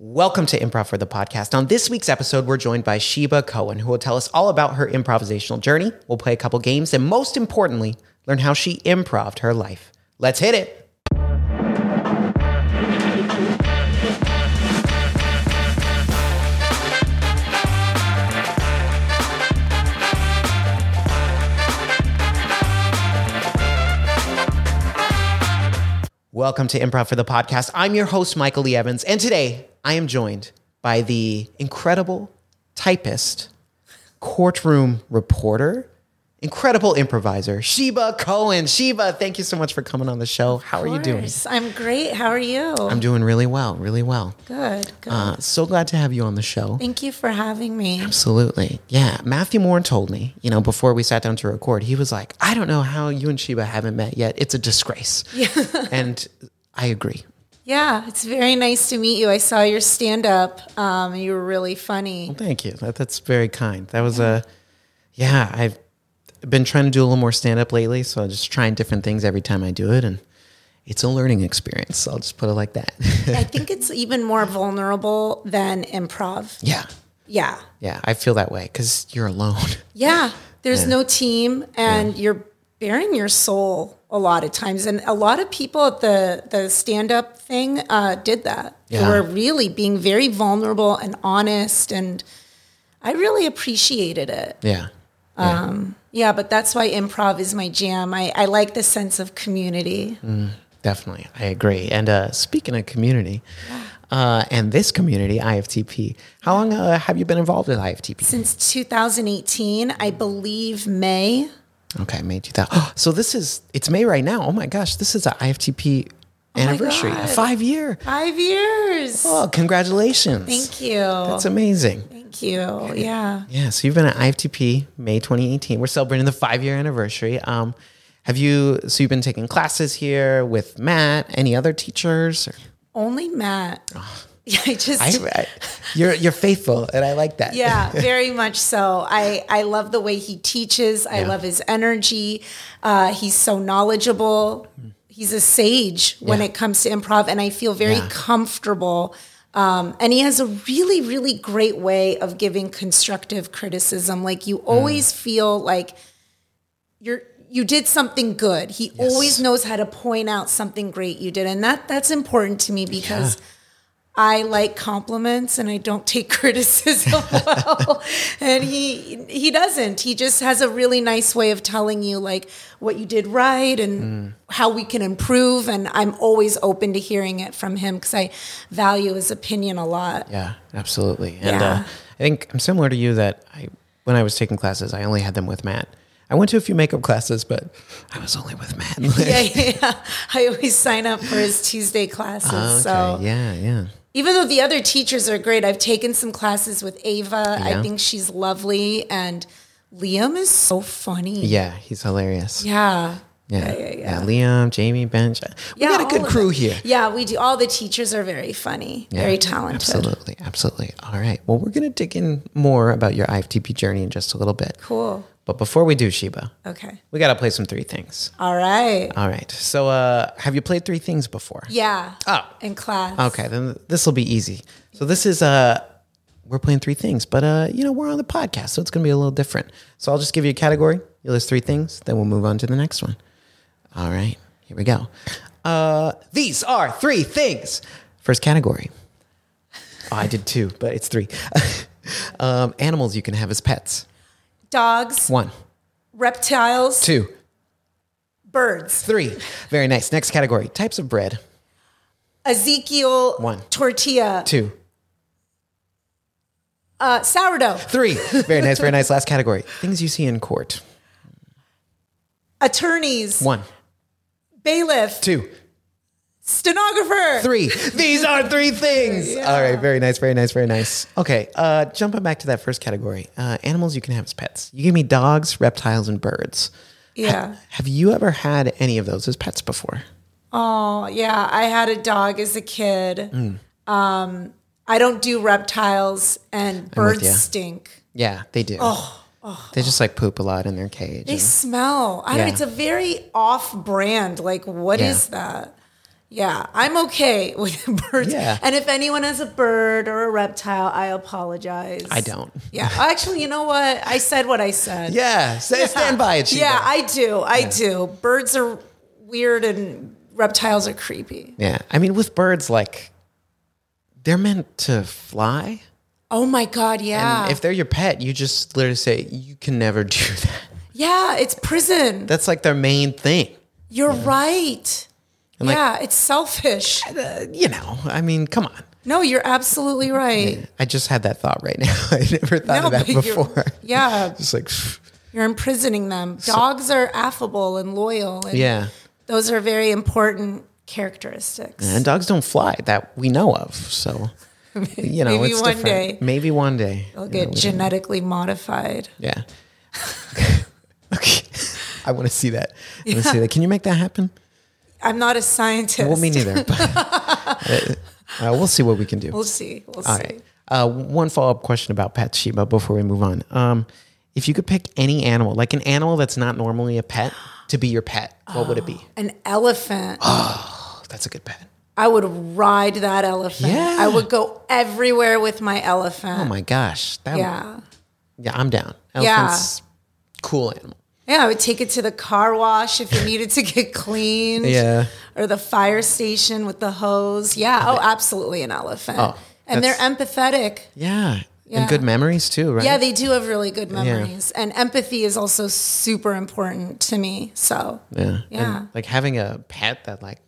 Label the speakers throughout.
Speaker 1: Welcome to Improv for the Podcast. On this week's episode, we're joined by Sheba Cohen, who will tell us all about her improvisational journey. We'll play a couple games and, most importantly, learn how she improved her life. Let's hit it. Welcome to Improv for the Podcast. I'm your host, Michael Lee Evans, and today I am joined by the incredible typist, courtroom reporter, incredible improviser, Sheba Cohen. Sheba, thank you so much for coming on the show. How are you doing?
Speaker 2: course. I'm great. How are you?
Speaker 1: I'm doing really well, really well.
Speaker 2: good. Good.
Speaker 1: Uh, so glad to have you on the show.
Speaker 2: Thank you for having me.
Speaker 1: Absolutely. Yeah. Matthew Moore told me, you know, before we sat down to record, he was like, I don't know how you and Sheba haven't met yet. It's a disgrace. Yeah. and I agree.
Speaker 2: Yeah, it's very nice to meet you. I saw your stand up. Um, you were really funny.
Speaker 1: Thank you. That, that's very kind. That was a, yeah, I've been trying to do a little more stand up lately. So I'm just trying different things every time I do it. And it's a learning experience. I'll just put it like that.
Speaker 2: I think it's even more vulnerable than improv.
Speaker 1: yeah.
Speaker 2: Yeah.
Speaker 1: Yeah. I feel that way because you're alone.
Speaker 2: Yeah. There's no team and you're bearing your soul a lot of times. And a lot of people at the, the stand up thing uh, did that.
Speaker 1: Yeah.
Speaker 2: They were really being very vulnerable and honest. And I really appreciated it.
Speaker 1: Yeah.
Speaker 2: Yeah, but that's why improv is my jam. I, I like the sense of community.
Speaker 1: Definitely, I agree. And uh, speaking of community, uh, and this community, IFTP, how long uh, have you been involved with IFTP?
Speaker 2: Since 2018, I believe May.
Speaker 1: Okay, May 2000. So this is, it's May right now. Oh my gosh, this is an IFTP anniversary, a
Speaker 2: Oh God.
Speaker 1: five year.
Speaker 2: Five years.
Speaker 1: Oh, congratulations.
Speaker 2: Thank you.
Speaker 1: That's amazing.
Speaker 2: Thank you. Yeah.
Speaker 1: Yeah, so you've been at IFTP May 2018. We're celebrating the five year anniversary. Um, have you, so you've been taking classes here with Matt, any other teachers? Or-
Speaker 2: Only Matt. Yeah, I just.
Speaker 1: I- you're, you're faithful, and I like that.
Speaker 2: yeah, very much so. I, I love the way he teaches. I love his energy. Uh, he's so knowledgeable. He's a sage when
Speaker 1: Yeah.
Speaker 2: it comes to improv, and I feel very
Speaker 1: Yeah.
Speaker 2: comfortable. Um, and he has a really, really great way of giving constructive criticism. Like
Speaker 1: Hmm.
Speaker 2: you always feel like you're you did something good. He always knows how to point out something great you did, and that that's important to me because. I like compliments and I don't take criticism well. And he he doesn't. He just has a really nice way of telling you like what you did right and
Speaker 1: Mm.
Speaker 2: how we can improve and I'm always open to hearing it from him cuz I value his opinion a lot.
Speaker 1: Yeah, absolutely. And uh,
Speaker 2: Yeah.
Speaker 1: I think I'm similar to you that I, when I was taking classes, I only had them with Matt. I went to a few makeup classes, but I was only with Matt.
Speaker 2: Yeah, yeah, yeah. I always sign up for his Tuesday classes.
Speaker 1: Ah, Okay,
Speaker 2: So
Speaker 1: yeah, yeah.
Speaker 2: even though the other teachers are great, I've taken some classes with Ava.
Speaker 1: Yeah.
Speaker 2: I think she's lovely and Liam is so funny.
Speaker 1: Yeah, he's hilarious.
Speaker 2: Yeah.
Speaker 1: Yeah.
Speaker 2: yeah, yeah.
Speaker 1: Liam, Jamie, Bench. Uh, We
Speaker 2: Yeah,
Speaker 1: got a
Speaker 2: all
Speaker 1: good
Speaker 2: of
Speaker 1: crew
Speaker 2: them.
Speaker 1: here.
Speaker 2: Yeah, we do. All the teachers are very funny,
Speaker 1: Yeah,
Speaker 2: very talented.
Speaker 1: Absolutely, absolutely. All right. Well, we're going to dig in more about your IFTP journey in just a little bit.
Speaker 2: Cool.
Speaker 1: But before we do, Sheba,
Speaker 2: Okay.
Speaker 1: we got to play some three things.
Speaker 2: All right.
Speaker 1: All right. So, uh, have you played three things before?
Speaker 2: Yeah.
Speaker 1: Oh.
Speaker 2: In class.
Speaker 1: Okay, then this will be easy. So this is uh we're playing three things, but uh you know, we're on the podcast, so it's going to be a little different. So I'll just give you a category. You list three things, then we'll move on to the next one. All right. Here we go. Uh these are three things. First category. Oh, I did two, but it's three. um animals you can have as pets.
Speaker 2: Dogs,
Speaker 1: One,
Speaker 2: reptiles,
Speaker 1: two,
Speaker 2: birds.
Speaker 1: three. Very nice. Next category. Types of bread.
Speaker 2: Ezekiel.
Speaker 1: One.
Speaker 2: Tortilla.
Speaker 1: Two,
Speaker 2: Uh, sourdough.
Speaker 1: three. Very nice. Very nice. Last category. Things you see in court.
Speaker 2: Attorneys.
Speaker 1: One,
Speaker 2: Bailiff.
Speaker 1: two,
Speaker 2: Stenographer.
Speaker 1: three. These are three things. All right, very nice, very nice, very nice. Okay, uh, jumping back to that first category, uh, animals you can have as pets. You give me dogs, reptiles, and birds.
Speaker 2: Yeah.
Speaker 1: Have you ever had any of those as pets before?
Speaker 2: Oh, yeah. I had a dog as a kid.
Speaker 1: Mm.
Speaker 2: Um, I don't do reptiles, and
Speaker 1: ya.
Speaker 2: birds stink.
Speaker 1: Yeah, they do. Oh, they just like poop a lot in their cage.
Speaker 2: They
Speaker 1: and-
Speaker 2: smell. I don't,
Speaker 1: Yeah.
Speaker 2: it's a very off brand. Like, what is
Speaker 1: Yeah.
Speaker 2: that? Yeah, I'm okay with birds.
Speaker 1: Yeah.
Speaker 2: And if anyone has a bird or a reptile, I apologize.
Speaker 1: I don't.
Speaker 2: Yeah. Actually, you know what? I said what I said.
Speaker 1: Yeah, say stand by it. Shiva.
Speaker 2: Yeah, I do. I do. Birds are weird and reptiles are creepy.
Speaker 1: yeah. I mean, with birds, like they're meant to fly.
Speaker 2: Oh my God. Yeah.
Speaker 1: And if they're your pet, you just literally say you can never do that.
Speaker 2: yeah. It's prison.
Speaker 1: That's like their main thing.
Speaker 2: You're right.
Speaker 1: like-
Speaker 2: yeah. it's selfish.
Speaker 1: Uh, you know, I mean, come on.
Speaker 2: No, you're absolutely right.
Speaker 1: I just had that thought right now. I never thought
Speaker 2: No,
Speaker 1: of that
Speaker 2: but you're-
Speaker 1: before.
Speaker 2: yeah.
Speaker 1: Just like, pfft.
Speaker 2: You're imprisoning them. Dogs are affable and loyal. And
Speaker 1: yeah.
Speaker 2: Those are very important characteristics.
Speaker 1: And dogs don't fly that we know of. So, you know,
Speaker 2: Maybe
Speaker 1: it's
Speaker 2: one
Speaker 1: different.
Speaker 2: day.
Speaker 1: Maybe one day.
Speaker 2: They'll get genetically modified.
Speaker 1: Yeah. okay. I want to see that. I want to see that. Can you make that happen?
Speaker 2: I'm not a scientist.
Speaker 1: Well, me neither. But, uh, uh, we'll see what we can do.
Speaker 2: we'll see. We'll
Speaker 1: All
Speaker 2: see.
Speaker 1: right. Uh, one follow up question about pet Sheba before we move on. Um, if you could pick any animal, like an animal that's not normally a pet, to be your pet, what would it be?
Speaker 2: An elephant.
Speaker 1: Oh, that's a good pet.
Speaker 2: I would ride that elephant.
Speaker 1: Yeah.
Speaker 2: I would go everywhere with my
Speaker 1: Oh
Speaker 2: elephant.
Speaker 1: my gosh. That, yeah.
Speaker 2: yeah.
Speaker 1: I'm down. Elephant's cool animal.
Speaker 2: Yeah, I would take it to the car wash if it needed to get cleaned.
Speaker 1: Yeah.
Speaker 2: Or the fire station with the hose. Yeah. Oh, absolutely an elephant.
Speaker 1: Oh,
Speaker 2: and they're empathetic.
Speaker 1: Yeah.
Speaker 2: Yeah.
Speaker 1: And good memories too, right?
Speaker 2: Yeah, they do have really good memories. And empathy is also super important to me. So
Speaker 1: Yeah.
Speaker 2: Yeah.
Speaker 1: And like having a pet that like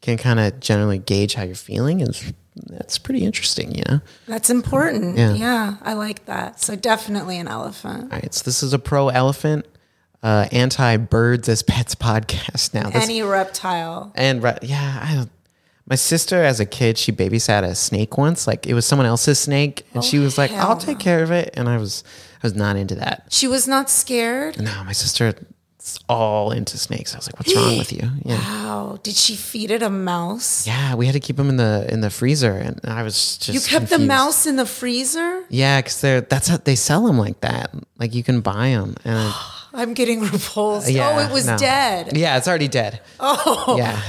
Speaker 1: can kind of generally gauge how you're feeling is that's pretty interesting, you know.
Speaker 2: that's important.
Speaker 1: Yeah.
Speaker 2: yeah, I like that. So definitely an elephant.
Speaker 1: All right. So this is a pro elephant, uh, anti birds as pets podcast now. This,
Speaker 2: Any reptile.
Speaker 1: and right, yeah, I don't. My sister, as a kid, she babysat a snake once. Like it was someone else's snake, and she was like,
Speaker 2: hell
Speaker 1: "I'll take care of it," and I was, I was not into that.
Speaker 2: She was not scared.
Speaker 1: No, my sister's all into snakes. I was like, "What's wrong with you?" Yeah.
Speaker 2: Wow. Did she feed it a mouse?
Speaker 1: Yeah, we had to keep them in the in the freezer, and I was just
Speaker 2: You kept the
Speaker 1: confused.
Speaker 2: mouse in the freezer?
Speaker 1: Yeah, because they're that's how they sell them like that. Like you can buy them, and I-
Speaker 2: I'm getting repulsed.
Speaker 1: yeah,
Speaker 2: oh, it was
Speaker 1: no.
Speaker 2: dead.
Speaker 1: Yeah, it's already dead. Oh, yeah.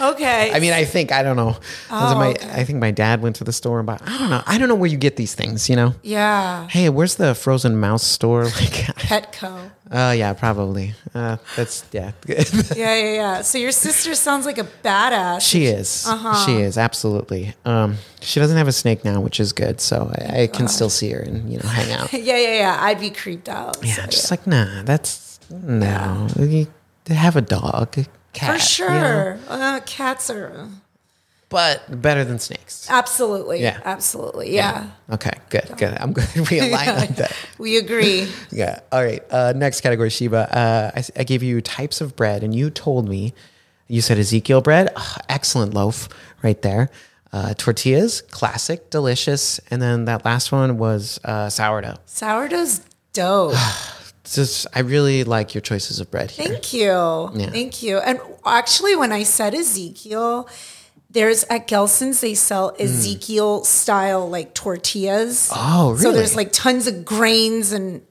Speaker 2: Okay.
Speaker 1: I mean, I think I don't know.
Speaker 2: Oh,
Speaker 1: Was it my, I think my dad went to the store and bought. I don't know. I don't know where you get these things. You know.
Speaker 2: yeah.
Speaker 1: Hey, where's the frozen mouse store? Like,
Speaker 2: Petco.
Speaker 1: oh yeah, probably. Uh, that's yeah.
Speaker 2: Yeah, yeah, yeah. So your sister sounds like a badass.
Speaker 1: she is.
Speaker 2: Uh-huh.
Speaker 1: She is absolutely. Um, she doesn't have a snake now, which is good. So I, I can still see her and you know hang out.
Speaker 2: yeah, yeah, yeah. I'd be creeped out.
Speaker 1: Yeah, just like nah, that's no. You have a dog, a cat,
Speaker 2: For
Speaker 1: you know?
Speaker 2: sure. Uh, cats are
Speaker 1: but better than snakes.
Speaker 2: absolutely.
Speaker 1: Yeah.
Speaker 2: Absolutely. Yeah.
Speaker 1: Okay, good, good. I'm glad we align on that.
Speaker 2: We agree.
Speaker 1: Yeah. All right. Uh, next category, Sheba. Uh, I, s- I gave you types of bread, and you told me you said Ezekiel bread, Ah, excellent loaf right there. Uh, tortillas, classic, delicious, and then that last one was uh, sourdough.
Speaker 2: Sourdough's dope.
Speaker 1: It's Just, I really like your choices of bread here.
Speaker 2: Thank you. Thank you. And actually, when I said Ezekiel, there's at Gelson's, they sell
Speaker 1: Hmm.
Speaker 2: Ezekiel style like tortillas.
Speaker 1: Oh,
Speaker 2: So
Speaker 1: really? Hmm.
Speaker 2: there's like tons of grains and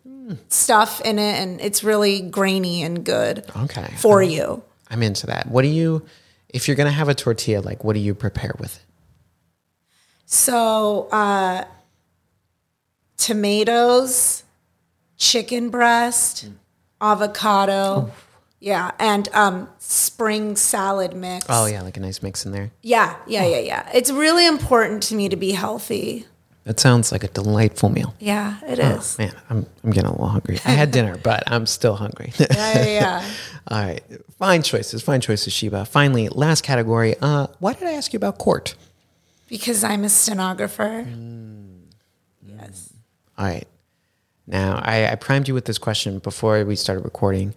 Speaker 2: stuff in it, and it's really grainy and good
Speaker 1: Okay.
Speaker 2: for you.
Speaker 1: I'm into that. What do you, if you're gonna have a tortilla, like what do you prepare with it?
Speaker 2: So, uh, tomatoes, chicken breast, avocado. Yeah. And um, spring salad mix.
Speaker 1: Oh yeah, like a nice mix in there.
Speaker 2: Yeah, yeah, yeah, yeah. It's really important to me to be healthy.
Speaker 1: That sounds like a delightful meal.
Speaker 2: Yeah, it
Speaker 1: Oh,
Speaker 2: is.
Speaker 1: man, I'm I'm getting a little hungry. I had dinner, but I'm still hungry.
Speaker 2: Yeah, yeah, yeah.
Speaker 1: All right, fine choices, fine choices, Sheba. Finally, last category. Uh, why did I ask you about court?
Speaker 2: Because I'm a stenographer. Yes.
Speaker 1: All right, now I, I primed you with this question before we started recording.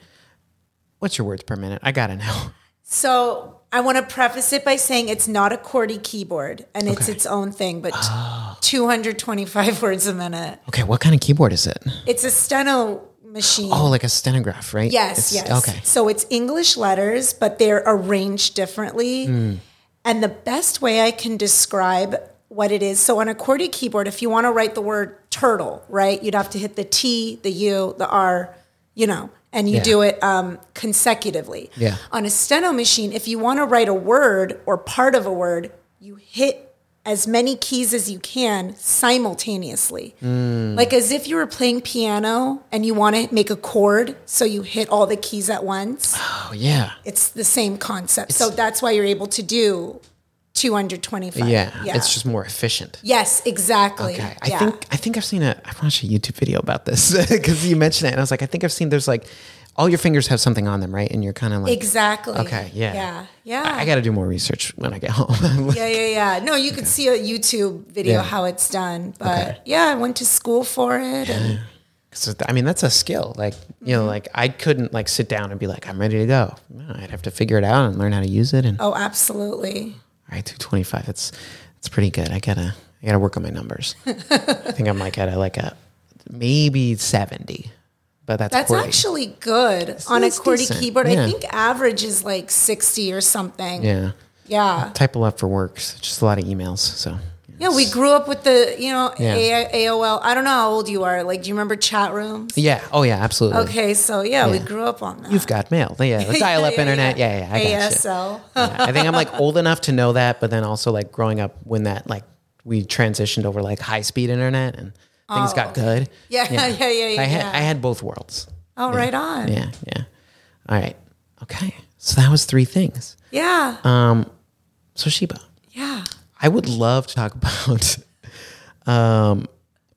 Speaker 1: What's your words per minute? I gotta know.
Speaker 2: So I want to preface it by saying it's not a QWERTY keyboard and it's its own thing, but t- 225 words a minute.
Speaker 1: Okay, what kind of keyboard is it?
Speaker 2: It's a steno machine.
Speaker 1: Oh, like a stenograph, right?
Speaker 2: Yes,
Speaker 1: It's-
Speaker 2: yes.
Speaker 1: Okay.
Speaker 2: So it's English letters, but they're arranged differently.
Speaker 1: Mm.
Speaker 2: And the best way I can describe what it is so on a QWERTY keyboard, if you want to write the word turtle, right, you'd have to hit the T, the U, the R, you know, and you
Speaker 1: Yeah.
Speaker 2: do it um, consecutively.
Speaker 1: Yeah.
Speaker 2: On a steno machine, if you want to write a word or part of a word, you hit as many keys as you can simultaneously.
Speaker 1: Mm.
Speaker 2: Like as if you were playing piano and you want to make a chord, so you hit all the keys at once.
Speaker 1: Oh yeah.
Speaker 2: It's the same concept. so that's why you're able to do 225.
Speaker 1: Yeah. It's just more efficient.
Speaker 2: Yes, exactly.
Speaker 1: Okay. I
Speaker 2: Yeah.
Speaker 1: think I think I've seen a I watched a YouTube video about this because you mentioned it and I was like, I think I've seen there's like all your fingers have something on them, right? And you're kinda like
Speaker 2: exactly.
Speaker 1: Okay, yeah.
Speaker 2: Yeah. Yeah.
Speaker 1: I, I gotta do more research when I get home.
Speaker 2: yeah, yeah, yeah. No, you could see a YouTube video
Speaker 1: Yeah.
Speaker 2: how it's done. But yeah, I went to school for it. And
Speaker 1: So th- I mean, that's a skill. Like you
Speaker 2: Mm-hmm.
Speaker 1: know, like I couldn't like sit down and be like, I'm ready to go. No, I'd have to figure it out and learn how to use it. And all
Speaker 2: oh, absolutely.
Speaker 1: right, two twenty five. That's that's pretty good. I gotta I gotta work on my numbers. I think I'm like at a, like a maybe seventy, but that's
Speaker 2: That's
Speaker 1: QWERTY.
Speaker 2: actually good on a
Speaker 1: that's
Speaker 2: QWERTY
Speaker 1: decent.
Speaker 2: keyboard.
Speaker 1: Yeah.
Speaker 2: I think average is like 60 or something.
Speaker 1: yeah.
Speaker 2: Yeah.
Speaker 1: Type a lot for works. Just a lot of emails. So
Speaker 2: Yeah, we grew up with the, you know,
Speaker 1: Yeah.
Speaker 2: A- AOL. I don't know how old you are. Like, do you remember chat rooms?
Speaker 1: yeah. Oh yeah. Absolutely.
Speaker 2: Okay, so yeah, we
Speaker 1: Yeah.
Speaker 2: grew up on that.
Speaker 1: You've got mail. Yeah. The dial up internet. Yeah. Yeah. I got you.
Speaker 2: ASL.
Speaker 1: Yeah, I think I'm like old enough to know that, but then also like growing up when that like we transitioned over like high speed internet and things got good.
Speaker 2: Yeah, yeah, yeah, Oh. yeah,
Speaker 1: I had
Speaker 2: yeah.
Speaker 1: I had both worlds.
Speaker 2: Oh, right on. Yeah.
Speaker 1: Yeah, yeah. All right. Okay. So that was three things.
Speaker 2: Yeah.
Speaker 1: Um, So Sheba, I would love to talk about um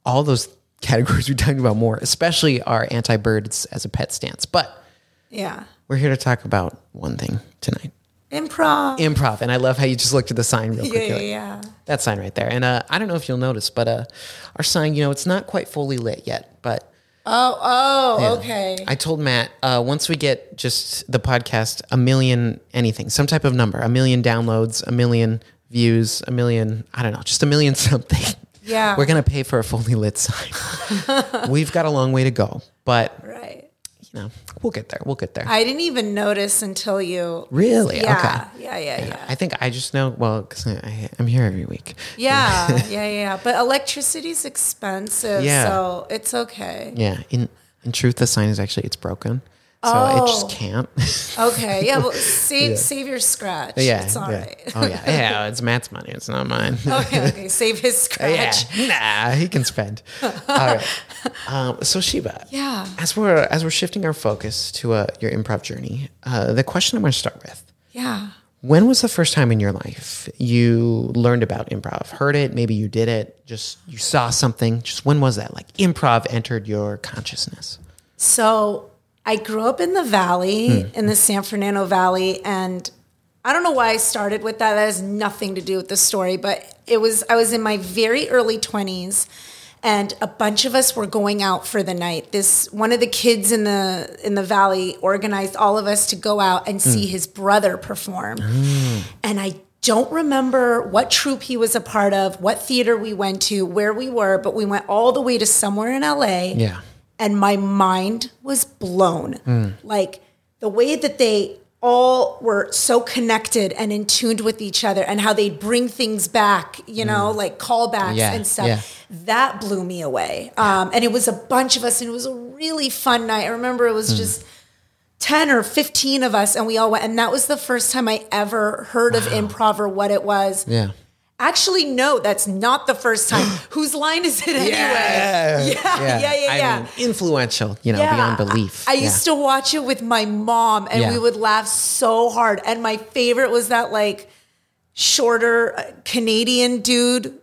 Speaker 1: all those categories we talked about more, especially our anti birds as a pet stance. But
Speaker 2: yeah.
Speaker 1: we're here to talk about one thing tonight.
Speaker 2: Improv.
Speaker 1: Improv. And I love how you just looked at the sign real
Speaker 2: yeah,
Speaker 1: quick. You're
Speaker 2: yeah,
Speaker 1: like,
Speaker 2: yeah.
Speaker 1: That sign right there. And uh, I don't know if you'll notice, but uh, our sign, you know, it's not quite fully lit yet. But
Speaker 2: Oh, oh, okay.
Speaker 1: I told Matt uh, once we get just the podcast, a million anything, some type of number, a million downloads, a million views, a million, I don't know, just a million something.
Speaker 2: Yeah.
Speaker 1: We're going to pay for a fully lit sign. We've got a long way to go, but,
Speaker 2: right.
Speaker 1: you know, we'll get there. We'll get there.
Speaker 2: I didn't even notice until you.
Speaker 1: really?
Speaker 2: Yeah,
Speaker 1: Okay.
Speaker 2: yeah, yeah, yeah.
Speaker 1: I think I just know, well, because I'm here every week.
Speaker 2: Yeah, yeah, yeah, yeah. But electricity's expensive,
Speaker 1: Yeah.
Speaker 2: so it's okay.
Speaker 1: Yeah. In in truth, the sign is actually it's broken, so it just
Speaker 2: Oh.
Speaker 1: can't.
Speaker 2: Okay, yeah. Well, save save your scratch.
Speaker 1: yeah.
Speaker 2: it's all
Speaker 1: yeah.
Speaker 2: right. Oh,
Speaker 1: Oh yeah. Yeah. It's Matt's money. It's not mine.
Speaker 2: okay, okay. Save his
Speaker 1: yeah.
Speaker 2: scratch.
Speaker 1: Nah. He can spend. all right. Um, so Sheba.
Speaker 2: Yeah.
Speaker 1: As we're as we're shifting our focus to uh, your improv journey, uh, the question I'm going to start with.
Speaker 2: Yeah.
Speaker 1: When was the first time in your life you learned about improv? Heard it, maybe you did it, just you saw something. Just when was that? Like improv entered your consciousness.
Speaker 2: So I grew up in the valley, in the San Fernando Valley, and I don't know why I started with that. That has nothing to do with the story, but it was I was in my very early twenties and a bunch of us were going out for the night. This one of the kids in the in the valley organized all of us to go out and see his brother perform. And I don't remember what troupe he was a part of, what theater we went to, where we were, but we went all the way to somewhere in LA
Speaker 1: Yeah.
Speaker 2: and my mind was blown.
Speaker 1: Mm.
Speaker 2: Like the way that they all were so connected and in tuned with each other and how they'd bring things back, you know, like callbacks
Speaker 1: Mm. Yeah,
Speaker 2: and stuff.
Speaker 1: yeah.
Speaker 2: That blew me away. Um, and it was a bunch of us and it was a really fun night. I remember it was
Speaker 1: Mm.
Speaker 2: just 10 or 15 of us and we all went. And that was the first time I ever heard of improv or what it was.
Speaker 1: Yeah.
Speaker 2: Actually, no, that's not the first time. Whose line is it anyway? Yeah, yeah, yeah, yeah.
Speaker 1: I mean, influential, you know, beyond belief.
Speaker 2: I, I used to watch it with my mom, and
Speaker 1: Yeah.
Speaker 2: we would laugh so hard. And my favorite was that like shorter uh, Canadian dude,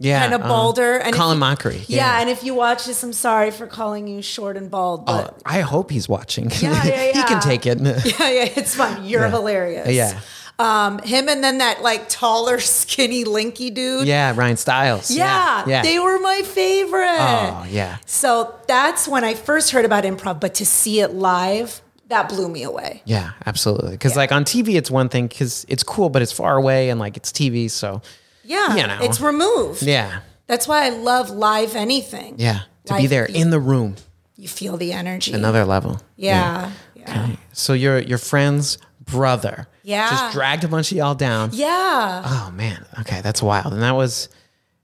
Speaker 1: yeah,
Speaker 2: kind of balder, and if
Speaker 1: Uh-uh. Colin
Speaker 2: you-
Speaker 1: Mockery.
Speaker 2: Yeah. and if you watch this, I'm sorry for calling you short and bald, but
Speaker 1: Oh, I hope he's watching.
Speaker 2: Yeah, yeah,
Speaker 1: he can
Speaker 2: yeah.
Speaker 1: take it.
Speaker 2: yeah, yeah, it's fine. You're hilarious.
Speaker 1: Yeah.
Speaker 2: Um, him and then that like taller, skinny, linky dude.
Speaker 1: yeah, Ryan Stiles.
Speaker 2: Yeah,
Speaker 1: yeah.
Speaker 2: they were my favorite.
Speaker 1: oh, yeah.
Speaker 2: So that's when I first heard about improv, but to see it live, that blew me away.
Speaker 1: Yeah, absolutely. Because like on TV, it's one thing because it's cool, but it's far away and like it's TV. So
Speaker 2: Yeah,
Speaker 1: You know.
Speaker 2: it's removed.
Speaker 1: yeah,
Speaker 2: That's why I love live anything.
Speaker 1: yeah. To be
Speaker 2: Live
Speaker 1: there
Speaker 2: feed.
Speaker 1: in the room,
Speaker 2: You feel the energy.
Speaker 1: another level.
Speaker 2: yeah. Yeah.
Speaker 1: So your your friend's brother,
Speaker 2: Yeah.
Speaker 1: just dragged a bunch of y'all down.
Speaker 2: Yeah.
Speaker 1: Oh man, okay, that's wild. And that was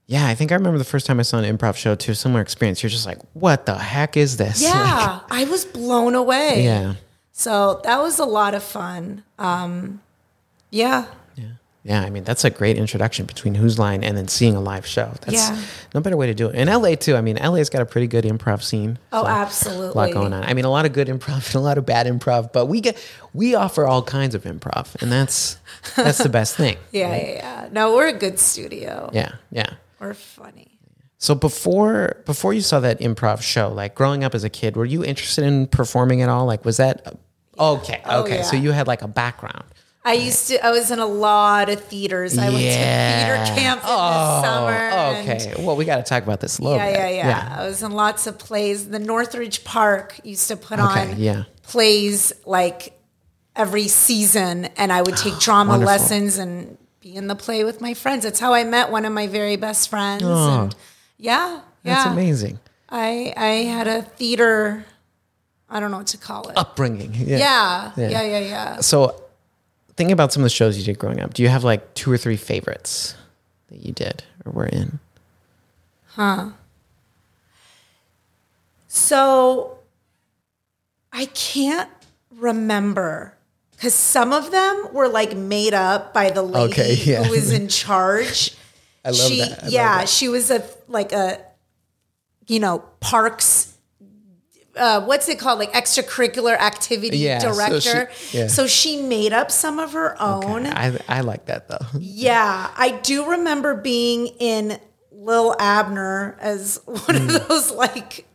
Speaker 1: Yeah, I think I remember the first time I saw an improv show too. Similar experience. You're just like, what the heck is this? Like,
Speaker 2: Yeah, I was blown away.
Speaker 1: yeah.
Speaker 2: So that was a lot of fun. Um, yeah.
Speaker 1: Yeah. Yeah. I mean, that's a great introduction between Who's Line and then seeing a live show. That's
Speaker 2: Yeah.
Speaker 1: no better way to do it. In LA, too. I mean, LA's got a pretty good improv scene.
Speaker 2: Oh,
Speaker 1: so
Speaker 2: absolutely.
Speaker 1: A lot going on. I mean, a lot of good improv and a lot of bad improv, but we get we offer all kinds of improv, and that's that's the best thing.
Speaker 2: Yeah, yeah, yeah. No, we're a good studio.
Speaker 1: Yeah, yeah.
Speaker 2: We're funny.
Speaker 1: So before before you saw that improv show, like growing up as a kid, were you interested in performing at all? Like, was that okay?
Speaker 2: Oh,
Speaker 1: okay,
Speaker 2: yeah.
Speaker 1: so you had like a background.
Speaker 2: I used to. I was in a lot of theaters. I went to
Speaker 1: Yeah.
Speaker 2: theater camps in the summer.
Speaker 1: Oh,
Speaker 2: and-
Speaker 1: okay. Well, we got to talk about this a little
Speaker 2: yeah,
Speaker 1: bit.
Speaker 2: yeah, yeah, I was in lots of plays. The Northridge Park used to put
Speaker 1: Okay,
Speaker 2: on
Speaker 1: yeah.
Speaker 2: plays like every season, and I would take drama
Speaker 1: Wonderful.
Speaker 2: lessons and be in the play with my friends. That's how I met one of my very best friends. And yeah, yeah.
Speaker 1: That's amazing.
Speaker 2: I I had a theater. I don't know what to call it.
Speaker 1: Upbringing.
Speaker 2: yeah,
Speaker 1: Oh, Yeah.
Speaker 2: yeah, yeah, yeah.
Speaker 1: So, thinking about some of the shows you did growing up, do you have like two or three favorites that you did or were in?
Speaker 2: So I can't remember because some of them were like made up by the lady
Speaker 1: Okay, yeah.
Speaker 2: who was in charge. I
Speaker 1: love
Speaker 2: she,
Speaker 1: that. I love
Speaker 2: yeah, she was a like a you know parks. Uh, what's it called? Like extracurricular activity
Speaker 1: Yeah, so
Speaker 2: director.
Speaker 1: she-
Speaker 2: So she,
Speaker 1: yeah.
Speaker 2: made up some of her own.
Speaker 1: I, I like that though.
Speaker 2: Yeah, I do remember being in Lil Abner as one of those like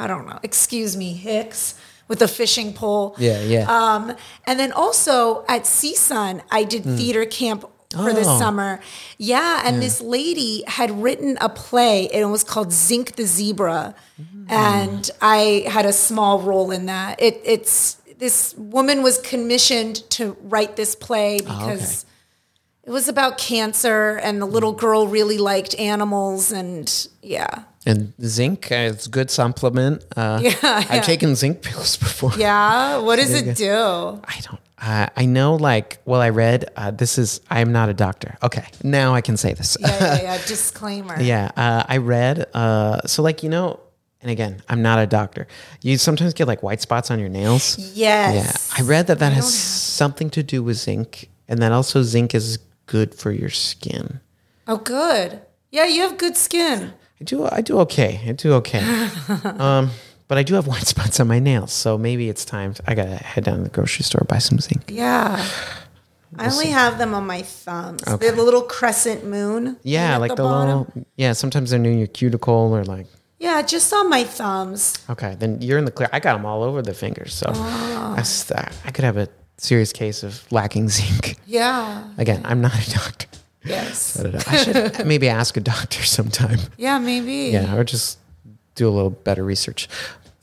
Speaker 2: I don't know, excuse me, Hicks with a fishing pole.
Speaker 1: Yeah, yeah.
Speaker 2: Um, and then also at CSUN, I did theater camp for the
Speaker 1: Hmm. Oh.
Speaker 2: summer. Yeah, and this lady had written a play, and it was called Zinc the Zebra,
Speaker 1: Hmm.
Speaker 2: and I had a small role in that. It, it's this woman was commissioned to write this play
Speaker 1: Ah,
Speaker 2: because it was about cancer, and the little
Speaker 1: Hmm.
Speaker 2: girl really liked animals, and yeah,
Speaker 1: and zinc, uh, it's a good supplement. Uh,
Speaker 2: Yeah, yeah.
Speaker 1: I've taken zinc pills before.
Speaker 2: yeah. What does it do?
Speaker 1: I don't. Uh, I know, like, well, I read uh, this is. I am not a doctor. Okay, now I can say this. Uh,
Speaker 2: Yeah, yeah, yeah. Disclaimer.
Speaker 1: Yeah, uh, I read. Uh, so, like, you know, and again, I'm not a doctor. You sometimes get like white spots on your nails. Yeah,
Speaker 2: Yes.
Speaker 1: I read that that has something to do with zinc, and that also zinc is good for your skin.
Speaker 2: Oh, good. Yeah, you have good skin.
Speaker 1: I do, I do okay. I do okay. um, but I do have white spots on my nails, so maybe it's time. To, I gotta head down to the grocery store buy some zinc.
Speaker 2: Yeah. I only have them on my thumbs. They have a little crescent moon.
Speaker 1: Yeah,
Speaker 2: at
Speaker 1: like the,
Speaker 2: bottom.
Speaker 1: little. Yeah, sometimes they're near your cuticle or like.
Speaker 2: Yeah, just on my thumbs.
Speaker 1: Okay, then you're in the clear. I got them all over the fingers, so I, s- I could have a serious case of lacking zinc.
Speaker 2: Yeah.
Speaker 1: Again, I'm not a doctor.
Speaker 2: Yes.
Speaker 1: I don't know. I should maybe ask a doctor sometime.
Speaker 2: Yeah, maybe.
Speaker 1: Yeah, or just do a little better research.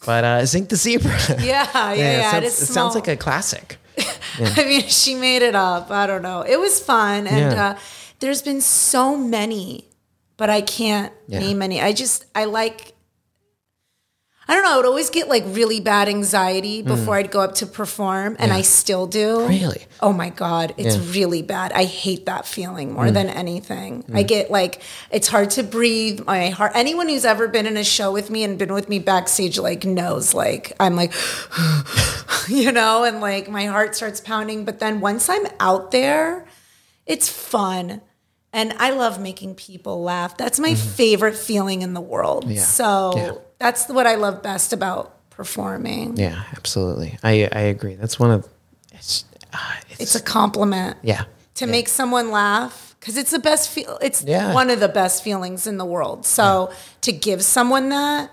Speaker 1: But uh, Zinc the Zebra.
Speaker 2: Yeah, yeah,
Speaker 1: it,
Speaker 2: yeah, it
Speaker 1: sounds,
Speaker 2: is
Speaker 1: it sounds
Speaker 2: small.
Speaker 1: like a classic.
Speaker 2: I mean, she made it up. I don't know. It was fun. And
Speaker 1: Yeah.
Speaker 2: uh, there's been so many, but I can't
Speaker 1: Yeah.
Speaker 2: name any. I just, I like, I don't know. I would always get like really bad anxiety before I'd go up to perform, and I still do.
Speaker 1: Hmm. Really?
Speaker 2: Oh my God. It's really bad. I hate that feeling
Speaker 1: Mm.
Speaker 2: more than anything. I get like, it's hard to breathe. My heart, anyone who's ever been in a show with me and been with me backstage, like, knows, like, I'm like, you know, and like my heart starts pounding. But then once I'm out there, it's fun. And I love making people laugh. That's my favorite feeling in the world. So
Speaker 1: Mm-hmm. Yeah.
Speaker 2: that's what I love best about performing.
Speaker 1: Yeah, absolutely. I, I agree. That's one of it's, uh, it's,
Speaker 2: It's a compliment
Speaker 1: yeah.
Speaker 2: to make someone laugh because it's the best feel. It's
Speaker 1: Yeah.
Speaker 2: one of the best feelings in the world. So to give someone that,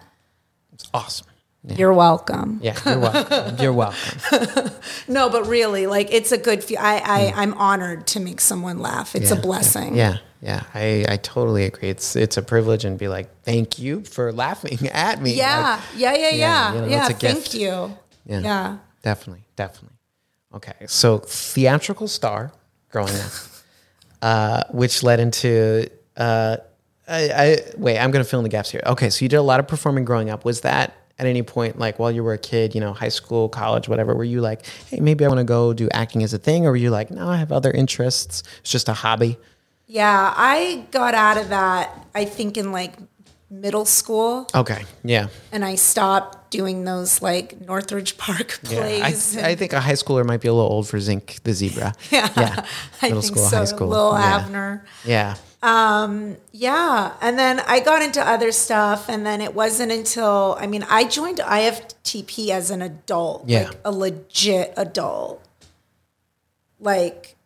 Speaker 1: It's awesome.
Speaker 2: you're welcome.
Speaker 1: Yeah, you're welcome. you're welcome.
Speaker 2: No, but really, like it's a good feel. I, I I'm honored to make someone laugh. It's a blessing.
Speaker 1: Mm. Yeah, yeah. I, I totally agree. It's it's a privilege and be like, thank you for laughing at me. Like,
Speaker 2: Yeah, yeah, yeah, yeah, yeah.
Speaker 1: you know, that's a
Speaker 2: thank
Speaker 1: gift.
Speaker 2: you.
Speaker 1: Yeah.
Speaker 2: Yeah.
Speaker 1: Definitely, definitely. Okay, so theatrical star growing up, uh, which led into. Uh, I, I wait. I'm gonna fill in the gaps here. Okay, so you did a lot of performing growing up. Was that at any point, like while you were a kid, you know, high school, college, whatever? Were you like, hey, maybe I want to go do acting as a thing, or were you like, no, I have other interests. It's just a hobby.
Speaker 2: Yeah, I got out of that, I think, in like middle school,
Speaker 1: Okay. Yeah.
Speaker 2: and I stopped doing those like Northridge Park
Speaker 1: Yeah. I,
Speaker 2: plays.
Speaker 1: I think a high schooler might be a little old for Zinc the zebra.
Speaker 2: Yeah, I
Speaker 1: Middle
Speaker 2: think
Speaker 1: school,
Speaker 2: so.
Speaker 1: high school.
Speaker 2: Lil
Speaker 1: Yeah.
Speaker 2: Abner.
Speaker 1: Yeah.
Speaker 2: Yeah. And then I got into other stuff. And then it wasn't until, I mean, I joined IFTP as an adult,
Speaker 1: Yeah.
Speaker 2: like a legit adult. Like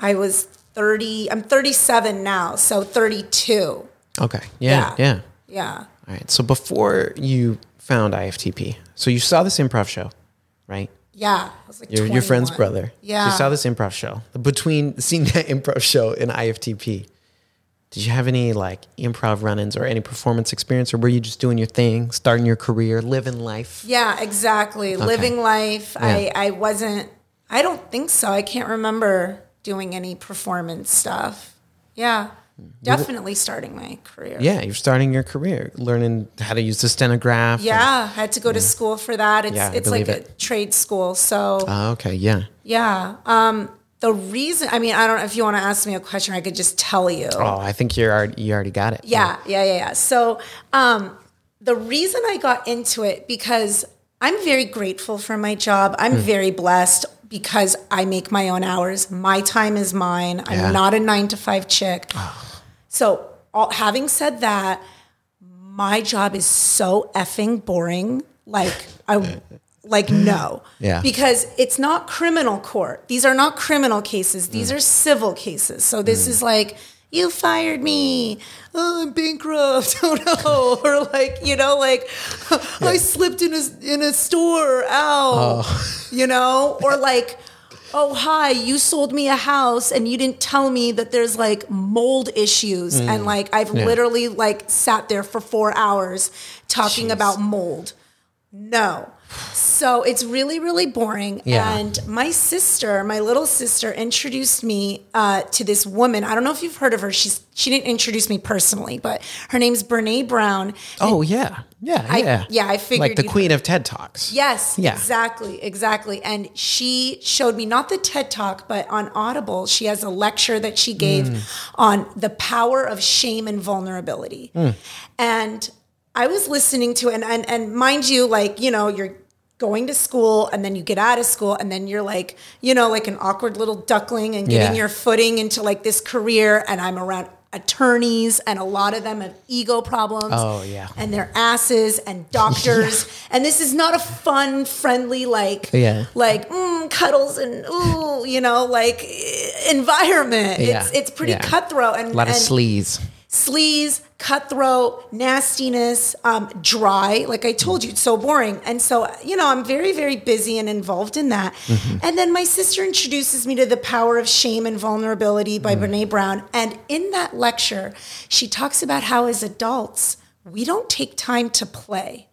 Speaker 2: I was 30, I'm 37 now. So 32.
Speaker 1: Okay. Yeah,
Speaker 2: Yeah.
Speaker 1: yeah.
Speaker 2: Yeah.
Speaker 1: All right. So before you found IFTP, so you saw this improv show, right?
Speaker 2: Yeah. I was like
Speaker 1: Your, your friend's
Speaker 2: 21.
Speaker 1: brother.
Speaker 2: Yeah.
Speaker 1: So you saw this improv show. Between seeing that improv show and IFTP, did you have any like improv run ins or any performance experience, or were you just doing your thing, starting your career, living life?
Speaker 2: Yeah, exactly. Living life. I, I wasn't, I don't think so. I can't remember doing any performance stuff. Yeah. Definitely starting my career.
Speaker 1: Yeah, you're starting your career, learning how to use the stenograph. and-
Speaker 2: Yeah, had to go to school for that. It's
Speaker 1: Yeah, I
Speaker 2: it's like
Speaker 1: believe
Speaker 2: a trade school. So
Speaker 1: Ah, okay. Yeah.
Speaker 2: yeah. Um the reason I mean, I don't know if you want to ask me a question, I could just tell you.
Speaker 1: Oh, I think you're already, you already got it.
Speaker 2: Yeah, yeah, yeah, yeah. So um the reason I got into it because I'm very grateful for my job. I'm very blessed because I make my own hours. My time is mine. I'm
Speaker 1: Yeah.
Speaker 2: not a nine to five chick. So, all, having said that, my job is so effing boring. Like I, like no,
Speaker 1: Yeah.
Speaker 2: because it's not criminal court. These are not criminal cases. These are civil cases. So this is like you fired me. Oh, I'm bankrupt. Oh no, or like you know, like I slipped in a in a store. Ow, you know, or like. Oh, hi, you sold me a house and you didn't tell me that there's like mold issues. And like, I've literally like sat there for four hours talking about mold. No. So it's really, really boring.
Speaker 1: Yeah.
Speaker 2: And my sister, my little sister, introduced me uh, to this woman. I don't know if you've heard of her. She's she didn't introduce me personally, but her name's Brene Brown.
Speaker 1: Oh, yeah. Yeah. yeah.
Speaker 2: yeah, I
Speaker 1: Like
Speaker 2: figured
Speaker 1: the
Speaker 2: you'd-
Speaker 1: queen of TED Talks.
Speaker 2: Yes,
Speaker 1: Yeah.
Speaker 2: exactly, exactly. And she showed me not the TED Talk, but on Audible, she has a lecture that she gave
Speaker 1: Mm.
Speaker 2: on the power of shame and vulnerability.
Speaker 1: Mm.
Speaker 2: And I was listening to it, and, and and mind you, like you know, you're going to school, and then you get out of school, and then you're like, you know, like an awkward little duckling, and getting
Speaker 1: Yeah.
Speaker 2: your footing into like this career. And I'm around attorneys, and a lot of them have ego problems
Speaker 1: Oh, yeah.
Speaker 2: and their asses and doctors. And this is not a fun, friendly, like,
Speaker 1: Yeah.
Speaker 2: like mm, cuddles and ooh, you know, like eh, environment.
Speaker 1: Yeah.
Speaker 2: It's it's pretty
Speaker 1: Yeah.
Speaker 2: cutthroat and,
Speaker 1: A lot of
Speaker 2: and
Speaker 1: sleaze.
Speaker 2: sleaze, cutthroat, nastiness, um, dry. Like I told you, it's so boring. And so, you know, I'm very, very busy and involved in that. And then my sister introduces me to The Power of Shame and Vulnerability by Brene Brown. And in that lecture, she talks about how as adults, we don't take time to play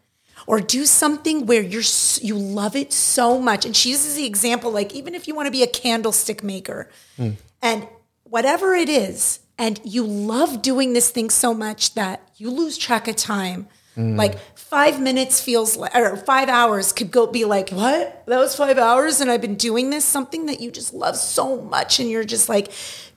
Speaker 2: or do something where you're s- you love it so much and she uses the example like even if you want to be a candlestick maker and whatever it is and you love doing this thing so much that you lose track of time like 5 minutes feels like or 5 hours could go be like what that was 5 hours and I've been doing this something that you just love so much and you're just like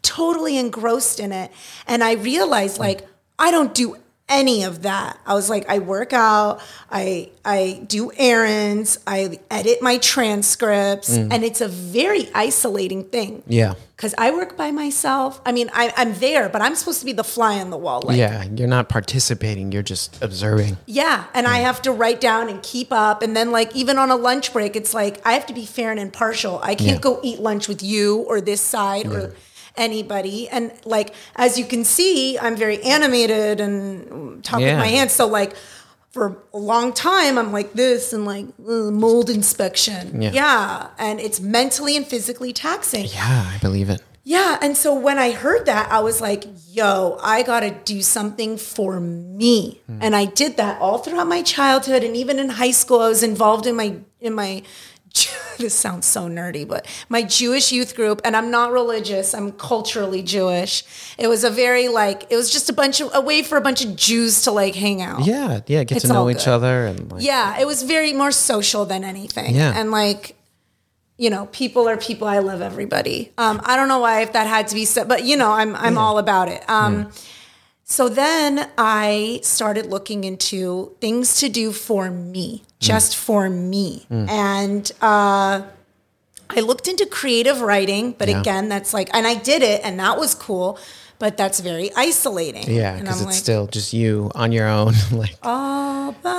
Speaker 2: totally engrossed in it and I realized like I don't do any of that. I was like, I work out, I I do errands, I edit my transcripts, and it's a very isolating thing.
Speaker 1: Yeah.
Speaker 2: Cause I work by myself. I mean, I, I'm there, but I'm supposed to be the fly on the wall. Like,
Speaker 1: Yeah. You're not participating, you're just observing.
Speaker 2: yeah, and I have to write down and keep up. And then, like, even on a lunch break, it's like I have to be fair and impartial. I can't
Speaker 1: Yeah.
Speaker 2: go eat lunch with you or this side or anybody. And, like, as you can see, I'm very animated and talk
Speaker 1: Yeah.
Speaker 2: with my hands. So, like, for a long time, I'm like this and like uh, mold inspection.
Speaker 1: Yeah.
Speaker 2: yeah. And it's mentally and physically taxing.
Speaker 1: Yeah, I believe it.
Speaker 2: Yeah. And so when I heard that, I was like, yo, I got to do something for me. And I did that all throughout my childhood. And even in high school, I was involved in my, in my, this sounds so nerdy, but my Jewish youth group. And I'm not religious, I'm culturally Jewish. It was a very like, it was just a bunch of, a way for a bunch of Jews to like hang out.
Speaker 1: Yeah, yeah. Get
Speaker 2: It's
Speaker 1: to know
Speaker 2: all
Speaker 1: each
Speaker 2: good.
Speaker 1: other and like,
Speaker 2: Yeah, it was very more social than anything.
Speaker 1: Yeah.
Speaker 2: And like you know, people are people. I love everybody. Um, I don't know why if that had to be said, but you know, I'm I'm all about it. Um, So then I started looking into things to do for
Speaker 1: Mm.
Speaker 2: me, just for me, and uh, I looked into creative writing. But
Speaker 1: Yeah.
Speaker 2: again, that's like, and I did it, and that was cool. But that's very isolating.
Speaker 1: Yeah,
Speaker 2: and
Speaker 1: because
Speaker 2: I'm
Speaker 1: it's
Speaker 2: like, Oh.
Speaker 1: still just you on your own. like
Speaker 2: all by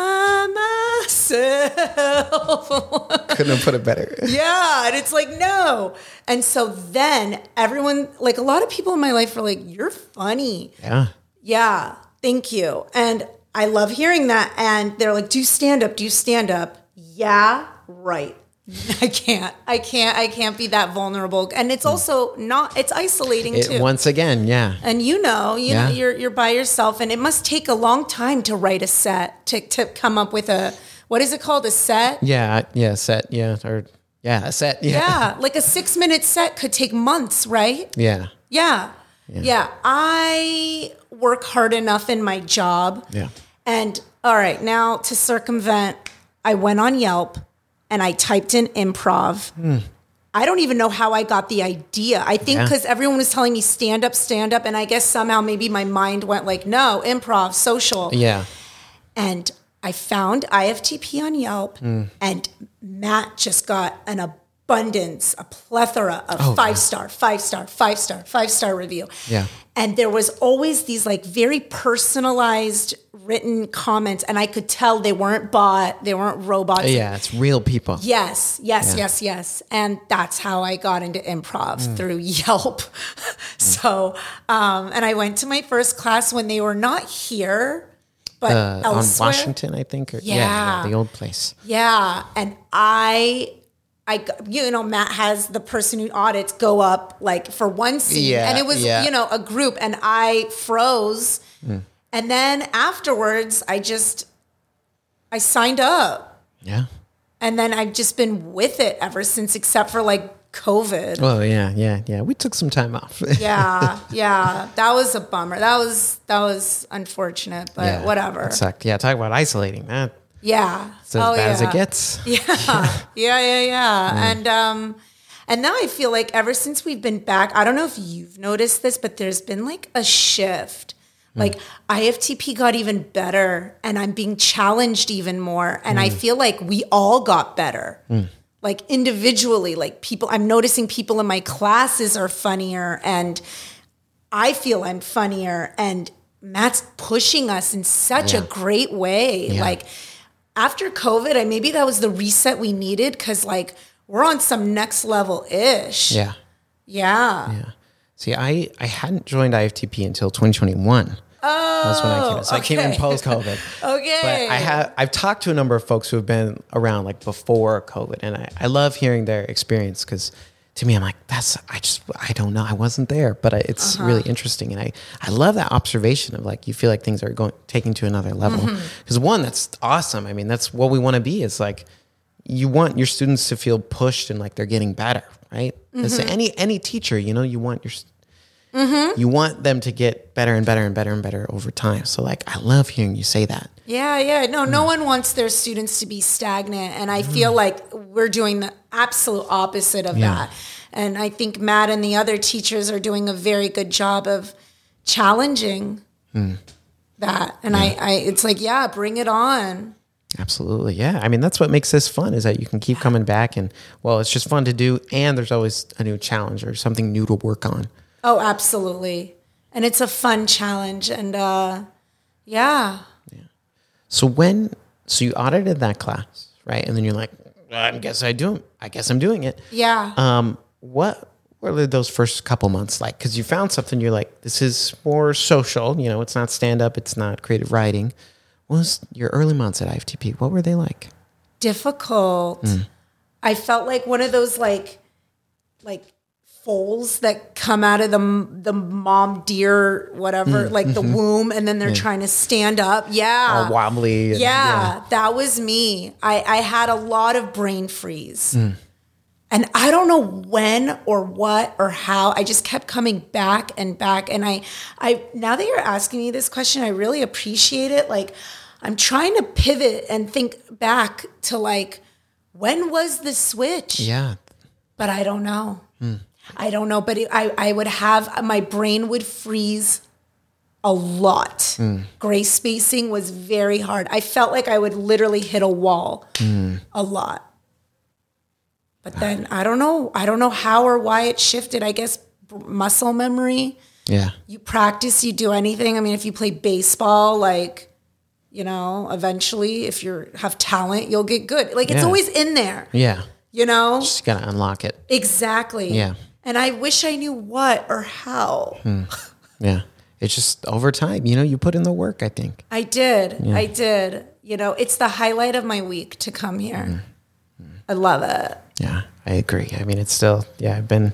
Speaker 2: myself.
Speaker 1: couldn't have put it better.
Speaker 2: Yeah. And it's like, no. And so then everyone, like a lot of people in my life were like, you're funny.
Speaker 1: yeah.
Speaker 2: Yeah. Thank you. And I love hearing that. And they're like, do stand up. Do stand up. Yeah. Right. I can't. I can't. I can't be that vulnerable. And it's also not, it's isolating
Speaker 1: Hmm. It,
Speaker 2: too.
Speaker 1: once again, yeah.
Speaker 2: and you know, you
Speaker 1: Yeah.
Speaker 2: know, you're you're by yourself, and it must take a long time to write a set to to come up with a what is it called a set?
Speaker 1: Yeah, yeah, set, yeah, or yeah, a set, yeah.
Speaker 2: Yeah, like a six minute set could take months, right?
Speaker 1: Yeah.
Speaker 2: Yeah. yeah. I work hard enough in my job.
Speaker 1: Yeah.
Speaker 2: And all right, now to circumvent, I went on Yelp and I typed in improv. I don't even know how I got the idea. I think
Speaker 1: Hmm. Yeah.
Speaker 2: because everyone was telling me stand up, stand up. And I guess somehow maybe my mind went like, no, improv, social.
Speaker 1: Yeah.
Speaker 2: And I found IFTP on Yelp,
Speaker 1: Hmm.
Speaker 2: and Matt just got an abundance, a plethora of five star, five star, five star, five star review.
Speaker 1: Oh, Yeah.
Speaker 2: And there was always these like very personalized written comments, and I could tell they weren't bot, they weren't robots.
Speaker 1: Yeah, it's real people.
Speaker 2: Yes, yes, yes, yes. And that's how I got into improv
Speaker 1: Hmm.
Speaker 2: through Yelp. so, um, and I went to my first class when they were not here, but
Speaker 1: Uh, on
Speaker 2: elsewhere.
Speaker 1: Washington, I think. Or, yeah.
Speaker 2: Yeah.
Speaker 1: The old place.
Speaker 2: Yeah, and I, I, g- you know, Matt has the person who audits go up like for one scene,
Speaker 1: Yeah,
Speaker 2: and it was
Speaker 1: yeah. Hmm.
Speaker 2: you know a group, and I froze, and then afterwards I just, I signed up,
Speaker 1: Yeah.
Speaker 2: and then I've just been with it ever since, except for like COVID.
Speaker 1: Well, yeah, yeah, yeah. We took some time off.
Speaker 2: yeah, yeah, that was a bummer. That was that was unfortunate, but
Speaker 1: Yeah,
Speaker 2: whatever.
Speaker 1: It sucked. Yeah, talk about isolating. That's
Speaker 2: Yeah,
Speaker 1: as
Speaker 2: Oh,
Speaker 1: bad as
Speaker 2: yeah.
Speaker 1: it gets. Yeah.
Speaker 2: yeah, yeah, yeah, yeah. And um, and now I feel like ever since we've been back, I don't know if you've noticed this, but there's been like a shift. Like IFTP got even better, and I'm being challenged even more. And I feel like we all got better. Like individually, like people, I'm noticing people in my classes are funnier, and I feel I'm funnier. And Matt's pushing us in such a great way. Like after COVID, I maybe that was the reset we needed because like we're on some next level ish.
Speaker 1: yeah.
Speaker 2: Yeah.
Speaker 1: See, I, I hadn't joined IFTP until 2021. Oh, That's when I came in. So I came in
Speaker 2: okay.
Speaker 1: post COVID.
Speaker 2: Okay.
Speaker 1: But I have I've talked to a number of folks who have been around like before COVID, and I, I love hearing their experience because to me I'm like that's I just I don't know I wasn't there, but I, it's really interesting, and I I love that observation of like you feel like things are going taking to another level because one that's awesome. I mean that's what we want to be is like you want your students to feel pushed and like they're getting better, right? And so any any teacher, you know, you want your s- you want them to get better and better and better and better over time. So like I love hearing you say that.
Speaker 2: Yeah, yeah. No,
Speaker 1: Mm.
Speaker 2: no one wants their students to be stagnant. And I feel like we're doing the absolute opposite of that. And I think Matt and the other teachers are doing a very good job of challenging
Speaker 1: Mm.
Speaker 2: that. And I, I, it's like, yeah, bring it on.
Speaker 1: Absolutely. Yeah. I mean, that's what makes this fun is that you can keep coming back and, well, it's just fun to do. And there's always a new challenge or something new to work on.
Speaker 2: Oh, absolutely. And it's a fun challenge. And uh, yeah.
Speaker 1: So when, so you audited that class, right? And then you're like, I guess I do. I guess I'm doing it.
Speaker 2: Yeah.
Speaker 1: Um, what were those first couple months like? Because you found something you're like, this is more social. You know, it's not stand up, it's not creative writing. What was your early months at IFTP? What were they like?
Speaker 2: difficult. I felt like one of those like like foals that come out of the m- the mom deer whatever like the womb and then they're trying to stand up. Yeah.
Speaker 1: All wobbly. and-
Speaker 2: Uh, yeah, that was me. I, I had a lot of brain freeze. And I don't know when or what or how. I just kept coming back and back. And I, I now that you're asking me this question, I really appreciate it. Like, I'm trying to pivot and think back to like, when was the switch?
Speaker 1: Yeah.
Speaker 2: but I don't know. I don't know, but it, I, I would have, my brain would freeze a lot. Grace spacing was very hard. I felt like I would literally hit a wall a lot. But then I don't know. I don't know how or why it shifted. I guess b- muscle memory.
Speaker 1: Yeah.
Speaker 2: You practice, you do anything. I mean, if you play baseball, like, you know, eventually if you have talent, you'll get good. Like it's
Speaker 1: Yeah.
Speaker 2: always in there,
Speaker 1: Yeah.
Speaker 2: you know?
Speaker 1: Just got to unlock it.
Speaker 2: Exactly.
Speaker 1: Yeah. Hmm.
Speaker 2: And I wish I knew what or how.
Speaker 1: Yeah. It's just over time, you know, you put in the work, I think.
Speaker 2: I did. I did. You know, it's the highlight of my week to come here.
Speaker 1: Hmm.
Speaker 2: I love it.
Speaker 1: Yeah, I agree. I mean, it's still, yeah, I've been,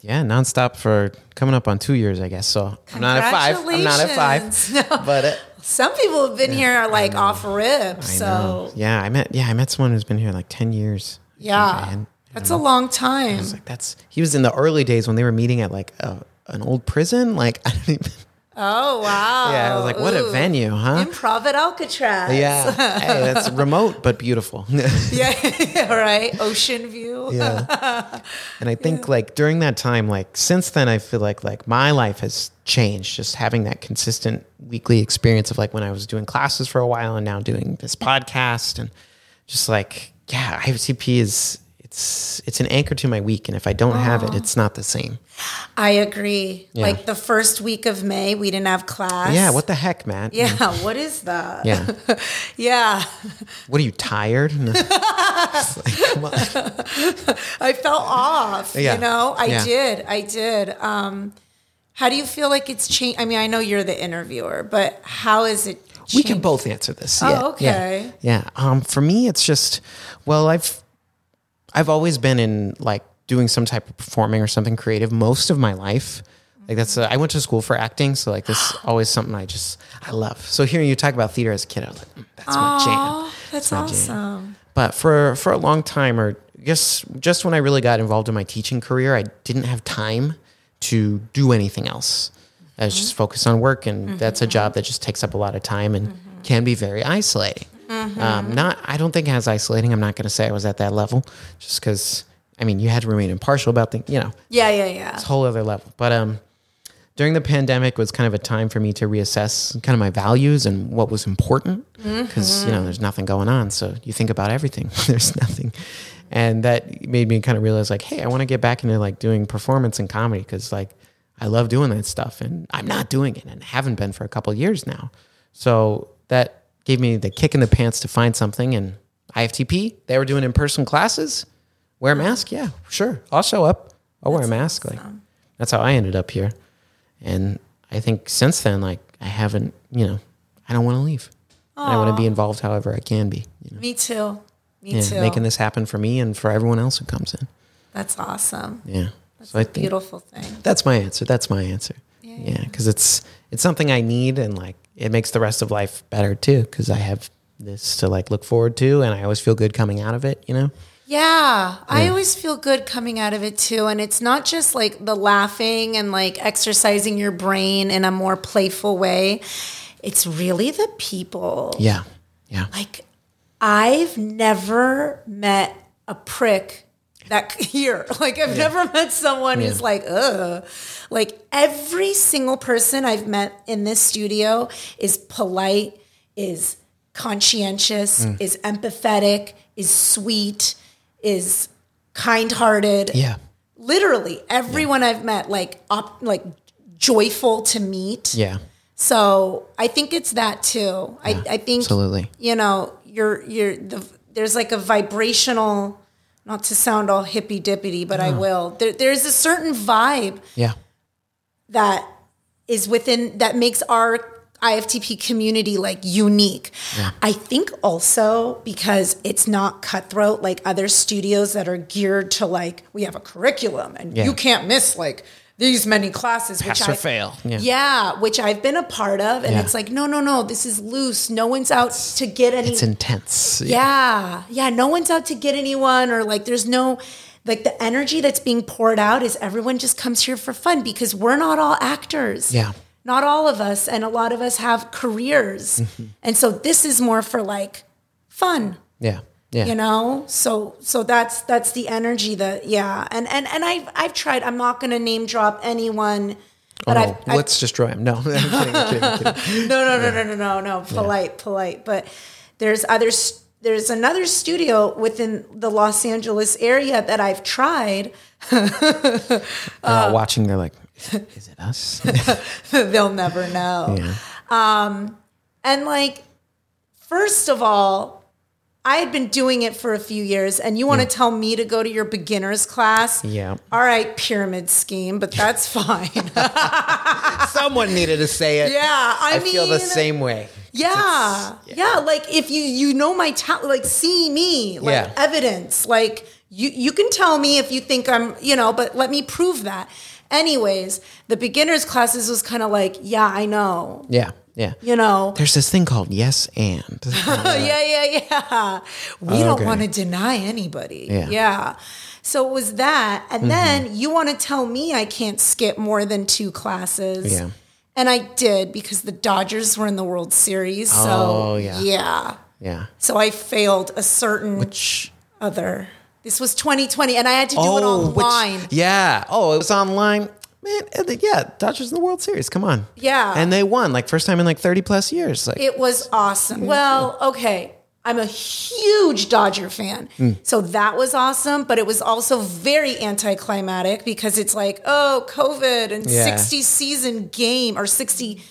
Speaker 1: yeah, nonstop for coming up on two years, I guess. So I'm not at five. I'm not at
Speaker 2: Congratulations.
Speaker 1: five. But uh,
Speaker 2: Some people have been here like off rip.
Speaker 1: I
Speaker 2: So
Speaker 1: know. um, yeah, I met, yeah, I met someone who's been here like 10 years. I think,
Speaker 2: yeah.
Speaker 1: and
Speaker 2: That's a long time.
Speaker 1: it's like, that's, he was in the early days when they were meeting at like a, an old prison. Like, I don't even,
Speaker 2: Oh wow.
Speaker 1: yeah, I was like, what a
Speaker 2: Ooh.
Speaker 1: venue, huh?
Speaker 2: Improv at Alcatraz.
Speaker 1: Yeah. hey, that's remote, but beautiful.
Speaker 2: Yeah. right. Ocean view.
Speaker 1: yeah and i think like during that time like since then i feel like like my life has changed just having that consistent weekly experience of like when i was doing classes for a while and now doing this podcast and just like yeah ivtp is it's it's an anchor to my week and if i don't have it it's not the same
Speaker 2: I agree. Like the first week of May, we didn't have class.
Speaker 1: yeah what the heck matt
Speaker 2: Yeah. What is that?
Speaker 1: yeah
Speaker 2: Yeah.
Speaker 1: what are you tired It's like, come on.
Speaker 2: I fell off.
Speaker 1: Yeah.
Speaker 2: You know, I
Speaker 1: Yeah.
Speaker 2: did. I did. Um, how do you feel like it's changed? I mean, I know you're the interviewer, but how is it? Changed?
Speaker 1: we can both answer this. yeah,
Speaker 2: okay.
Speaker 1: Yeah. yeah. Um, for me, it's just well, I've I've always been in like doing some type of performing or something creative most of my life. Like that's a, I went to school for acting, so like this is always something I just I love. So hearing you talk about theater as a kid, I was like, mm, that's my jam
Speaker 2: Oh, that's awesome.
Speaker 1: but for for a long time or just just when I really got involved in my teaching career, I didn't have time to do anything else. I was just focused on work, and that's a job that just takes up a lot of time and can be very isolating. Um, not, I don't think as isolating. I'm not going to say I was at that level, just because. I mean, you had to remain impartial about things. You know,
Speaker 2: Yeah, yeah, yeah.
Speaker 1: it's a whole other level. But um, during the pandemic was kind of a time for me to reassess kind of my values and what was important because you know there's nothing going on, so you think about everything. there's nothing, and that made me kind of realize like, hey, I want to get back into like doing performance and comedy because like I love doing that stuff, and I'm not doing it and haven't been for a couple years now. So that gave me the kick in the pants to find something and. IFTP, they were doing in person classes. Wear a mask? Yeah, sure. I'll show up. I'll wear a mask. Like that's how I ended up here. And I think since then, like I haven't, you know, I don't want to leave. And I want to be involved however I can be. You know?
Speaker 2: Me too. Me
Speaker 1: Yeah,
Speaker 2: too.
Speaker 1: making this happen for me and for everyone else who comes in.
Speaker 2: that's awesome.
Speaker 1: Yeah. so I think
Speaker 2: Beautiful thing.
Speaker 1: that's my answer. That's my answer. Yeah, because it's it's something I need, and like it makes the rest of life better too. Because I have this to like look forward to, and I always feel good coming out of it. You know.
Speaker 2: Yeah, I always feel good coming out of it too. And it's not just like the laughing and like exercising your brain in a more playful way, it's really the people.
Speaker 1: Yeah. Yeah.
Speaker 2: Like, I've never met a prick that here. Like, I've never met someone who's like, ugh. Like, every single person I've met in this studio is polite, is conscientious, is empathetic, is sweet, is kind hearted
Speaker 1: Yeah.
Speaker 2: literally everyone I've met like op- like joyful to meet.
Speaker 1: Yeah.
Speaker 2: So I think it's that too. I, I think
Speaker 1: Absolutely.
Speaker 2: you know you're you're the, there's like a vibrational. Not to sound all hippy dippity, but I will. There, there's a certain vibe
Speaker 1: Yeah.
Speaker 2: that is within that makes our IFTP community like unique. I think also because it's not cutthroat like other studios that are geared to like we have a curriculum and
Speaker 1: Yeah.
Speaker 2: you can't miss like these many classes
Speaker 1: Pass
Speaker 2: which
Speaker 1: or
Speaker 2: I-
Speaker 1: fail.
Speaker 2: Yeah.
Speaker 1: Yeah.
Speaker 2: which I've been a part of and
Speaker 1: Yeah.
Speaker 2: it's like no no no this is loose. No one's out to get any
Speaker 1: It's intense.
Speaker 2: yeah. Yeah. No one's out to get anyone, or like there's no, like the energy that's being poured out is everyone just comes here for fun because we're not all actors.
Speaker 1: Yeah.
Speaker 2: Not all of us. And a lot
Speaker 1: Mm-hmm.
Speaker 2: of us have careers. And so this is more for like fun.
Speaker 1: Yeah. Yeah.
Speaker 2: You know? So so that's that's the energy that yeah. And and and I've I've tried I'm not gonna name drop anyone
Speaker 1: Oh,
Speaker 2: but I've, I've
Speaker 1: let's destroy him. No, I'm kidding, I'm kidding, I'm kidding.
Speaker 2: no, no, no, no, no, no, no. Polite, polite. But there's other st- there's another studio within the Los Angeles area that I've tried.
Speaker 1: They're all watching. They're like, is it us?
Speaker 2: They'll never know. Um,
Speaker 1: Yeah.
Speaker 2: And like, first of all, I had been doing it for a few years, and you want to tell me to go to your beginners class?
Speaker 1: Yeah.
Speaker 2: All right, pyramid scheme, but that's fine.
Speaker 1: Someone needed to say it.
Speaker 2: yeah, I,
Speaker 1: I,
Speaker 2: mean, uh,
Speaker 1: feel the same way.
Speaker 2: Yeah. yeah. Like if you you know my talent, like see me, like
Speaker 1: Yeah.
Speaker 2: evidence, like you you can tell me if you think I'm, you know, but let me prove that. Anyways, the beginners classes was kind of like, yeah, I know.
Speaker 1: Yeah, yeah.
Speaker 2: You know.
Speaker 1: There's this thing called yes and.
Speaker 2: Oh, yeah, yeah, yeah. We don't
Speaker 1: Okay.
Speaker 2: want to deny anybody.
Speaker 1: Yeah. Mm-hmm.
Speaker 2: So it was that. And then you want to tell me I can't skip more than two classes.
Speaker 1: Yeah.
Speaker 2: And I did because the Dodgers were in the World Series. So
Speaker 1: Oh, yeah.
Speaker 2: yeah.
Speaker 1: yeah.
Speaker 2: So I failed a certain
Speaker 1: Which
Speaker 2: other. This was 2020, and I had to do it
Speaker 1: Oh, which-
Speaker 2: online.
Speaker 1: yeah. Oh, it was online. Man, and the- yeah, Dodgers in the World Series. Come on.
Speaker 2: Yeah.
Speaker 1: And they won like first time in like 30 plus years. Like
Speaker 2: it was awesome. Well, okay. I'm a huge Dodger fan.
Speaker 1: Hmm.
Speaker 2: So that was awesome, but it was also very anticlimactic because it's like, oh, COVID and
Speaker 1: Yeah.
Speaker 2: 60 season game or 60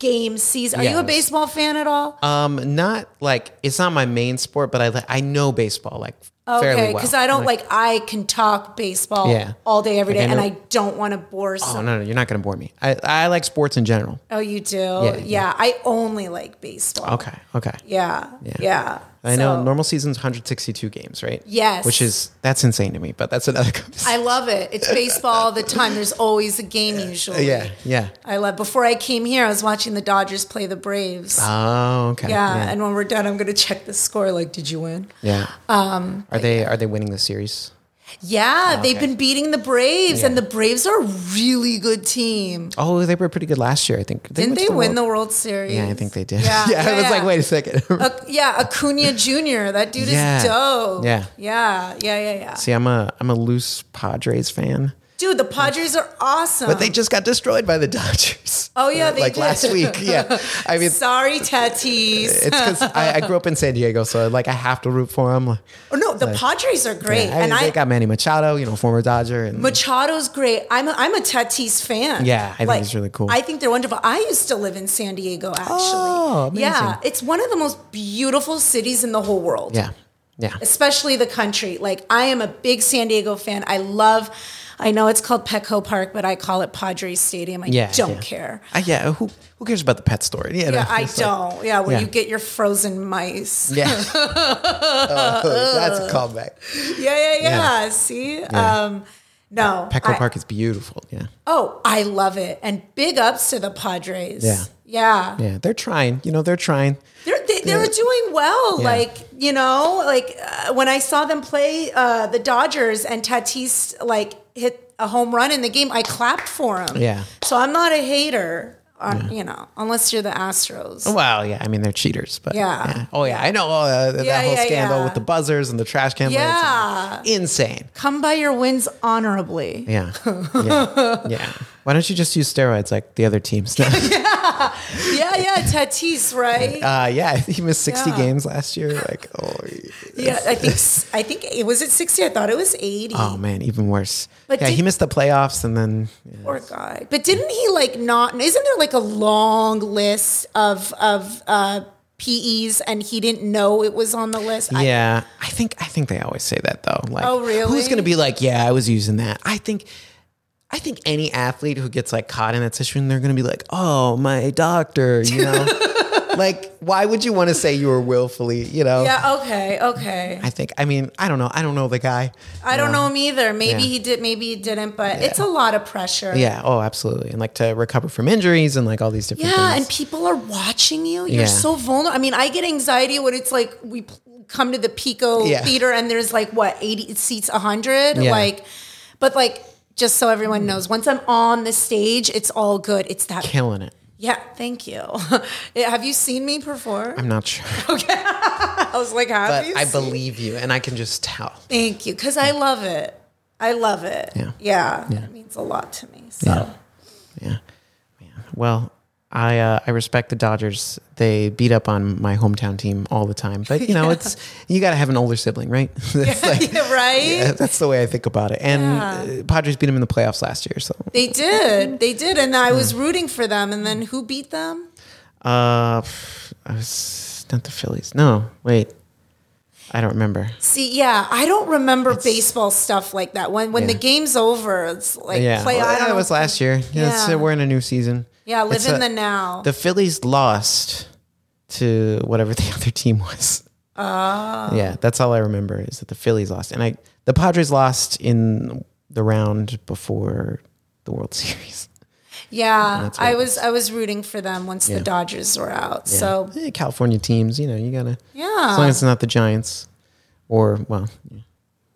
Speaker 2: game season. Are you a
Speaker 1: Yes.
Speaker 2: baseball fan at all?
Speaker 1: um not like it's not my main sport, but I li- I know baseball like fairly
Speaker 2: okay,
Speaker 1: well.
Speaker 2: because I don't like, I can talk baseball
Speaker 1: Yeah.
Speaker 2: all day every
Speaker 1: Like,
Speaker 2: day
Speaker 1: I
Speaker 2: and
Speaker 1: know-
Speaker 2: I don't want to bore someone.
Speaker 1: Oh, no, no, you're not going to bore me. I I like sports in general.
Speaker 2: Oh, you do?
Speaker 1: yeah.
Speaker 2: Yeah, I only like baseball.
Speaker 1: Okay. Okay.
Speaker 2: Yeah. Yeah.
Speaker 1: I know
Speaker 2: So,
Speaker 1: normal season's 162 games, right?
Speaker 2: Yes.
Speaker 1: Which is that's insane to me, but that's another conversation.
Speaker 2: I love it. It's baseball all the time. There's always a game usually.
Speaker 1: yeah. Yeah.
Speaker 2: I love before I came here, I was watching the Dodgers play the Braves.
Speaker 1: Oh, okay.
Speaker 2: yeah, And when we're done, I'm gonna check the score. Like, did you win?
Speaker 1: Yeah. Um, are they are they winning the series?
Speaker 2: Yeah, they've
Speaker 1: Ah, okay.
Speaker 2: been beating the Braves, and
Speaker 1: Yeah.
Speaker 2: the Braves are a really good team.
Speaker 1: Oh, they were pretty good last year, I think.
Speaker 2: Didn't
Speaker 1: went to
Speaker 2: they win
Speaker 1: World-
Speaker 2: the World Series?
Speaker 1: Yeah, I think they did.
Speaker 2: Yeah,
Speaker 1: I was
Speaker 2: yeah.
Speaker 1: like, wait a second.
Speaker 2: Ac- yeah, Acuna Jr. That dude
Speaker 1: Yeah.
Speaker 2: is dope.
Speaker 1: Yeah.
Speaker 2: yeah, yeah, yeah, yeah.
Speaker 1: See, I'm a I'm a loose Padres fan,
Speaker 2: Dude, the Padres are awesome.
Speaker 1: but they just got destroyed by the Dodgers.
Speaker 2: Oh, yeah, they
Speaker 1: like
Speaker 2: did.
Speaker 1: last week. Yeah, I mean,
Speaker 2: Sorry, Tatis.
Speaker 1: it's because I, I grew up in San Diego, so like I have to root for them.
Speaker 2: Oh, no, the Padres are great,
Speaker 1: I mean,
Speaker 2: and
Speaker 1: they
Speaker 2: I
Speaker 1: got Manny Machado, you know, former Dodger, and
Speaker 2: Machado's great. I'm a, I'm a Tatis fan.
Speaker 1: Yeah, I think he's really cool.
Speaker 2: I think they're wonderful. I used to live in San Diego, actually.
Speaker 1: Oh, amazing.
Speaker 2: Yeah, it's one of the most beautiful cities in the whole world.
Speaker 1: yeah, yeah,
Speaker 2: especially the country. Like I am a big San Diego fan. I love. I know it's called Petco Park, but I call it Padres Stadium. I
Speaker 1: yeah.
Speaker 2: don't
Speaker 1: yeah.
Speaker 2: care.
Speaker 1: Uh, yeah, who who cares about the pet store? You know,
Speaker 2: Yeah, I
Speaker 1: it's like-
Speaker 2: don't. yeah, where
Speaker 1: yeah.
Speaker 2: you get your frozen mice.
Speaker 1: yeah, Oh, that's a callback.
Speaker 2: yeah, yeah,
Speaker 1: Yeah.
Speaker 2: yeah. See, um, no,
Speaker 1: Petco
Speaker 2: I-
Speaker 1: Park is beautiful. Yeah,
Speaker 2: Oh, I love it, and big ups to the Padres.
Speaker 1: Yeah.
Speaker 2: yeah,
Speaker 1: yeah, they're trying. You know, they're trying.
Speaker 2: They're, they, they were doing well.
Speaker 1: Yeah.
Speaker 2: Like, you know, like uh, when I saw them play uh, the Dodgers and Tatis like hit a home run in the game, I clapped for him.
Speaker 1: Yeah.
Speaker 2: So I'm not a hater, on, you know, unless you're the Astros.
Speaker 1: Well, yeah, I mean they're cheaters, but
Speaker 2: Yeah.
Speaker 1: Oh yeah, I know uh, that
Speaker 2: Yeah,
Speaker 1: whole
Speaker 2: yeah,
Speaker 1: scandal
Speaker 2: yeah.
Speaker 1: with the buzzers and the trash can. lids and-
Speaker 2: Yeah.
Speaker 1: insane.
Speaker 2: Come by your wins honorably.
Speaker 1: Yeah, yeah, yeah. Why don't you just use steroids like the other teams? Uh, do?
Speaker 2: Yeah, yeah, Tatis, right?
Speaker 1: uh, yeah, he missed sixty
Speaker 2: Yeah.
Speaker 1: games last year. Like, oh, yeah.
Speaker 2: Yeah, I think s- I think it was at 60. I thought it was 80.
Speaker 1: oh man, even worse.
Speaker 2: But
Speaker 1: yeah,
Speaker 2: did-
Speaker 1: he missed the playoffs, and then yeah.
Speaker 2: Poor guy. But didn't he like not? Isn't there like a long list of of uh, PEs, and he didn't know it was on the list? I-
Speaker 1: yeah, I think I think they always say that though. Like,
Speaker 2: Oh,
Speaker 1: Who's
Speaker 2: really?
Speaker 1: gonna be like, yeah, I was using that? I think. I think any athlete who gets like caught in that situation, they're gonna be like, "Oh, my doctor," you know. like, why would you want to say you were willfully, you know?
Speaker 2: yeah. Okay. Okay.
Speaker 1: I think. I mean, I don't know. I don't know the guy.
Speaker 2: I don't know him either. Maybe
Speaker 1: Yeah.
Speaker 2: he did. Maybe he didn't. But it's a lot of pressure.
Speaker 1: Yeah. Oh, absolutely. And like to recover from injuries and like all these different.
Speaker 2: Yeah,
Speaker 1: things.
Speaker 2: and people are watching you. You're
Speaker 1: Yeah.
Speaker 2: so vulnerable. I mean, I get anxiety when it's like we p- come to the Pico
Speaker 1: Yeah.
Speaker 2: Theater and there's like what eighty seats, hundred.
Speaker 1: Yeah.
Speaker 2: Like, but like just so everyone knows, once I'm on the stage, it's all good. It's that
Speaker 1: killing it.
Speaker 2: Yeah, thank you. Yeah, Have you seen me perform?
Speaker 1: I'm not sure,
Speaker 2: I was like, have
Speaker 1: but
Speaker 2: you?
Speaker 1: I
Speaker 2: seen-
Speaker 1: believe you, and I can just tell.
Speaker 2: thank you, because I love it. I love it.
Speaker 1: Yeah.
Speaker 2: yeah, it means a lot to me. So
Speaker 1: Yeah. yeah. Well, I uh, I respect the Dodgers. They beat up on my hometown team all the time, but you know it's you got to have an older sibling, right? It's like-
Speaker 2: Yeah, right.
Speaker 1: yeah, that's the way I think about it. And uh, Padres beat them in the playoffs last year, so
Speaker 2: They did. They did. And I was rooting for them. And then who beat them?
Speaker 1: uh, pff, I was not the Phillies. No, wait, I don't remember.
Speaker 2: See, yeah, I don't remember baseball stuff like that. When when the
Speaker 1: Yeah.
Speaker 2: game's over, it's like
Speaker 1: Yeah,
Speaker 2: play.
Speaker 1: well,
Speaker 2: I
Speaker 1: yeah, it
Speaker 2: don't-
Speaker 1: was last year. Yeah, it's- uh,
Speaker 2: Yeah.
Speaker 1: we're in a new season.
Speaker 2: yeah,
Speaker 1: It's
Speaker 2: live in
Speaker 1: a-
Speaker 2: the now.
Speaker 1: The Phillies lost to whatever the other team was.
Speaker 2: Ah.
Speaker 1: Oh. Yeah, that's all I remember is that the Phillies lost. And I the Padres lost in the round before the World Series.
Speaker 2: yeah,
Speaker 1: that's what
Speaker 2: I
Speaker 1: it
Speaker 2: was I was rooting for them once the Dodgers were out. So
Speaker 1: Eh, California teams, you know, you gotta
Speaker 2: yeah,
Speaker 1: as long as it's not the Giants. Or well,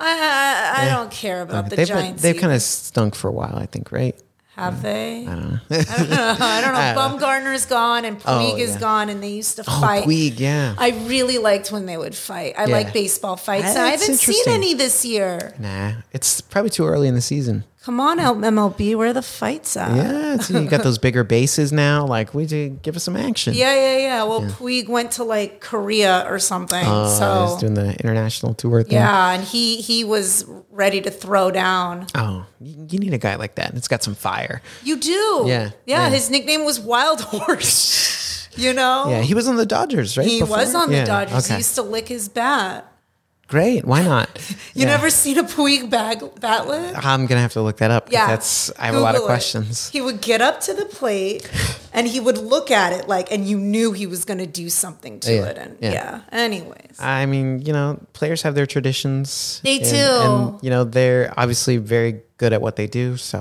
Speaker 2: I I, I don't care about the
Speaker 1: they've been-
Speaker 2: Giants.
Speaker 1: they've kind of stunk for a while, I think, right?
Speaker 2: have they? I don't know. I don't know. Oh, Bumgarner's gone and Puig is
Speaker 1: yeah.
Speaker 2: gone, and they used to
Speaker 1: Oh,
Speaker 2: fight.
Speaker 1: Puig, yeah.
Speaker 2: I really liked when they would fight. I like baseball fights. and I
Speaker 1: That's
Speaker 2: haven't seen
Speaker 1: interesting.
Speaker 2: any this year.
Speaker 1: nah, it's probably too early in the season.
Speaker 2: Come on, out MLB, where are the fights at? Yeah,
Speaker 1: Yeah, it's, you got those bigger bases now. Like, we do, give us some action.
Speaker 2: yeah, yeah. Well, Puig went to like Korea or something,
Speaker 1: Oh, he's
Speaker 2: so
Speaker 1: doing the international tour thing.
Speaker 2: yeah, and he he was ready to throw down.
Speaker 1: Oh, you you need a guy like that. It's got some fire.
Speaker 2: You do,
Speaker 1: Yeah,
Speaker 2: yeah.
Speaker 1: yeah.
Speaker 2: His nickname was Wild Horse. you know,
Speaker 1: Yeah, he was on the Dodgers, right?
Speaker 2: he
Speaker 1: before?
Speaker 2: was on the
Speaker 1: Yeah,
Speaker 2: Dodgers.
Speaker 1: Okay.
Speaker 2: He used to lick his bat.
Speaker 1: Great. Why not?
Speaker 2: You never seen a Puig bag bat lick?
Speaker 1: I'm gonna have to look that up. 'cause
Speaker 2: Yeah.
Speaker 1: Ah, that's. I have a lot of
Speaker 2: Google it.
Speaker 1: questions.
Speaker 2: He would get up to the plate and he would look at it like, and you knew he was going to do something to
Speaker 1: Yeah,
Speaker 2: it. And yeah.
Speaker 1: yeah.
Speaker 2: Anyways.
Speaker 1: I mean, you know, players have their traditions.
Speaker 2: They
Speaker 1: and,
Speaker 2: do.
Speaker 1: and you know they're obviously very good at what they do. So,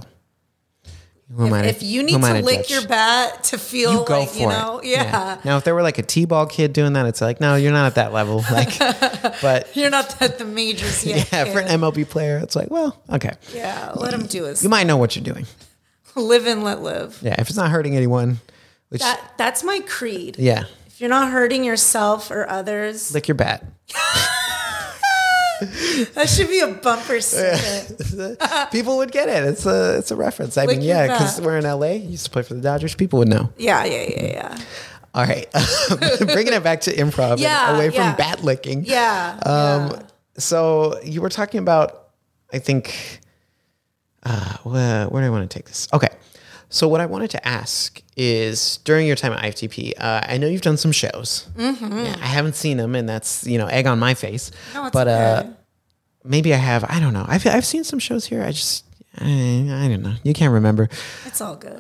Speaker 1: who am I
Speaker 2: if you
Speaker 1: who
Speaker 2: need
Speaker 1: am I
Speaker 2: to lick
Speaker 1: judge?
Speaker 2: your bat to feel
Speaker 1: you go
Speaker 2: like,
Speaker 1: for
Speaker 2: you know,
Speaker 1: it.
Speaker 2: yeah.
Speaker 1: Now, if there were like a t-ball kid doing that, it's like, no, you're not at that level. Like, but
Speaker 2: You're not at the majors yet.
Speaker 1: yeah, for an
Speaker 2: kid.
Speaker 1: MLB player, it's like, well, okay,
Speaker 2: yeah, let him do his
Speaker 1: you might know what you're doing.
Speaker 2: live and let live.
Speaker 1: Yeah, if it's not hurting anyone, which
Speaker 2: That that's my creed.
Speaker 1: yeah,
Speaker 2: If you're not hurting yourself or others,
Speaker 1: lick your bat.
Speaker 2: that should be a bumper sticker.
Speaker 1: People would get it. It's a it's a reference. I
Speaker 2: Uh, Lick
Speaker 1: mean,
Speaker 2: your
Speaker 1: yeah, because
Speaker 2: bat.
Speaker 1: we're in LA. You used to play for the Dodgers. People would know.
Speaker 2: Yeah, yeah, yeah, yeah.
Speaker 1: All right, bringing it back to improv and
Speaker 2: Yeah,
Speaker 1: away from
Speaker 2: yeah.
Speaker 1: bat licking.
Speaker 2: Yeah.
Speaker 1: Um, So you were talking about, I think, uh, where, where do I want to take this? Okay. So what I wanted to ask is during your time at IFTP, uh, I know you've done some shows. Mm-hmm. Yeah, I haven't seen them, and that's you know egg on my face.
Speaker 2: No, it's
Speaker 1: but
Speaker 2: okay.
Speaker 1: uh, maybe I have. I don't know. I've I've seen some shows here. I just I, I don't know. You can't remember.
Speaker 2: it's all good.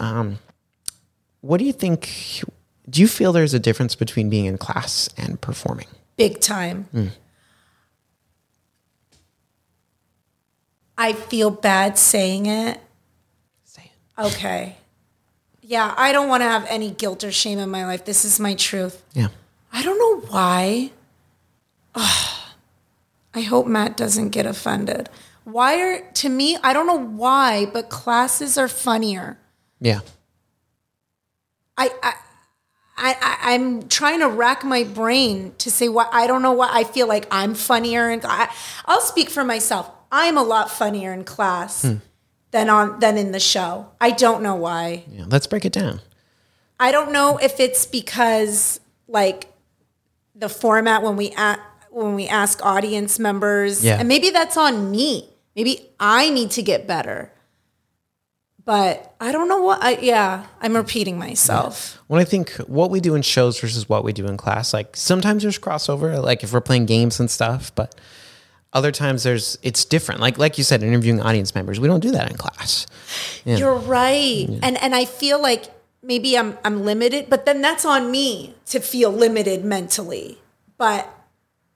Speaker 1: What do you think? Do you feel there's a difference between being in class and performing?
Speaker 2: big time. I feel bad saying it.
Speaker 1: Say it.
Speaker 2: Okay. Yeah, I don't want to have any guilt or shame in my life. This is my truth.
Speaker 1: Yeah.
Speaker 2: I don't know why. Ugh. I hope Matt doesn't get offended. Why are, to me, I don't know why, but classes are funnier.
Speaker 1: Yeah.
Speaker 2: I, I, I, I- I'm trying to rack my brain to say what I don't know what I feel like I'm funnier and I, I'll speak for myself. I'm a lot funnier in class than on than in the show. I don't know why.
Speaker 1: Yeah. Let's break it down.
Speaker 2: I don't know if it's because like the format when we a- when we ask audience members,
Speaker 1: Yeah.
Speaker 2: and maybe that's on me. Maybe I need to get better. But I don't know what. I, yeah, I'm repeating myself.
Speaker 1: Well, I think what we do in shows versus what we do in class, like sometimes there's crossover, like if we're playing games and stuff, but other times there's it's different. Like like you said, interviewing audience members, we don't do that in class.
Speaker 2: You're right. And and I feel like maybe I'm I'm limited, but then that's on me to feel limited mentally. But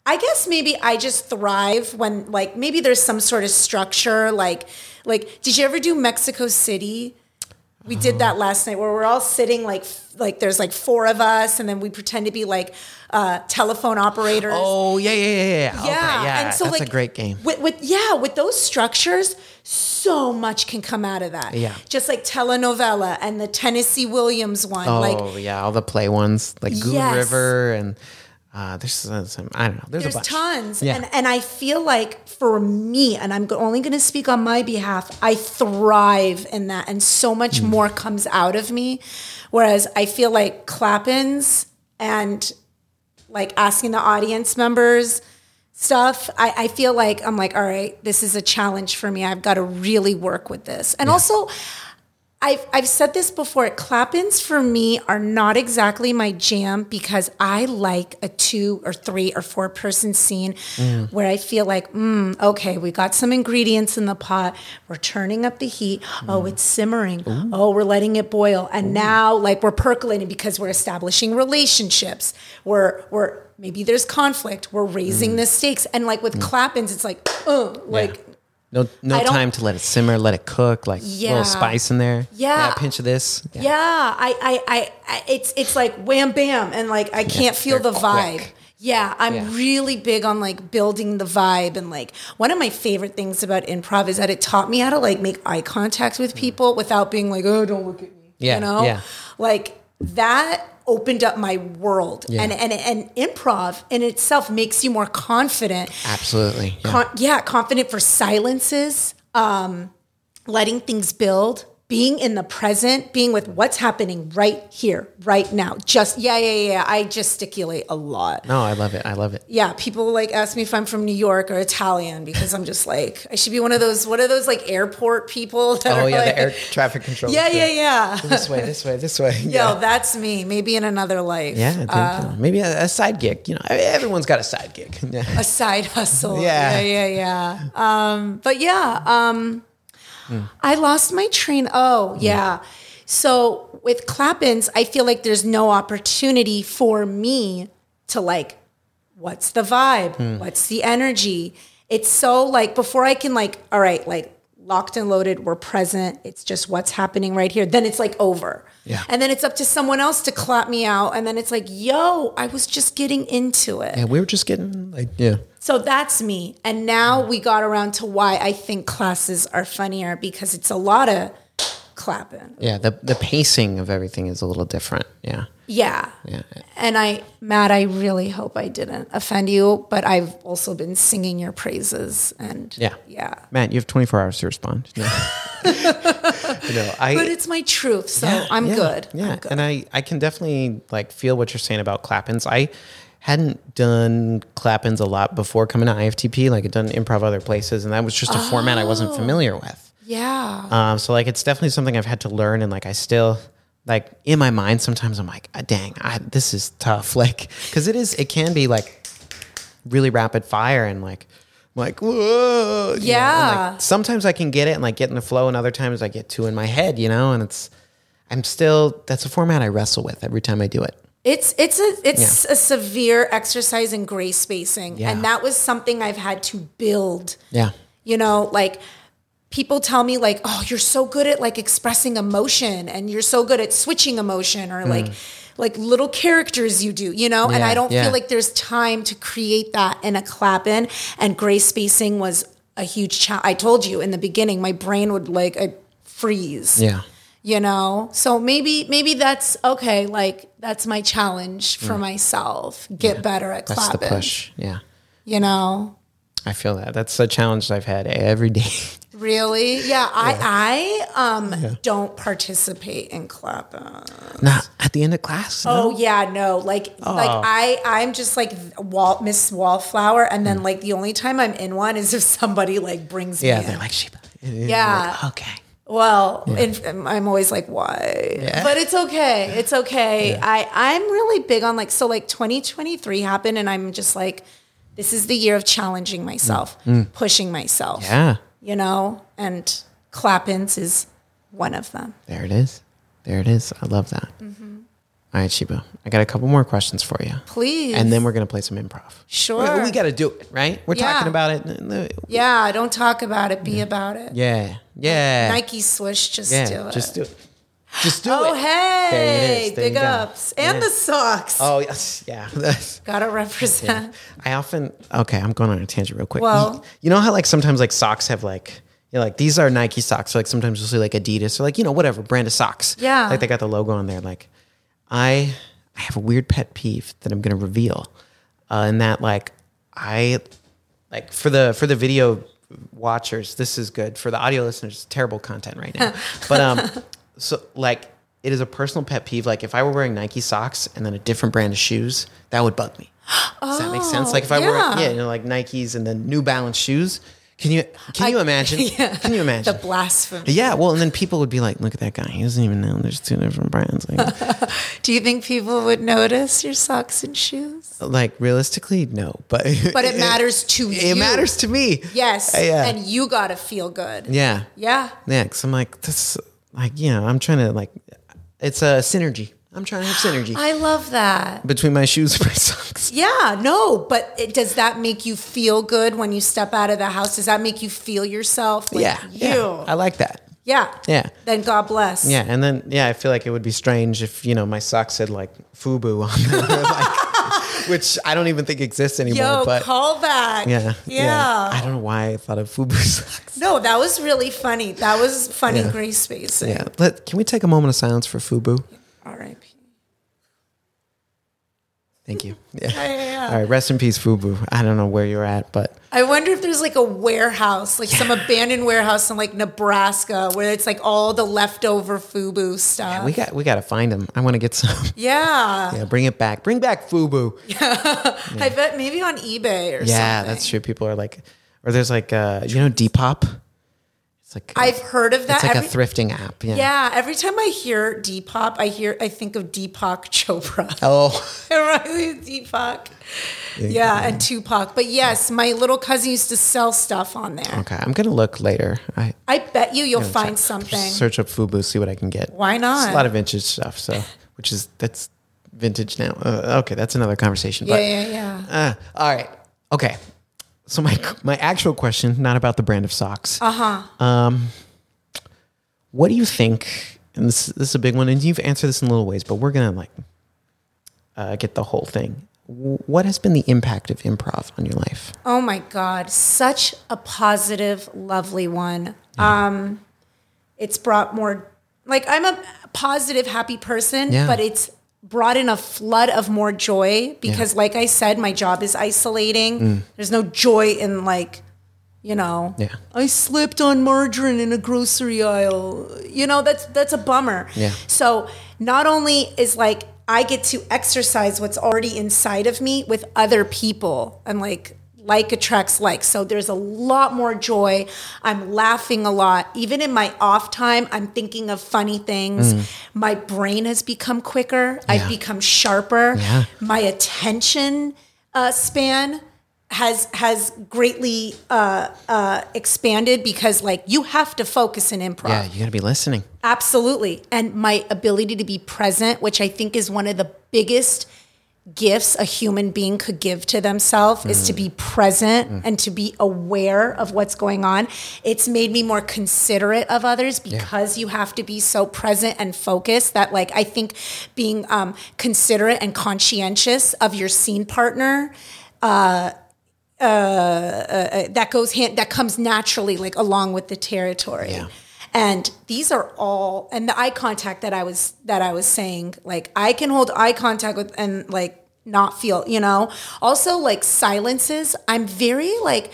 Speaker 2: I guess maybe I just thrive when like maybe there's some sort of structure like like did you ever do Mexico City? We did that last night where we're all sitting like like there's like four of us, and then we pretend to be like uh, telephone operators.
Speaker 1: Oh yeah, yeah, yeah, yeah. Yeah, okay,
Speaker 2: Yeah,
Speaker 1: yeah.
Speaker 2: and so
Speaker 1: that's
Speaker 2: like
Speaker 1: a great game.
Speaker 2: With, with yeah, with those structures, so much can come out of that.
Speaker 1: Yeah.
Speaker 2: just like telenovela and the Tennessee Williams one.
Speaker 1: Oh
Speaker 2: like
Speaker 1: yeah, all the play ones like Goon
Speaker 2: Yes.
Speaker 1: River and uh, there's some, some I don't know. There's, a
Speaker 2: there's
Speaker 1: bunch.
Speaker 2: tons,
Speaker 1: Yeah.
Speaker 2: and and I feel like for me, and I'm go- only going to speak on my behalf. I thrive in that, and so
Speaker 1: Mm.
Speaker 2: much more comes out of me. Whereas I feel like clappins and like asking the audience members stuff I, I feel like i'm like all right this is a challenge for me i've got to really work with this and also I've, I've said this before clap-ins for me are not exactly my jam because i like a two or three or four person scene where i feel like mm, okay we got some ingredients in the pot we're turning up the heat oh it's simmering oh we're letting it boil and now like we're percolating because we're establishing relationships we're we're maybe there's conflict we're raising the stakes and like with clap-ins it's like oh like
Speaker 1: No, no
Speaker 2: I don't-
Speaker 1: time to let it simmer, let it cook. Like
Speaker 2: Yeah.
Speaker 1: little spice in there.
Speaker 2: Yeah.
Speaker 1: that pinch of this. Yeah.
Speaker 2: Yeah, I, I, I, I, it's, it's like wham bam, and like I can't feel the
Speaker 1: they're
Speaker 2: vibe.
Speaker 1: quick.
Speaker 2: Yeah, I'm
Speaker 1: Yeah.
Speaker 2: really big on like building the vibe, and like one of my favorite things about improv is that it taught me how to like make eye contact with people without being like, oh, don't look at me.
Speaker 1: Mm. Yeah,
Speaker 2: you know,
Speaker 1: yeah.
Speaker 2: like that opened up my world, and and and improv in itself makes you more confident
Speaker 1: Absolutely. Yeah.
Speaker 2: con- yeah, confident for silences, um, letting things build, being in the present, being with what's happening right here, right now. Just yeah, yeah, yeah. yeah. I gesticulate a lot.
Speaker 1: no, I love it. I love it.
Speaker 2: Yeah, people like ask me if I'm from New York or Italian because I'm just like I should be one of those. What are those like airport people? That
Speaker 1: Oh
Speaker 2: are
Speaker 1: yeah,
Speaker 2: like,
Speaker 1: the air traffic control.
Speaker 2: Yeah, yeah, yeah.
Speaker 1: This way, this way, this way.
Speaker 2: Yo, that's me. Maybe in another life.
Speaker 1: Yeah, I think, uh, maybe a, a side gig. You know, I- everyone's got a side gig. Yeah.
Speaker 2: a side hustle.
Speaker 1: Yeah.
Speaker 2: yeah, yeah. yeah. Um, but yeah, um,
Speaker 1: Hmm.
Speaker 2: I lost my train. Oh, yeah. So with clap-ins, I feel like there's no opportunity for me to like, what's the vibe?
Speaker 1: Hmm.
Speaker 2: What's the energy? It's so like before I can like, all right, like locked and loaded, we're present. It's just what's happening right here. Then it's like over.
Speaker 1: Yeah.
Speaker 2: And then it's up to someone else to clap me out. And then it's like, yo, I was just getting into it.
Speaker 1: yeah, we were just getting like yeah.
Speaker 2: So that's me. And now
Speaker 1: Mm-hmm.
Speaker 2: we got around to why I think classes are funnier because it's a lot of clapping.
Speaker 1: Yeah, the the pacing of everything is a little different. Yeah.
Speaker 2: Yeah.
Speaker 1: Yeah.
Speaker 2: And I, Matt, I really hope I didn't offend you, but I've also been singing your praises and
Speaker 1: Yeah.
Speaker 2: Yeah.
Speaker 1: Matt, you have 24 hours to respond. No, no I
Speaker 2: But it's my truth. So I'm
Speaker 1: yeah,
Speaker 2: good.
Speaker 1: Yeah.
Speaker 2: I'm good.
Speaker 1: And I I can definitely like feel what you're saying about clappins. I hadn't done clappins a lot before coming to IFTP. Like I'd done improv other places and that was just a format I
Speaker 2: Oh.
Speaker 1: wasn't familiar with.
Speaker 2: yeah.
Speaker 1: Um, so like it's definitely something I've had to learn, and like I still like in my mind sometimes I'm like, ah, dang, I, this is tough, like because it is, it can be like really rapid fire and like. I'm Like whoa, you know, and,
Speaker 2: Yeah.
Speaker 1: like, sometimes I can get it and like get in the flow, and other times I get too in my head, you know. And it's, I'm still that's a format I wrestle with every time I do it.
Speaker 2: It's it's a it's a severe exercise in gray spacing.
Speaker 1: Yeah.
Speaker 2: And that was something I've had to build.
Speaker 1: Yeah,
Speaker 2: you know like people tell me like oh you're so good at like expressing emotion and you're so good at switching emotion or like like little characters you do you know and
Speaker 1: Mm. Yeah,
Speaker 2: i don't
Speaker 1: yeah.
Speaker 2: feel like there's time to create that in a clap in and gray spacing was a huge challenge i told you in the beginning my brain would like i freeze
Speaker 1: yeah,
Speaker 2: you know so maybe maybe that's okay like that's my challenge for myself get better at
Speaker 1: Mm. that's the
Speaker 2: clapping
Speaker 1: push. Yeah,
Speaker 2: you know
Speaker 1: I feel that. That's a challenge I've had every day.
Speaker 2: Really? Yeah, I I um don't participate in club. Uh,
Speaker 1: Not at the end of class. no. Oh.
Speaker 2: Oh yeah, no. Like like I I'm just like wall Miss Wallflower and then like the only time I'm in one is if somebody like brings
Speaker 1: Mm. yeah,
Speaker 2: me
Speaker 1: they're
Speaker 2: in.
Speaker 1: like sheep. And you're
Speaker 2: Yeah.
Speaker 1: like, okay.
Speaker 2: Well, and I'm always like, why? But it's okay. It's okay. I I'm really big on like so like 2023 happened, and I'm just like, this is the year of challenging myself, pushing myself.
Speaker 1: Mm. Yeah.
Speaker 2: You know, and clap-ins is one of them.
Speaker 1: There it is. There it is. I love that. All right, Shibu. I got a couple more questions for you.
Speaker 2: Mm-hmm. Please.
Speaker 1: And then we're going to play some improv.
Speaker 2: Sure.
Speaker 1: We, got to do it, right? We're
Speaker 2: Yeah.
Speaker 1: talking about it. n- n-
Speaker 2: yeah, don't talk about it. Be about it.
Speaker 1: Yeah. Yeah.
Speaker 2: Nike swoosh. Just
Speaker 1: yeah.
Speaker 2: do it.
Speaker 1: Just do it. Just do
Speaker 2: Oh,
Speaker 1: it. There it
Speaker 2: hey,
Speaker 1: is. There
Speaker 2: big
Speaker 1: you go.
Speaker 2: ups and the socks.
Speaker 1: Oh yes, yeah. That's-
Speaker 2: Gotta represent.
Speaker 1: I often okay. I'm going on a tangent real quick.
Speaker 2: Well-
Speaker 1: you, you know how like sometimes like socks have like you're like these are Nike socks. Or, like sometimes you'll see like Adidas or like you know whatever brand of socks.
Speaker 2: Yeah.
Speaker 1: like they got the logo on there. Like I I have a weird pet peeve that I'm going to reveal, uh, and that like I like for the for the video watchers this is good for the audio listeners it's terrible content right now but um so like it is a personal pet peeve like if i were wearing nike socks and then a different brand of shoes that would bug me does that make sense like if i were
Speaker 2: Oh, yeah.
Speaker 1: yeah you know, like nikes and then new balance shoes can you can you imagine can you imagine
Speaker 2: The blasphemy.
Speaker 1: yeah well and then people would be like look at that guy he doesn't even know there's two different brands like,
Speaker 2: Do you think people would notice your socks and shoes?
Speaker 1: like realistically no but
Speaker 2: But it matters to
Speaker 1: it,
Speaker 2: you.
Speaker 1: matters to me
Speaker 2: Yes.
Speaker 1: yeah
Speaker 2: And you gotta feel good.
Speaker 1: yeah
Speaker 2: Yeah.
Speaker 1: Yeah, because I'm like, this, like, you know, I'm trying to, like, it's a synergy. I'm trying to have synergy
Speaker 2: I love that.
Speaker 1: between my shoes and my socks.
Speaker 2: Yeah, no, but it, does that make you feel good when you step out of the house? Does that make you feel yourself? Like
Speaker 1: yeah.
Speaker 2: You.
Speaker 1: Yeah. I like that.
Speaker 2: Yeah.
Speaker 1: Yeah.
Speaker 2: Then God bless.
Speaker 1: Yeah. And then, yeah, I feel like it would be strange if, you know, my socks had, like, FUBU on them, or, like, which I don't even think exists anymore.
Speaker 2: Yo,
Speaker 1: but,
Speaker 2: call back.
Speaker 1: yeah,
Speaker 2: Yeah.
Speaker 1: I don't know why I thought of FUBU socks.
Speaker 2: No, that was really funny. That was funny
Speaker 1: Yeah.
Speaker 2: gray space.
Speaker 1: Yeah. Let, can we take a moment of silence for FUBU?
Speaker 2: R.I.P.
Speaker 1: Thank you. Yeah.
Speaker 2: Yeah, yeah, yeah.
Speaker 1: All right. Rest in peace, FUBU. I don't know where you're at, but
Speaker 2: I wonder if there's like a warehouse, like some abandoned warehouse in like Nebraska where it's like all the leftover FUBU stuff.
Speaker 1: we got, we got to find them. I want to get some.
Speaker 2: Yeah.
Speaker 1: Yeah, bring it back. Bring back FUBU.
Speaker 2: I bet maybe on eBay or something.
Speaker 1: Yeah, that's true. People are like, or there's like, uh, you know, Depop. It's like
Speaker 2: I've heard of that.
Speaker 1: it's like
Speaker 2: Every-
Speaker 1: a thrifting app. Yeah.
Speaker 2: Yeah, every time I hear Depop, I hear I think of Deepak Chopra.
Speaker 1: Oh,
Speaker 2: it reminds me of Deepak. Yeah, and Tupac. But yes, my little cousin used to sell stuff on there.
Speaker 1: okay. I'm gonna look later. I
Speaker 2: I bet you you'll find something.
Speaker 1: search up FUBU, see what I can get.
Speaker 2: Why not?
Speaker 1: It's a lot of vintage stuff. So, which is that's vintage now. Uh, okay, that's another conversation.
Speaker 2: yeah,
Speaker 1: but,
Speaker 2: yeah, yeah.
Speaker 1: Uh, all right. Okay. So my my actual question, not about the brand of socks. Uh huh. Um,
Speaker 2: Uh-huh.
Speaker 1: what do you think? And this this is a big one, and you've answered this in little ways, but we're gonna like uh, get the whole thing. W- What has been the impact of improv on your life?
Speaker 2: Oh my God, such a positive, lovely one. Um, it's brought more, like, I'm a positive, happy person,
Speaker 1: Yeah.
Speaker 2: but it's brought in a flood of more joy because, like I said, my job is isolating. There's no joy in, like, you know,
Speaker 1: Mm. Yeah.
Speaker 2: I slipped on margarine in a grocery aisle. You know, that's that's a bummer.
Speaker 1: Yeah.
Speaker 2: So not only is like I get to exercise what's already inside of me with other people and like like attracts like. So there's a lot more joy. I'm laughing a lot. Even in my off time, I'm thinking of funny things. My brain has become quicker. I've
Speaker 1: Mm. Yeah.
Speaker 2: become sharper.
Speaker 1: Yeah.
Speaker 2: My attention uh, span has has greatly uh, uh, expanded because like you have to focus in improv.
Speaker 1: Yeah, you gotta be listening.
Speaker 2: Absolutely. And my ability to be present, which I think is one of the biggest gifts a human being could give to themselves, is to be present and to be aware of what's going on. It's made me more considerate of others because you have to be so present and focused that, like, I think being um, considerate and conscientious of your scene partner that goes hand that comes naturally like along with the territory
Speaker 1: Yeah.
Speaker 2: and these are all and the eye contact that i was that i was saying like i can hold eye contact with and like not feel you know also like silences i'm very like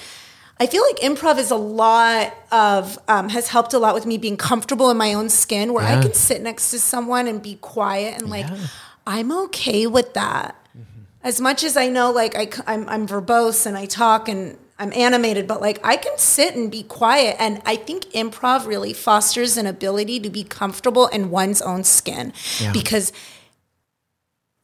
Speaker 2: i feel like improv is a lot of um, has helped a lot with me being comfortable in my own skin where i
Speaker 1: Yeah.
Speaker 2: can sit next to someone and be quiet and like
Speaker 1: Yeah.
Speaker 2: i'm okay with that as much as I know, like I, am I'm verbose and I talk and I'm animated, but like I can sit and be quiet. And I think improv really fosters an ability to be comfortable in one's own skin
Speaker 1: Yeah.
Speaker 2: because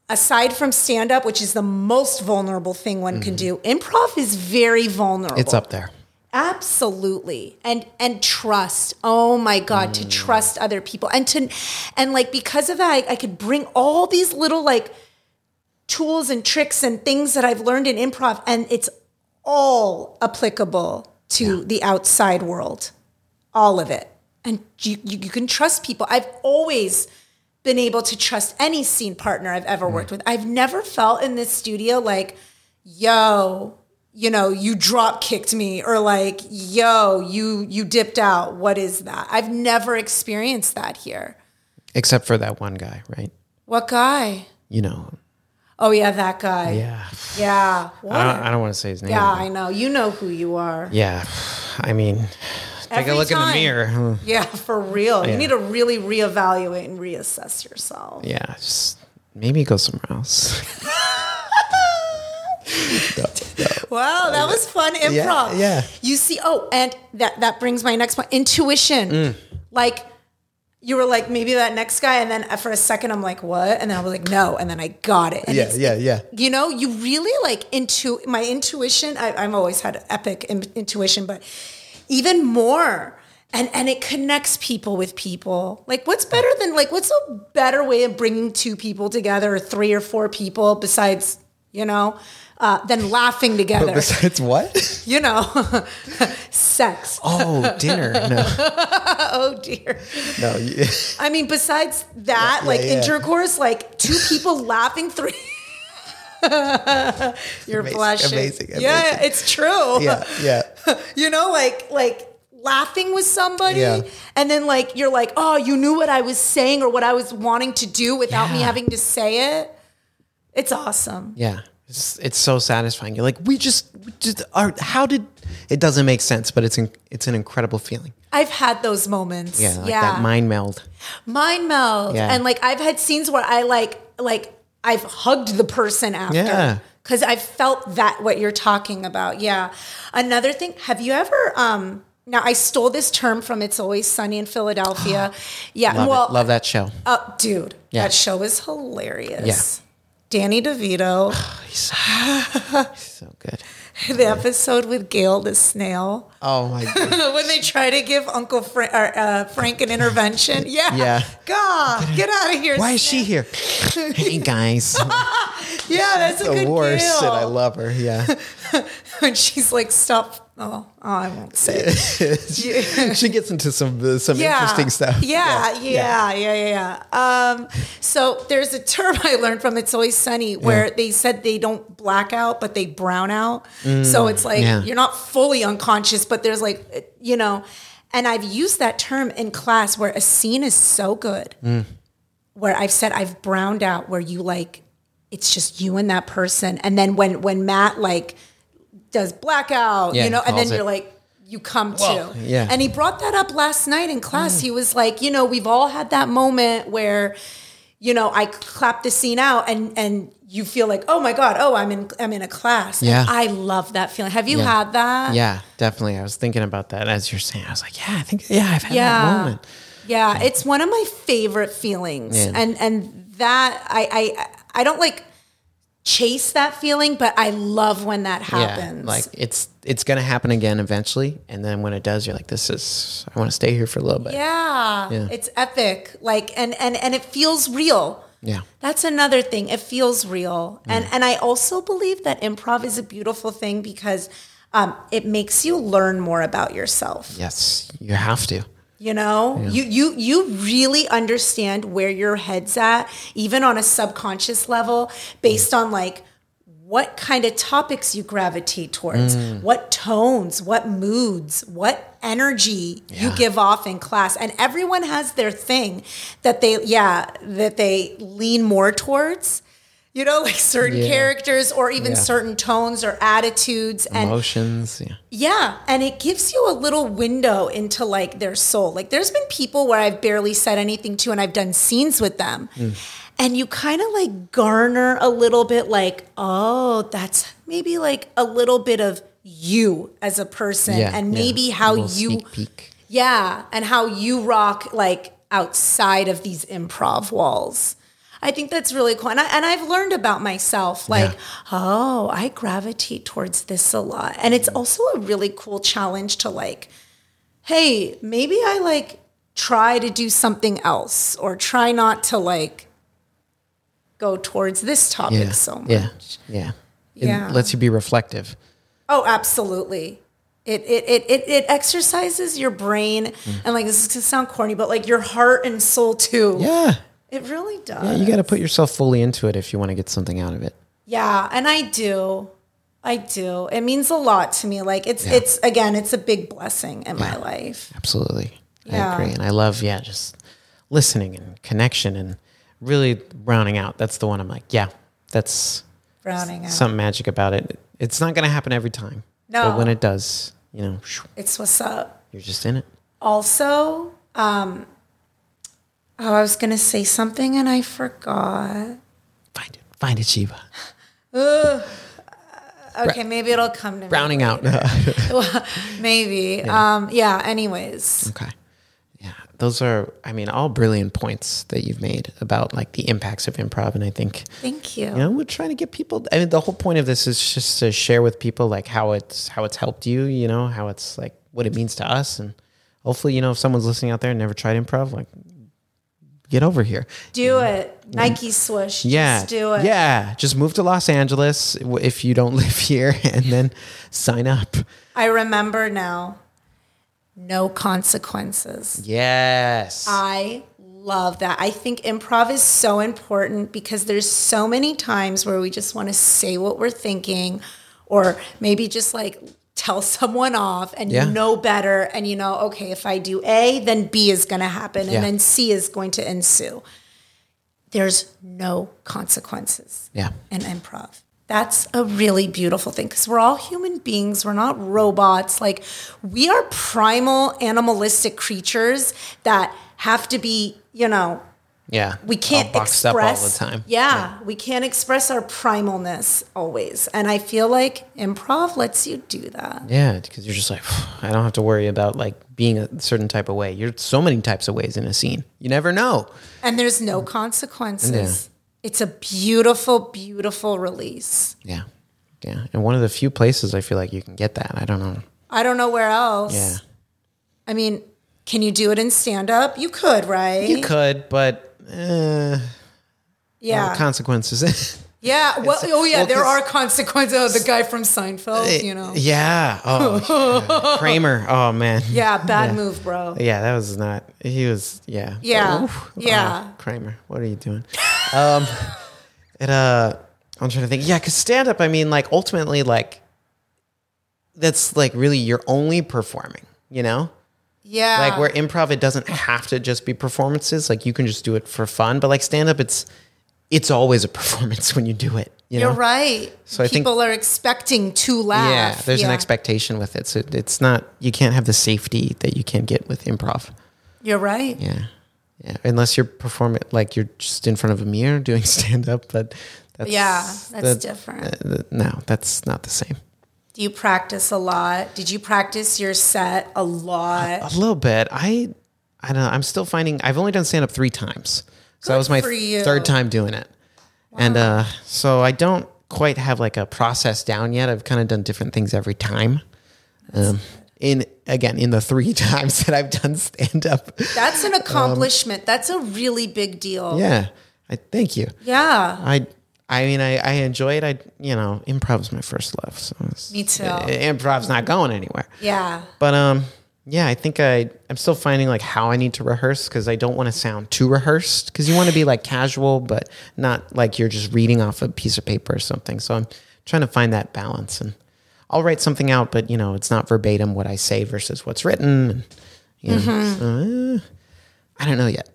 Speaker 2: aside from stand up, which is the most vulnerable thing one can do, improv is very vulnerable.
Speaker 1: Mm-hmm. It's up there.
Speaker 2: Absolutely. And and trust. Oh my God, to trust other people. And to and like because of that, I, I could bring all these little like tools and tricks and things that I've learned in improv and it's all applicable to the outside world. All of it. and you, you, you can trust people. I've always been able to trust any scene partner I've ever worked with. I've never felt in this studio like, yo, you know, you drop kicked me or like, yo, you you dipped out. What is that? I've never experienced that here.
Speaker 1: Except for that one guy, right?
Speaker 2: What guy?
Speaker 1: You know.
Speaker 2: Oh yeah, that guy.
Speaker 1: Yeah. Uh,
Speaker 2: Yeah. What?
Speaker 1: I don't, I don't want to say his name.
Speaker 2: yeah, I know. You know who you are.
Speaker 1: Yeah. I mean, take
Speaker 2: Every
Speaker 1: a look in
Speaker 2: time.
Speaker 1: the mirror.
Speaker 2: Yeah, for real. You need to really reevaluate and reassess yourself.
Speaker 1: Yeah. Just maybe go somewhere else.
Speaker 2: Wow, that was fun improv.
Speaker 1: yeah.
Speaker 2: You see, oh, and that that brings my next point: intuition.
Speaker 1: Mm.
Speaker 2: Like you were like maybe that next guy, and then uh, for a second I'm like, what? And then I was like, no, and then I got it. And it's-
Speaker 1: yeah, yeah.
Speaker 2: You know, you really like into my intuition. I, I've always had epic in, intuition, but even more. And, and it connects people with people. Like, what's better than, like, what's a better way of bringing two people together or three or four people besides, you know, uh, than laughing together?
Speaker 1: Besides what?
Speaker 2: you know, sex.
Speaker 1: Oh, dinner. No,
Speaker 2: Oh dear.
Speaker 1: no. you-
Speaker 2: I mean, besides that, like
Speaker 1: yeah.
Speaker 2: intercourse, like two people laughing, three. You're
Speaker 1: Amazing,
Speaker 2: blushing.
Speaker 1: amazing,
Speaker 2: Yeah,
Speaker 1: amazing.
Speaker 2: it's true.
Speaker 1: Yeah, yeah.
Speaker 2: you know, like like laughing with somebody,
Speaker 1: Yeah.
Speaker 2: and then like you're like, oh, you knew what I was saying or what I was wanting to do without me
Speaker 1: Yeah.
Speaker 2: having to say it. It's awesome.
Speaker 1: Yeah. It's, it's so satisfying. You're like, we just, we just are, how did, it doesn't make sense, but it's, in, it's an incredible feeling.
Speaker 2: I've had those moments.
Speaker 1: Yeah. Like that mind meld.
Speaker 2: mind meld
Speaker 1: Yeah.
Speaker 2: and like i've had scenes where i like like i've hugged the person after
Speaker 1: Yeah.
Speaker 2: because i felt that what you're talking about yeah another thing have you ever um now i stole this term from it's always sunny in philadelphia yeah
Speaker 1: Love,
Speaker 2: well
Speaker 1: it. Love that show.
Speaker 2: uh, dude
Speaker 1: Yeah.
Speaker 2: that show is hilarious danny devito
Speaker 1: So good.
Speaker 2: the episode with gail the snail
Speaker 1: Oh my God.
Speaker 2: when they try to give uncle frank, or, uh, frank an intervention yeah
Speaker 1: Yeah.
Speaker 2: god get out of here
Speaker 1: Why is she here? hey guys.
Speaker 2: yeah that's a
Speaker 1: the
Speaker 2: Oh, good
Speaker 1: worst.
Speaker 2: Gail.
Speaker 1: And I love her. Yeah.
Speaker 2: and she's like, "Stop! Oh, oh I won't say." It.
Speaker 1: she gets into some, uh, some
Speaker 2: Yeah,
Speaker 1: interesting stuff.
Speaker 2: Yeah, yeah, yeah, yeah, yeah. Um, so there's a term I learned from It's Always Sunny where
Speaker 1: Yeah.
Speaker 2: they said they don't black out, but they brown out. so it's like
Speaker 1: Mm. yeah.
Speaker 2: you're not fully unconscious, but there's like you know. And I've used that term in class where a scene is so good,
Speaker 1: Mm.
Speaker 2: where I've said I've browned out, where you like it's just you and that person, and then when when Matt like does blackout,
Speaker 1: Yeah,
Speaker 2: you know, and then
Speaker 1: calls it.
Speaker 2: you're like you come
Speaker 1: Whoa,
Speaker 2: to,
Speaker 1: yeah. Mm.
Speaker 2: and he brought that up last night in class. He was like, you know, we've all had that moment where, you know, I clap the scene out and and you feel like, oh my god, oh I'm in I'm in a class. And
Speaker 1: Yeah.
Speaker 2: I love that feeling. Have you
Speaker 1: Yeah.
Speaker 2: had that?
Speaker 1: Yeah, definitely. I was thinking about that as you're saying. I was like, yeah, I think, yeah, I've had that
Speaker 2: Yeah.
Speaker 1: moment.
Speaker 2: Yeah, it's one of my favorite feelings.
Speaker 1: Yeah.
Speaker 2: And and that I I I don't like chase that feeling, but I love when that happens.
Speaker 1: Yeah, like it's it's gonna happen again eventually, and then when it does, you're like, this is I want to stay here for a little bit.
Speaker 2: yeah,
Speaker 1: Yeah.
Speaker 2: it's epic. Like and and and it feels real.
Speaker 1: Yeah,
Speaker 2: That's another thing. It feels real. And and I also believe that improv is a beautiful thing because um, it makes you learn more about yourself.
Speaker 1: yes, you have to.
Speaker 2: You know, you you you really understand where your head's at, even on a subconscious level, based on like what kind of topics you gravitate towards,
Speaker 1: Mm.
Speaker 2: what tones, what moods, what energy you give off in class. And everyone has their thing that they yeah, that they lean more towards. You know, like certain
Speaker 1: Yeah.
Speaker 2: characters or even
Speaker 1: Yeah.
Speaker 2: certain tones or attitudes and
Speaker 1: Emotions. Yeah,
Speaker 2: yeah, and it gives you a little window into like their soul. Like there's been people where I've barely said anything to and I've done scenes with them.
Speaker 1: Mm.
Speaker 2: And you kind of like garner a little bit like, "Oh, that's maybe like a little bit of you as a person
Speaker 1: yeah,
Speaker 2: and
Speaker 1: yeah.
Speaker 2: maybe
Speaker 1: A
Speaker 2: how you
Speaker 1: little sneak peek.
Speaker 2: yeah, and how you rock like outside of these improv walls. I think that's really cool. And, I, and I've learned about myself like,
Speaker 1: Yeah.
Speaker 2: oh, I gravitate towards this a lot. And it's also a really cool challenge to like, hey, maybe I like try to do something else or try not to like go towards this topic
Speaker 1: Yeah,
Speaker 2: so much.
Speaker 1: yeah, yeah. It
Speaker 2: Yeah.
Speaker 1: lets you be reflective.
Speaker 2: Oh, absolutely. It it it it, it exercises your brain
Speaker 1: Mm.
Speaker 2: and like this is gonna sound corny, but like your heart and soul too.
Speaker 1: Yeah.
Speaker 2: It really does.
Speaker 1: Yeah, you got to put yourself fully into it if you want to get something out of it.
Speaker 2: Yeah, and I do. I do. It means a lot to me. Like it's it's again, it's a big blessing in my life.
Speaker 1: Absolutely.
Speaker 2: Yeah.
Speaker 1: I agree. And I love, yeah, just listening and connection and really rounding out. That's the one I'm like, yeah, that's
Speaker 2: Browning out.
Speaker 1: some magic about it. It's not going to happen every time.
Speaker 2: No.
Speaker 1: But when it does, you know, shoo,
Speaker 2: It's what's up.
Speaker 1: you're just in it.
Speaker 2: Also, um oh, I was gonna say something and I forgot.
Speaker 1: Find it. Find it, Shiva.
Speaker 2: Okay, maybe it'll come to me.
Speaker 1: Rounding out.
Speaker 2: Maybe. Um yeah, anyways.
Speaker 1: Okay. Yeah. Those are, I mean, all brilliant points that you've made about like the impacts of improv. And I think,
Speaker 2: Thank you.
Speaker 1: you know, we're trying to get people. I mean, the whole point of this is just to share with people like how it's, how it's helped you, you know, how it's like what it means to us. And hopefully, you know, if someone's listening out there and never tried improv, like get over here.
Speaker 2: Do it. Nike swoosh.
Speaker 1: Yeah.
Speaker 2: Just do it.
Speaker 1: Yeah. Just move to Los Angeles w- if you don't live here and then sign up.
Speaker 2: I remember now. No consequences.
Speaker 1: Yes.
Speaker 2: I love that. I think improv is so important because there's so many times where we just want to say what we're thinking or maybe just like tell someone off and
Speaker 1: Yeah.
Speaker 2: you know better and you know, okay, if I do A, then B is going to happen
Speaker 1: Yeah.
Speaker 2: and then C is going to ensue. There's no consequences
Speaker 1: yeah.
Speaker 2: and improv. That's a really beautiful thing because we're all human beings. We're not robots. Like, we are primal animalistic creatures that have to be, you know,
Speaker 1: Yeah.
Speaker 2: we can't
Speaker 1: all boxed
Speaker 2: express.
Speaker 1: up all the time.
Speaker 2: Yeah, we can't express our primalness always. And I feel like improv lets you do that.
Speaker 1: Yeah, because you're just like, I don't have to worry about like being a certain type of way. You're so many types of ways in a scene. You never know.
Speaker 2: And there's
Speaker 1: Mm.
Speaker 2: no consequences. It's a beautiful, beautiful release.
Speaker 1: Yeah. Yeah. And one of the few places I feel like you can get that. I don't know.
Speaker 2: I don't know where else.
Speaker 1: Yeah.
Speaker 2: I mean, can you do it in stand up? You could, right?
Speaker 1: You could, but uh,
Speaker 2: Yeah.
Speaker 1: consequences.
Speaker 2: Yeah. Well, oh, yeah.
Speaker 1: well,
Speaker 2: there
Speaker 1: 'cause-
Speaker 2: are consequences. Oh, the guy from Seinfeld, you know.
Speaker 1: yeah. Oh, yeah. Kramer. Oh, man.
Speaker 2: Yeah. Bad move, bro.
Speaker 1: Yeah, that was not. He was. Yeah.
Speaker 2: Yeah,
Speaker 1: Oof.
Speaker 2: yeah.
Speaker 1: Oh, Kramer, what are you doing? um, it. Uh, I'm trying to think. Yeah, because stand up. I mean, like ultimately, like that's like really you're only performing. You know,
Speaker 2: Yeah.
Speaker 1: like where improv, it doesn't have to just be performances. Like you can just do it for fun. But like stand up, it's it's always a performance when you do it. You
Speaker 2: You're
Speaker 1: know?
Speaker 2: right.
Speaker 1: So I think-
Speaker 2: People are expecting to laugh.
Speaker 1: Yeah, there's an expectation with it. So it's not you can't have the safety that you can get with improv.
Speaker 2: You're right.
Speaker 1: Yeah. Yeah. Unless you're performing like you're just in front of a mirror doing stand up, but that's
Speaker 2: Yeah, that's
Speaker 1: that-
Speaker 2: different.
Speaker 1: uh, th- no, that's not the same.
Speaker 2: Do you practice a lot? Did you practice your set a lot?
Speaker 1: A little bit. I I don't know. I'm still finding I've only done stand up 3 times. So that was my
Speaker 2: for you.
Speaker 1: third time doing it. And uh so I don't quite have like a process down yet. I've kind of done different things every time. Um in again in the three times that I've done stand up.
Speaker 2: That's an accomplishment. That's a really big deal.
Speaker 1: Um, Yeah. I thank you.
Speaker 2: Yeah.
Speaker 1: I I mean I, I enjoy it. I you know, improv's my first love. So it's,
Speaker 2: Me too.
Speaker 1: i- improv's not going anywhere.
Speaker 2: Yeah.
Speaker 1: But um yeah, I think I I'm still finding like how I need to rehearse cuz I don't want to sound too rehearsed cuz you want to be like casual but not like you're just reading off a piece of paper or something. So I'm trying to find that balance and I'll write something out but you know, it's not verbatim what I say versus what's written and you know,
Speaker 2: Mm-hmm.
Speaker 1: so, uh, I don't know yet.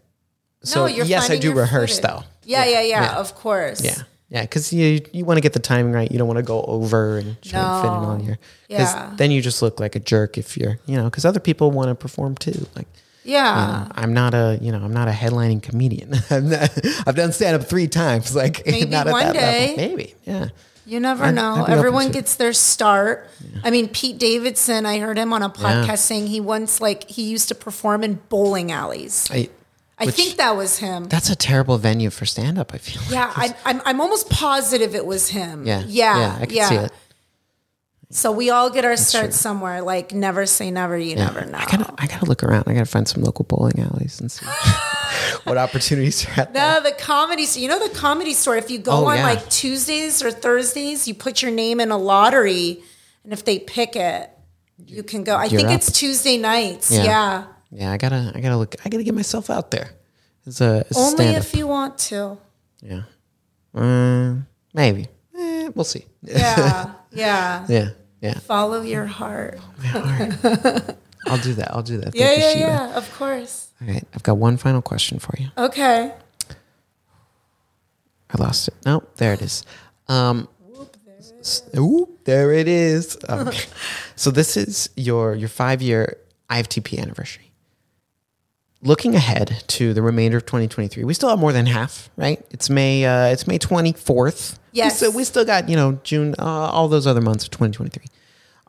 Speaker 1: So
Speaker 2: no, you're
Speaker 1: yes, I
Speaker 2: finding
Speaker 1: do
Speaker 2: your
Speaker 1: rehearse
Speaker 2: footing.
Speaker 1: though.
Speaker 2: Yeah yeah, yeah, Of course.
Speaker 1: Yeah. Yeah, because you you want to get the timing right. You don't want to go over and try and fit in all
Speaker 2: No.
Speaker 1: your.
Speaker 2: Yeah.
Speaker 1: Because then you just look like a jerk if you're, you know, because other people want to perform too. Like,
Speaker 2: Yeah.
Speaker 1: Uh, I'm not a, you know, I'm not a headlining comedian. I'm not, I've done stand up three times. Like,
Speaker 2: Maybe
Speaker 1: not at
Speaker 2: one
Speaker 1: that
Speaker 2: day.
Speaker 1: level. Maybe. Yeah.
Speaker 2: You never
Speaker 1: I'd- I'd be
Speaker 2: know.
Speaker 1: open to
Speaker 2: Everyone
Speaker 1: it.
Speaker 2: gets their start. I mean, Pete Davidson, I heard him on a podcast
Speaker 1: Yeah.
Speaker 2: saying he once like he used to perform in bowling alleys.
Speaker 1: I,
Speaker 2: I
Speaker 1: which-
Speaker 2: think that was him.
Speaker 1: that's a terrible venue for stand up. I feel. like.
Speaker 2: yeah, I, I'm I'm almost positive it was him.
Speaker 1: Yeah.
Speaker 2: yeah,
Speaker 1: Yeah. I can
Speaker 2: yeah.
Speaker 1: see it.
Speaker 2: So we all get our start somewhere. Like never say never. You never know.
Speaker 1: I gotta, I gotta look around. I gotta find some local bowling alleys and see what opportunities are at.
Speaker 2: No, the comedy store. You know the comedy store. If you go
Speaker 1: Oh,
Speaker 2: on
Speaker 1: yeah.
Speaker 2: like Tuesdays or Thursdays, you put your name in a lottery, and if they pick it, you can go. I
Speaker 1: You're
Speaker 2: think
Speaker 1: up.
Speaker 2: it's Tuesday nights.
Speaker 1: Yeah.
Speaker 2: Yeah.
Speaker 1: Yeah, I gotta, I gotta look. I gotta get myself out there. It's a, it's
Speaker 2: Only
Speaker 1: stand up.
Speaker 2: if you want to.
Speaker 1: yeah. Um, maybe. Eh, we'll see.
Speaker 2: Yeah. yeah.
Speaker 1: Yeah. Yeah.
Speaker 2: Follow your heart.
Speaker 1: All right. I'll do that. I'll do that. Thank
Speaker 2: Yeah,
Speaker 1: you,
Speaker 2: yeah,
Speaker 1: Shiva.
Speaker 2: yeah. Of course.
Speaker 1: All right. I've got one final question for you.
Speaker 2: Okay.
Speaker 1: I lost it. No, there it is. Um, s- whoop, there it is. Okay. so this is your your five year IFTP anniversary. Looking ahead to the remainder of 2023, we still have more than half, right? It's May. Uh, it's May 24th.
Speaker 2: Yes.
Speaker 1: So we still got you know June, uh, all those other months of 2023.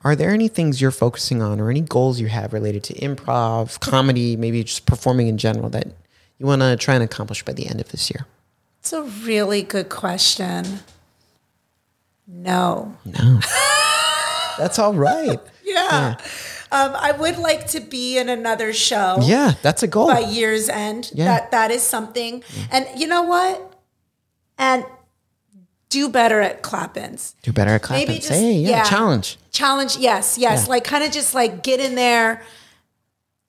Speaker 1: Are there any things you're focusing on, or any goals you have related to improv, comedy, maybe just performing in general that you want to try and accomplish by the end of this year?
Speaker 2: It's a really good question. No.
Speaker 1: No. That's all right.
Speaker 2: Yeah. Um, I would like to be in another show
Speaker 1: Yeah, that's a goal.
Speaker 2: by year's end.
Speaker 1: Yeah. Mm.
Speaker 2: That that is something. And you know what? And do better at clap-ins.
Speaker 1: Do better at clapping.
Speaker 2: Maybe just-
Speaker 1: hey, yeah,
Speaker 2: yeah.
Speaker 1: challenge.
Speaker 2: Challenge, yes, yes.
Speaker 1: Yeah.
Speaker 2: Like kind of just like get in there.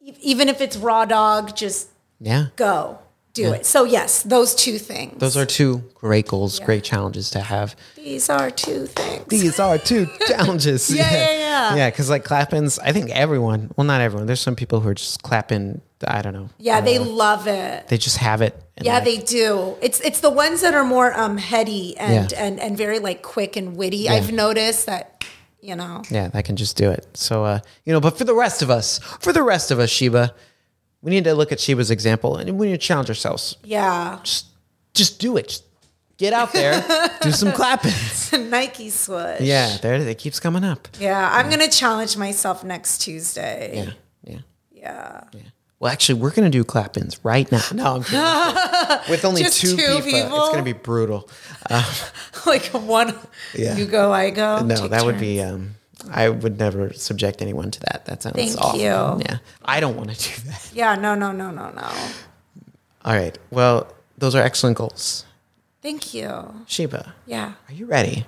Speaker 2: E- Even if it's raw dog, just
Speaker 1: Yeah.
Speaker 2: go. Do it. So yes, those two things.
Speaker 1: Those are two great goals, great challenges to have.
Speaker 2: These are two things.
Speaker 1: These are two challenges.
Speaker 2: Yeah, yeah, yeah.
Speaker 1: Yeah, because like clappins, I think everyone, well, not everyone, there's some people who are just clapping, I don't know.
Speaker 2: yeah, they love it.
Speaker 1: They just have it. and
Speaker 2: Yeah,
Speaker 1: like-
Speaker 2: they do. It's it's the ones that are more um heady and
Speaker 1: Yeah.
Speaker 2: and and very like quick and witty. I've noticed that, you know.
Speaker 1: Yeah, that can just do it. So, uh, you know, but for the rest of us, for the rest of us, Sheba, we need to look at Sheba's example and we need to challenge ourselves.
Speaker 2: Yeah.
Speaker 1: Just, just do it. Just get out there, do some clappins.
Speaker 2: Nike swoosh.
Speaker 1: Yeah, there it, is. it keeps coming up.
Speaker 2: Yeah, I'm going to challenge myself next Tuesday.
Speaker 1: Yeah, yeah.
Speaker 2: Yeah.
Speaker 1: Well, actually, we're gonna do clap-ins right now. No, I'm kidding. With only
Speaker 2: Just
Speaker 1: two,
Speaker 2: two
Speaker 1: people, it's
Speaker 2: people?
Speaker 1: gonna be brutal.
Speaker 2: like one
Speaker 1: Yeah.
Speaker 2: you go, I go.
Speaker 1: No,
Speaker 2: Take
Speaker 1: that would
Speaker 2: turns.
Speaker 1: be. Um, I would never subject anyone to that. That sounds
Speaker 2: Thank
Speaker 1: awful.
Speaker 2: you.
Speaker 1: Yeah, I don't want to do that.
Speaker 2: Yeah, no, no, no, no, no.
Speaker 1: All right. Well, those are excellent goals.
Speaker 2: Thank you.
Speaker 1: Sheba,
Speaker 2: Yeah.
Speaker 1: are you ready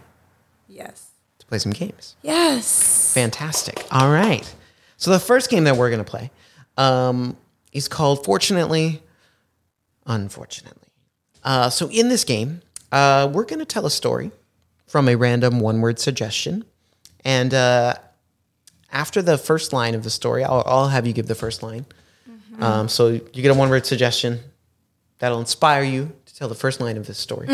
Speaker 2: Yes.
Speaker 1: to play some games?
Speaker 2: Yes.
Speaker 1: Fantastic. All right. So the first game that we're gonna play um, is called Fortunately, Unfortunately. Uh, so in this game, uh, we're gonna tell a story from a random one-word suggestion, and uh, after the first line of the story, I'll, I'll have you give the first line. Um, so you get a one-word suggestion that'll inspire you to tell the first line of this story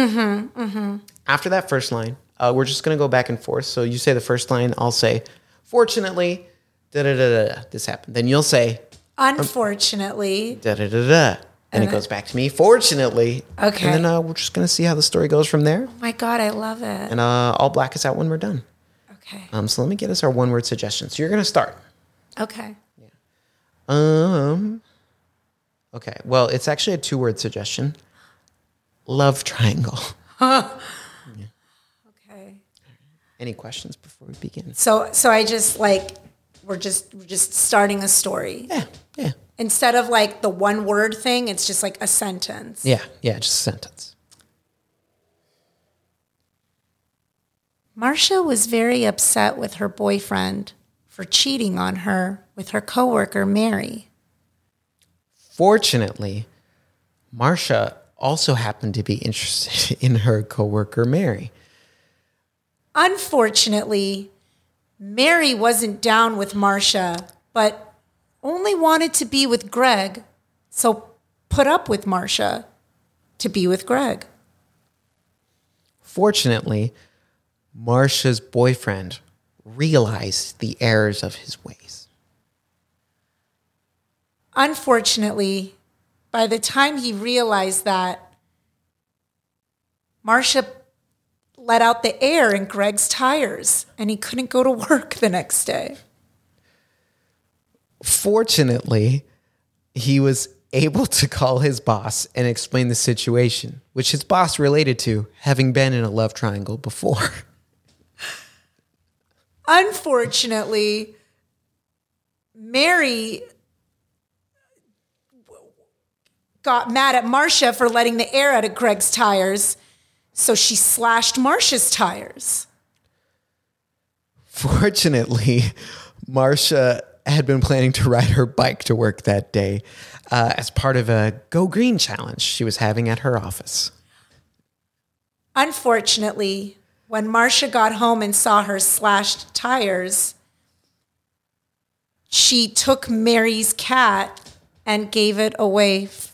Speaker 1: after that first line, uh, we're just gonna go back and forth. So you say the first line, I'll say, fortunately, da da da da, this happened. Then you'll say, Um,
Speaker 2: Unfortunately,
Speaker 1: da da da da. Then it goes back to me, fortunately.
Speaker 2: Okay.
Speaker 1: And then uh, we're just gonna see how the story goes from there.
Speaker 2: my God, I love it.
Speaker 1: And uh, I'll black us out when we're done.
Speaker 2: Okay.
Speaker 1: Um, so let me get us our one word suggestion. So you're gonna start.
Speaker 2: Okay.
Speaker 1: Um. Okay. Well, it's actually a two word suggestion. Love triangle.
Speaker 2: Okay.
Speaker 1: Any questions before we begin?
Speaker 2: So so I just like we're just we're just starting a story.
Speaker 1: Yeah. Yeah.
Speaker 2: Instead of like the one word thing, it's just like a sentence.
Speaker 1: Yeah. Yeah. Just a sentence.
Speaker 2: Marcia was very upset with her boyfriend for cheating on her with her coworker Mary.
Speaker 1: Fortunately, Marcia also happened to be interested in her coworker Mary.
Speaker 2: Unfortunately, Mary wasn't down with Marcia, but only wanted to be with Greg, so put up with Marcia to be with Greg.
Speaker 1: Fortunately, Marcia's boyfriend realized the errors of his ways.
Speaker 2: Unfortunately, by the time he realized that, Marcia let out the air in Greg's tires and he couldn't go to work the next day.
Speaker 1: Fortunately, he was able to call his boss and explain the situation, which his boss related to having been in a love triangle before.
Speaker 2: Unfortunately, Mary got mad at Marcia for letting the air out of Greg's tires, so she slashed Marcia's tires.
Speaker 1: Fortunately, Marcia had been planning to ride her bike to work that day uh, as part of a Go Green challenge she was having at her office.
Speaker 2: Unfortunately, when Marcia got home and saw her slashed tires, she took Mary's cat and gave it away f-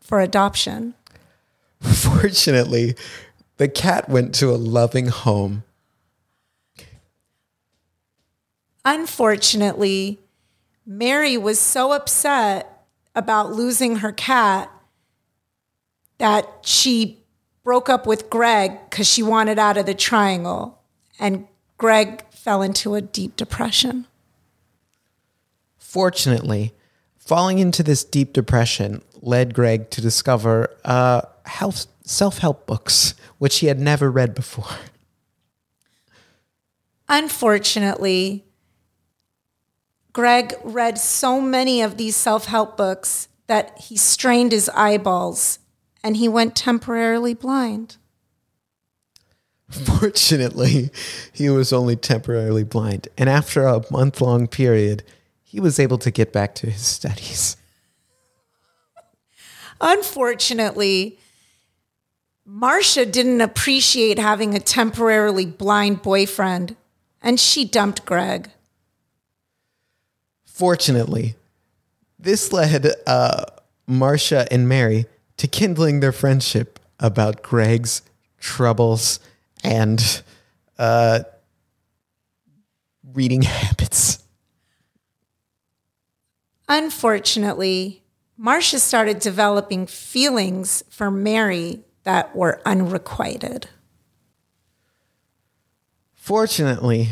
Speaker 2: for adoption.
Speaker 1: Fortunately, the cat went to a loving home.
Speaker 2: Unfortunately, Mary was so upset about losing her cat that she broke up with Greg because she wanted out of the triangle. And Greg fell into a deep depression.
Speaker 1: Fortunately, falling into this deep depression led Greg to discover uh, health, self-help books, which he had never read before.
Speaker 2: Unfortunately, Greg read so many of these self help books that he strained his eyeballs and he went temporarily blind.
Speaker 1: Fortunately, he was only temporarily blind, and after a month-long period, he was able to get back to his studies.
Speaker 2: Unfortunately, Marcia didn't appreciate having a temporarily blind boyfriend and she dumped Greg.
Speaker 1: Fortunately, this led uh, Marcia and Mary to kindling their friendship about Greg's troubles and uh, reading habits.
Speaker 2: Unfortunately, Marcia started developing feelings for Mary that were unrequited.
Speaker 1: Fortunately,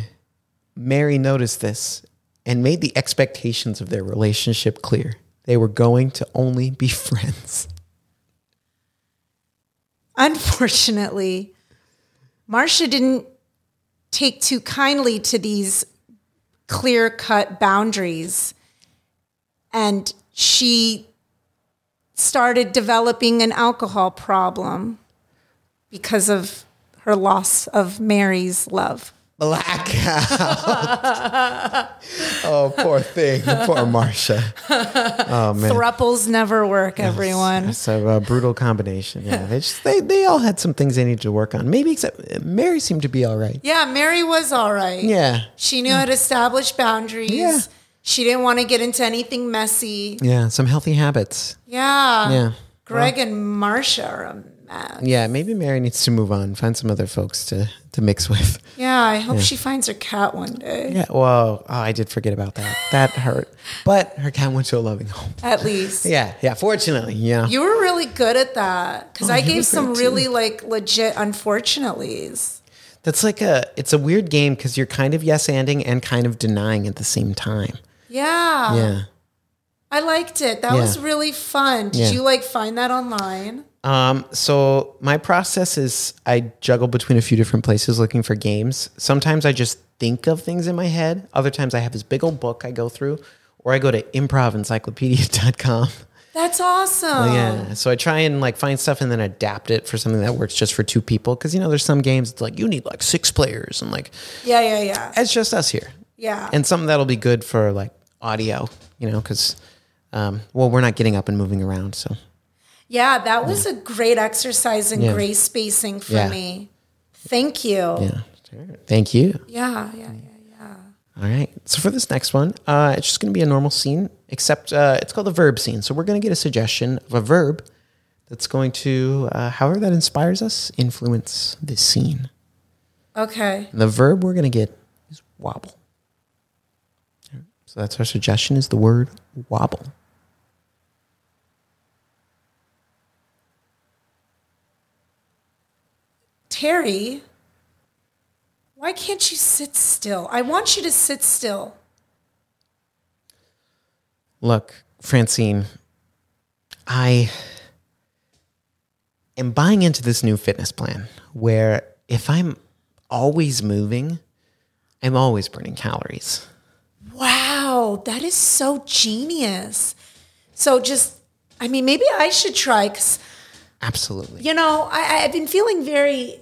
Speaker 1: Mary noticed this and made the expectations of their relationship clear. They were going to only be friends.
Speaker 2: Unfortunately, Marcia didn't take too kindly to these clear cut boundaries. And she started developing an alcohol problem because of her loss of Mary's love.
Speaker 1: Blackout. oh, poor thing. Poor Marcia. Oh, man.
Speaker 2: Thruples never work, everyone.
Speaker 1: It's a, uh, brutal combination. Yeah, they just they, they all had some things they needed to work on. Maybe except Mary seemed to be all right.
Speaker 2: Yeah, Mary was all right.
Speaker 1: Yeah,
Speaker 2: She knew how to establish boundaries.
Speaker 1: Yeah.
Speaker 2: She didn't want to get into anything messy.
Speaker 1: yeah, some healthy habits.
Speaker 2: Yeah.
Speaker 1: Yeah.
Speaker 2: Greg and Marcia are a mess.
Speaker 1: Yeah, maybe Mary needs to move on, find some other folks to to mix with.
Speaker 2: Yeah, I hope she finds her cat one day.
Speaker 1: Yeah, well, oh, I did forget about that. That hurt, but her cat went to a loving home.
Speaker 2: At least.
Speaker 1: Yeah, yeah. Fortunately, yeah.
Speaker 2: You were really good at that because I
Speaker 1: Oh, you were
Speaker 2: gave some
Speaker 1: good, too.
Speaker 2: really like legit unfortunatelies.
Speaker 1: That's like a it's a weird game because you're kind of yes anding and kind of denying at the same time.
Speaker 2: Yeah.
Speaker 1: Yeah.
Speaker 2: I liked it. That
Speaker 1: Yeah.
Speaker 2: was really fun. Did
Speaker 1: Yeah.
Speaker 2: you like find that online?
Speaker 1: Um, so my process is I juggle between a few different places looking for games. Sometimes I just think of things in my head. Other times I have this big old book I go through, or I go to improvencyclopedia.com.
Speaker 2: That's awesome.
Speaker 1: Oh, Yeah. So I try and like find stuff and then adapt it for something that works just for two people. Cause you know, there's some games it's like you need like six players and like
Speaker 2: Yeah, yeah, yeah.
Speaker 1: it's just us here.
Speaker 2: Yeah.
Speaker 1: And something that'll be good for like audio, you know, cause um, well, we're not getting up and moving around. So
Speaker 2: yeah, that was a great exercise in
Speaker 1: Yeah.
Speaker 2: gray spacing for
Speaker 1: Yeah.
Speaker 2: me. Thank you. Yeah,
Speaker 1: yeah. Sure. Thank you.
Speaker 2: yeah, yeah.
Speaker 1: All right. So for this next one, uh, it's just going to be a normal scene, except uh, it's called the verb scene. So we're going to get a suggestion of a verb that's going to, uh, however that inspires us, influence this scene.
Speaker 2: Okay.
Speaker 1: And the verb we're going to get is wobble. All right. So that's our suggestion is the word wobble.
Speaker 2: Terry, why can't you sit still? I want you to sit still.
Speaker 1: Look, Francine, I am buying into this new fitness plan where if I'm always moving, I'm always burning calories.
Speaker 2: Wow, that is so genius. So just, I mean, maybe I should try because,
Speaker 1: Absolutely.
Speaker 2: you know, I, I- I've been feeling very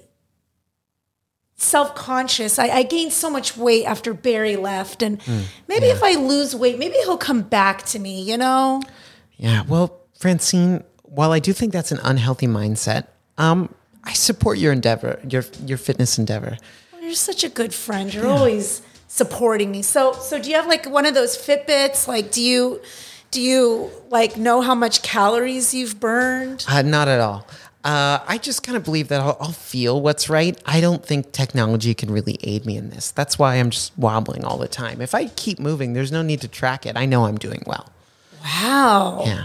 Speaker 2: self conscious. I, I gained so much weight after Barry left, and maybe if I lose weight, maybe he'll come back to me. You know,
Speaker 1: Yeah. Well, Francine, while I do think that's an unhealthy mindset, um, I support your endeavor, your your fitness endeavor.
Speaker 2: Well, you're such a good friend. You're always supporting me. So, so do you have like one of those Fitbits? Like, do you? Do you like know how much calories you've burned?
Speaker 1: Uh, not at all. Uh, I just kind of believe that I'll, I'll feel what's right. I don't think technology can really aid me in this. That's why I'm just wobbling all the time. If I keep moving, there's no need to track it. I know I'm doing well.
Speaker 2: Wow.
Speaker 1: Yeah.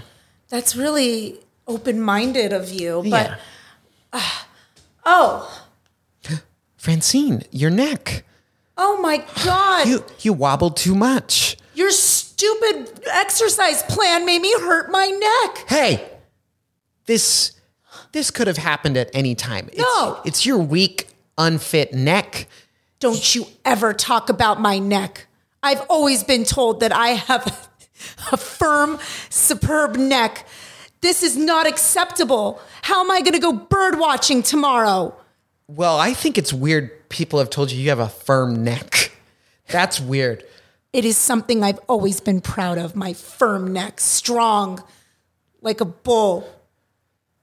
Speaker 2: That's really open minded of you. But
Speaker 1: yeah.
Speaker 2: oh,
Speaker 1: Francine, your neck.
Speaker 2: oh my God.
Speaker 1: You you wobbled too much.
Speaker 2: Your stupid exercise plan made me hurt my neck.
Speaker 1: hey, this this could have happened at any time. It's,
Speaker 2: No.
Speaker 1: it's your weak, unfit neck.
Speaker 2: Don't you ever talk about my neck. I've always been told that I have a firm, superb neck. This is not acceptable. How am I going to go bird watching tomorrow?
Speaker 1: Well, I think it's weird. People have told you you have a firm neck. That's weird.
Speaker 2: It is something I've always been proud of my firm neck, strong, like a bull.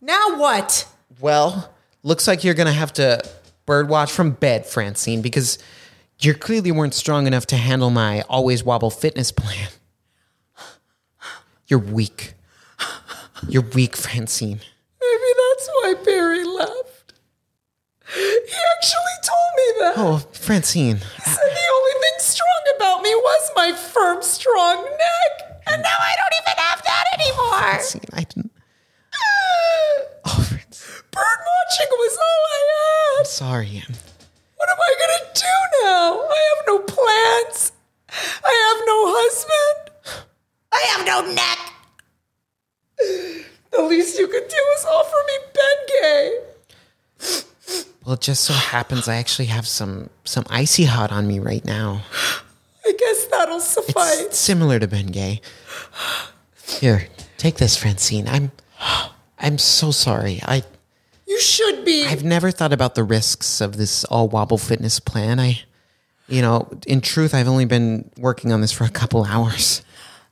Speaker 2: Now what?
Speaker 1: Well, looks like you're gonna have to birdwatch from bed, Francine, because you clearly weren't strong enough to handle my always wobble fitness plan. You're weak. You're weak, Francine.
Speaker 2: Maybe that's why Barry left. He actually told me that.
Speaker 1: Oh, Francine.
Speaker 2: He said the only thing strong about me was my firm, strong neck. And now I don't even have that anymore.
Speaker 1: Francine, I didn't.
Speaker 2: Bird
Speaker 1: Oh, Francine.
Speaker 2: watching was all I had.
Speaker 1: Sorry. Em.
Speaker 2: What am I going to do now? I have no plans. I have no husband. I have no neck. The least you could do is offer me Bengay.
Speaker 1: Well, it just so happens I actually have some some icy hot on me right now.
Speaker 2: I guess that'll
Speaker 1: It's
Speaker 2: suffice.
Speaker 1: similar to Bengay. Here, take this, Francine. I'm I'm so sorry. I
Speaker 2: you should be.
Speaker 1: I've never thought about the risks of this all wobble fitness plan. I you know, in truth, I've only been working on this for a couple hours.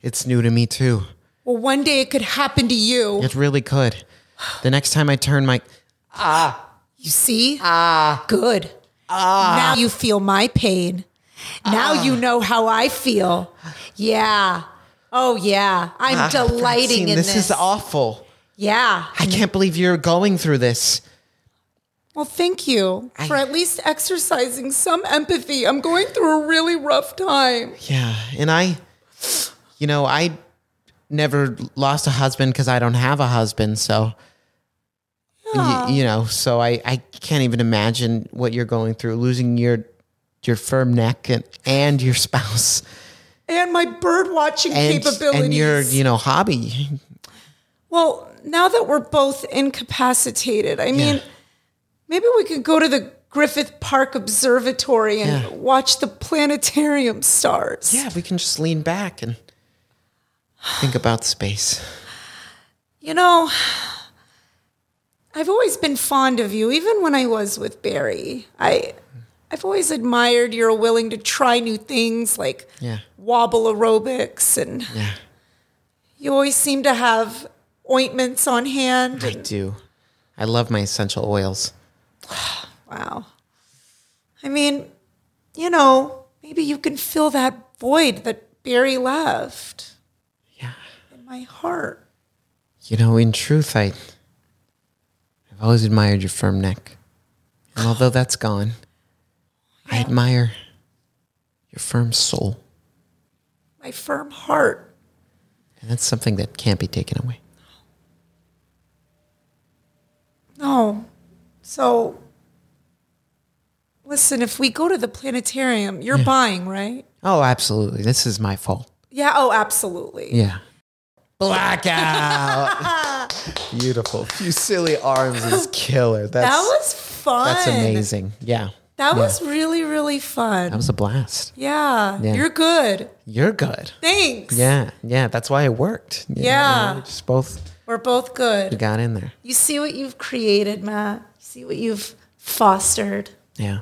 Speaker 1: It's new to me too.
Speaker 2: well, one day it could happen to you.
Speaker 1: It really could. The next time I turn my
Speaker 2: You see? Ah. Good. Ah. Now you feel my pain. Now you know how I feel. Yeah. Oh, yeah. I'm delighting
Speaker 1: Francine,
Speaker 2: in this.
Speaker 1: this is awful.
Speaker 2: yeah.
Speaker 1: I can't believe you're going through this.
Speaker 2: Well, thank you for at least exercising some empathy. I'm going through a really rough time.
Speaker 1: Yeah, and I, you know, I never lost a husband because I don't have a husband. So, y- you know, so I I can't even imagine what you're going through, losing your your firm neck and and your spouse
Speaker 2: And my bird watching
Speaker 1: and
Speaker 2: capabilities.
Speaker 1: and your you know hobby.
Speaker 2: well, now that we're both incapacitated, I mean,
Speaker 1: Yeah.
Speaker 2: maybe we could go to the Griffith Park Observatory and
Speaker 1: Yeah.
Speaker 2: watch the planetarium stars.
Speaker 1: Yeah, we can just lean back and think about space.
Speaker 2: You know, I've always been fond of you, even when I was with Barry. I, I've always admired you're willing to try new things like
Speaker 1: Yeah.
Speaker 2: wobble aerobics, and
Speaker 1: Yeah,
Speaker 2: you always seem to have ointments on hand.
Speaker 1: I do. I love my essential oils.
Speaker 2: Wow. I mean, you know, maybe you can fill that void that Barry left
Speaker 1: Yeah.
Speaker 2: in my heart.
Speaker 1: You know, in truth, I, I've always admired your firm neck. And although that's gone, I admire your firm soul.
Speaker 2: My firm heart.
Speaker 1: And that's something that can't be taken away.
Speaker 2: No. So, listen, if we go to the planetarium, you're buying, right?
Speaker 1: Oh, absolutely. This is my fault.
Speaker 2: Yeah. Oh, absolutely.
Speaker 1: Yeah. Blackout. Beautiful. You silly arms is killer. That's,
Speaker 2: That was fun.
Speaker 1: that's amazing. Yeah.
Speaker 2: That was really, really
Speaker 1: That
Speaker 2: fun.
Speaker 1: was a blast.
Speaker 2: Yeah,
Speaker 1: Yeah.
Speaker 2: You're good.
Speaker 1: You're good.
Speaker 2: Thanks.
Speaker 1: Yeah. Yeah. That's why it worked. You know,
Speaker 2: Yeah.
Speaker 1: we just both
Speaker 2: We're both good.
Speaker 1: got in there.
Speaker 2: You see what you've created, Matt. You see what you've fostered.
Speaker 1: Yeah.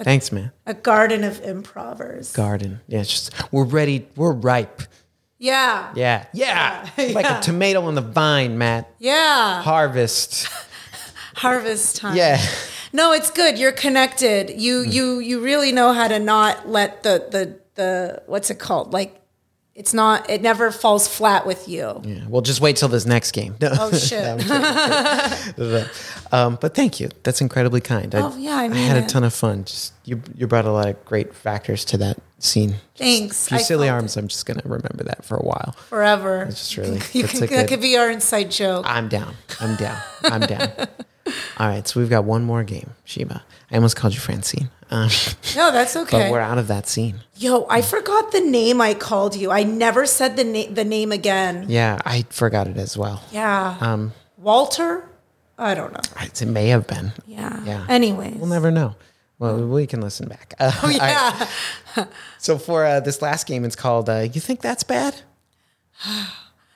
Speaker 1: Thanks, man.
Speaker 2: A garden of improvers.
Speaker 1: Garden. Yeah, it's just we're ready. We're ripe.
Speaker 2: yeah.
Speaker 1: Yeah. Yeah.
Speaker 2: Yeah.
Speaker 1: Like
Speaker 2: Yeah.
Speaker 1: a tomato on the vine, Matt.
Speaker 2: Yeah.
Speaker 1: Harvest.
Speaker 2: Harvest time.
Speaker 1: Yeah. Mm.
Speaker 2: No, it's good. You're connected. You you you really know how to not let the the the what's it called? Like it's not it never falls flat with you.
Speaker 1: Yeah. Well, just wait till this next game. No.
Speaker 2: Oh shit.
Speaker 1: um, but thank you. That's incredibly kind. I,
Speaker 2: Oh, yeah, I mean
Speaker 1: had a
Speaker 2: it.
Speaker 1: ton of fun. Just you, you brought a lot of great factors to that scene.
Speaker 2: Thanks.
Speaker 1: If you
Speaker 2: I
Speaker 1: silly
Speaker 2: felt
Speaker 1: arms, I'm just gonna remember that for a while.
Speaker 2: it forever.
Speaker 1: just really-
Speaker 2: you
Speaker 1: that's Ah.
Speaker 2: can,
Speaker 1: a
Speaker 2: that
Speaker 1: good-
Speaker 2: could be our inside joke.
Speaker 1: I'm down. I'm down. I'm down. All right, so we've got one more game, Sheba. I almost called you Francine, um,
Speaker 2: No, that's
Speaker 1: but
Speaker 2: okay.
Speaker 1: we're out of that scene.
Speaker 2: Yo, I forgot the name I called you. I never said the name the name again.
Speaker 1: Yeah, I forgot it as well.
Speaker 2: Yeah.
Speaker 1: Um,
Speaker 2: Walter? I don't know.
Speaker 1: it may have been.
Speaker 2: Yeah.
Speaker 1: Yeah.
Speaker 2: Anyways.
Speaker 1: We'll never know. Well, we can listen back. Uh, all right.
Speaker 2: yeah.
Speaker 1: So for uh, this last game, it's called uh, "You Think That's Bad."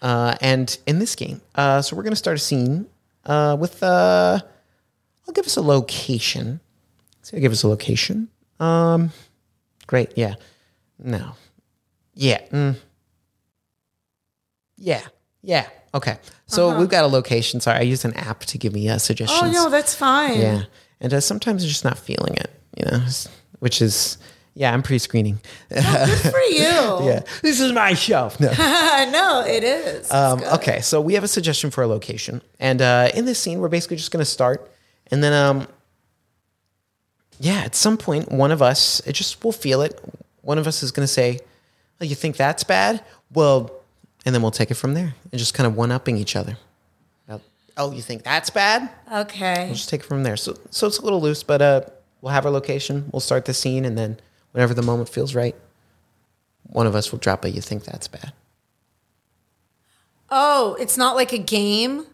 Speaker 1: Uh, and in this game, uh, so we're gonna start a scene uh, with. Uh, I'll give us a location. So give us a location. Um, great. Yeah. No. Yeah. mm. Yeah. Yeah. Okay. So we've got a location. Sorry, I used an app to give me uh, suggestions.
Speaker 2: Oh no, that's fine.
Speaker 1: Yeah. And uh, sometimes I'm just not feeling it, you know, s- which is, yeah, I'm pre screening.
Speaker 2: Good for you.
Speaker 1: yeah. This is my show. No.
Speaker 2: no, it is.
Speaker 1: Um, okay. So we have a suggestion for a location. And uh, in this scene, we're basically just going to start. And then, um, yeah, at some point, one of us, it just, we'll feel it. One of us is going to say, oh, you think that's bad? Well, and then we'll take it from there and just kind of one upping each other. Oh, you think that's bad?
Speaker 2: okay.
Speaker 1: We'll just take it from there. So, so it's a little loose, but uh, we'll have our location. We'll start the scene, and then whenever the moment feels right, one of us will drop a. You think that's bad?
Speaker 2: Oh, it's not like a game.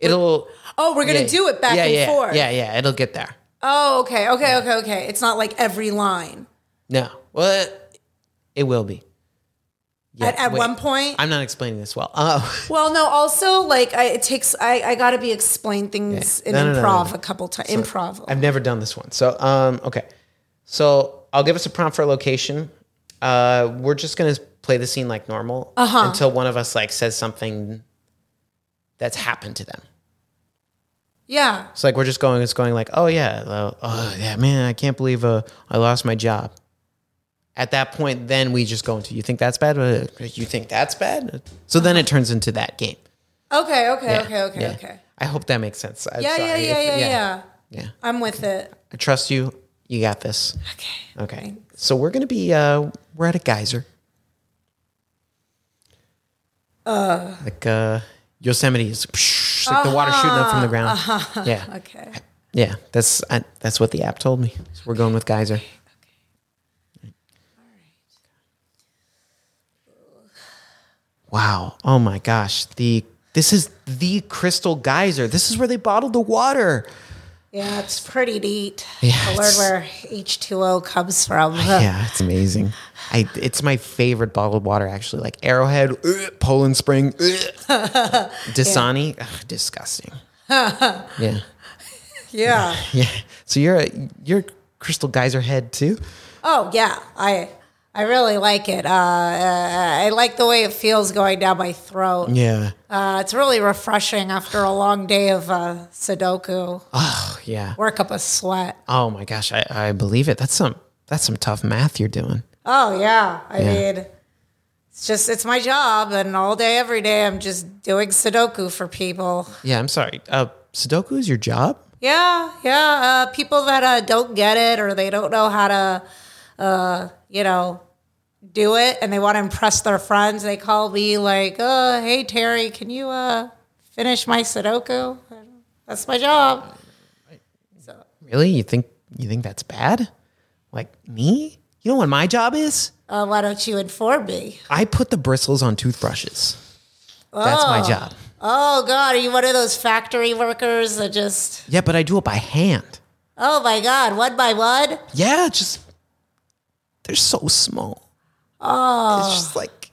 Speaker 1: It'll.
Speaker 2: Oh, we're gonna
Speaker 1: yeah,
Speaker 2: do it back
Speaker 1: yeah,
Speaker 2: and
Speaker 1: yeah,
Speaker 2: forth.
Speaker 1: Yeah, yeah, it'll get there.
Speaker 2: Oh, okay, okay, okay, okay. It's not like every line.
Speaker 1: No, well, it, it will be. Yeah,
Speaker 2: at at
Speaker 1: wait.
Speaker 2: one point.
Speaker 1: I'm not explaining this well. Oh,
Speaker 2: well, no. Also, like I, it takes. I, I got to be explained things
Speaker 1: Yeah.
Speaker 2: in
Speaker 1: No, no,
Speaker 2: improv
Speaker 1: no, no, no.
Speaker 2: a couple times. improv.
Speaker 1: I've never done this one. So, um, okay. So I'll give us a prompt for a location. Uh, we're just gonna play the scene like normal
Speaker 2: Uh-huh.
Speaker 1: until one of us like says something that's happened to them.
Speaker 2: yeah.
Speaker 1: It's like we're just going. It's going like, oh yeah, uh, oh yeah, man, I can't believe uh, I lost my job. At that point, then we just go into you think that's bad. Uh, You think that's bad. So then it turns into that game.
Speaker 2: Okay. Okay.
Speaker 1: Yeah,
Speaker 2: okay. Okay.
Speaker 1: yeah.
Speaker 2: Okay.
Speaker 1: I hope that makes sense. I'm
Speaker 2: Yeah, yeah.
Speaker 1: sorry
Speaker 2: Yeah.
Speaker 1: if-
Speaker 2: Yeah. Yeah.
Speaker 1: yeah.
Speaker 2: I'm with it.
Speaker 1: I trust you. You got this.
Speaker 2: Okay.
Speaker 1: Okay. So we're gonna be uh we're at a geyser. Uh like uh Yosemite is psh, like the water shooting up from the ground. Yeah.
Speaker 2: Uh-huh. Okay.
Speaker 1: Yeah. That's I, that's what the app told me. So we're going with geyser. Wow. Oh my gosh. The this is the crystal geyser. This is where they bottled the water.
Speaker 2: Yeah, it's pretty neat.
Speaker 1: Yeah,
Speaker 2: I learned
Speaker 1: it's-
Speaker 2: where H2O comes from.
Speaker 1: Yeah, it's amazing. I it's my favorite bottled water actually. Like Arrowhead, ugh, Poland Spring, ugh. Dasani, ugh, disgusting. yeah,
Speaker 2: yeah.
Speaker 1: yeah. So you're a you're a crystal geyser head too.
Speaker 2: Oh yeah, I I really like it. Uh, uh, I like the way it feels going down my throat.
Speaker 1: Yeah.
Speaker 2: Uh, it's really refreshing after a long day of uh, Sudoku.
Speaker 1: Oh yeah.
Speaker 2: Work up a sweat.
Speaker 1: Oh my gosh, I, I believe it. That's some that's some tough math you're doing.
Speaker 2: Oh yeah, I
Speaker 1: Yeah.
Speaker 2: mean, it's just it's my job, and all day every day I'm just doing Sudoku for people.
Speaker 1: Yeah, I'm sorry. Uh, Sudoku is your job.
Speaker 2: Yeah, yeah. Uh, people that uh, don't get it or they don't know how to, uh, you know, do it, and they want to impress their friends, they call me like, "Oh, hey Terry, can you uh, finish my Sudoku?" That's my job.
Speaker 1: Really? You think you think that's bad? Like me? You know what my job is?
Speaker 2: Uh, why don't you inform me?
Speaker 1: I put the bristles on toothbrushes. That's my job.
Speaker 2: Oh God, are you one of those factory workers that just?
Speaker 1: Yeah, but I do it by hand.
Speaker 2: Oh my God, one by one.
Speaker 1: Yeah, it's just they're so small. Oh, it's just like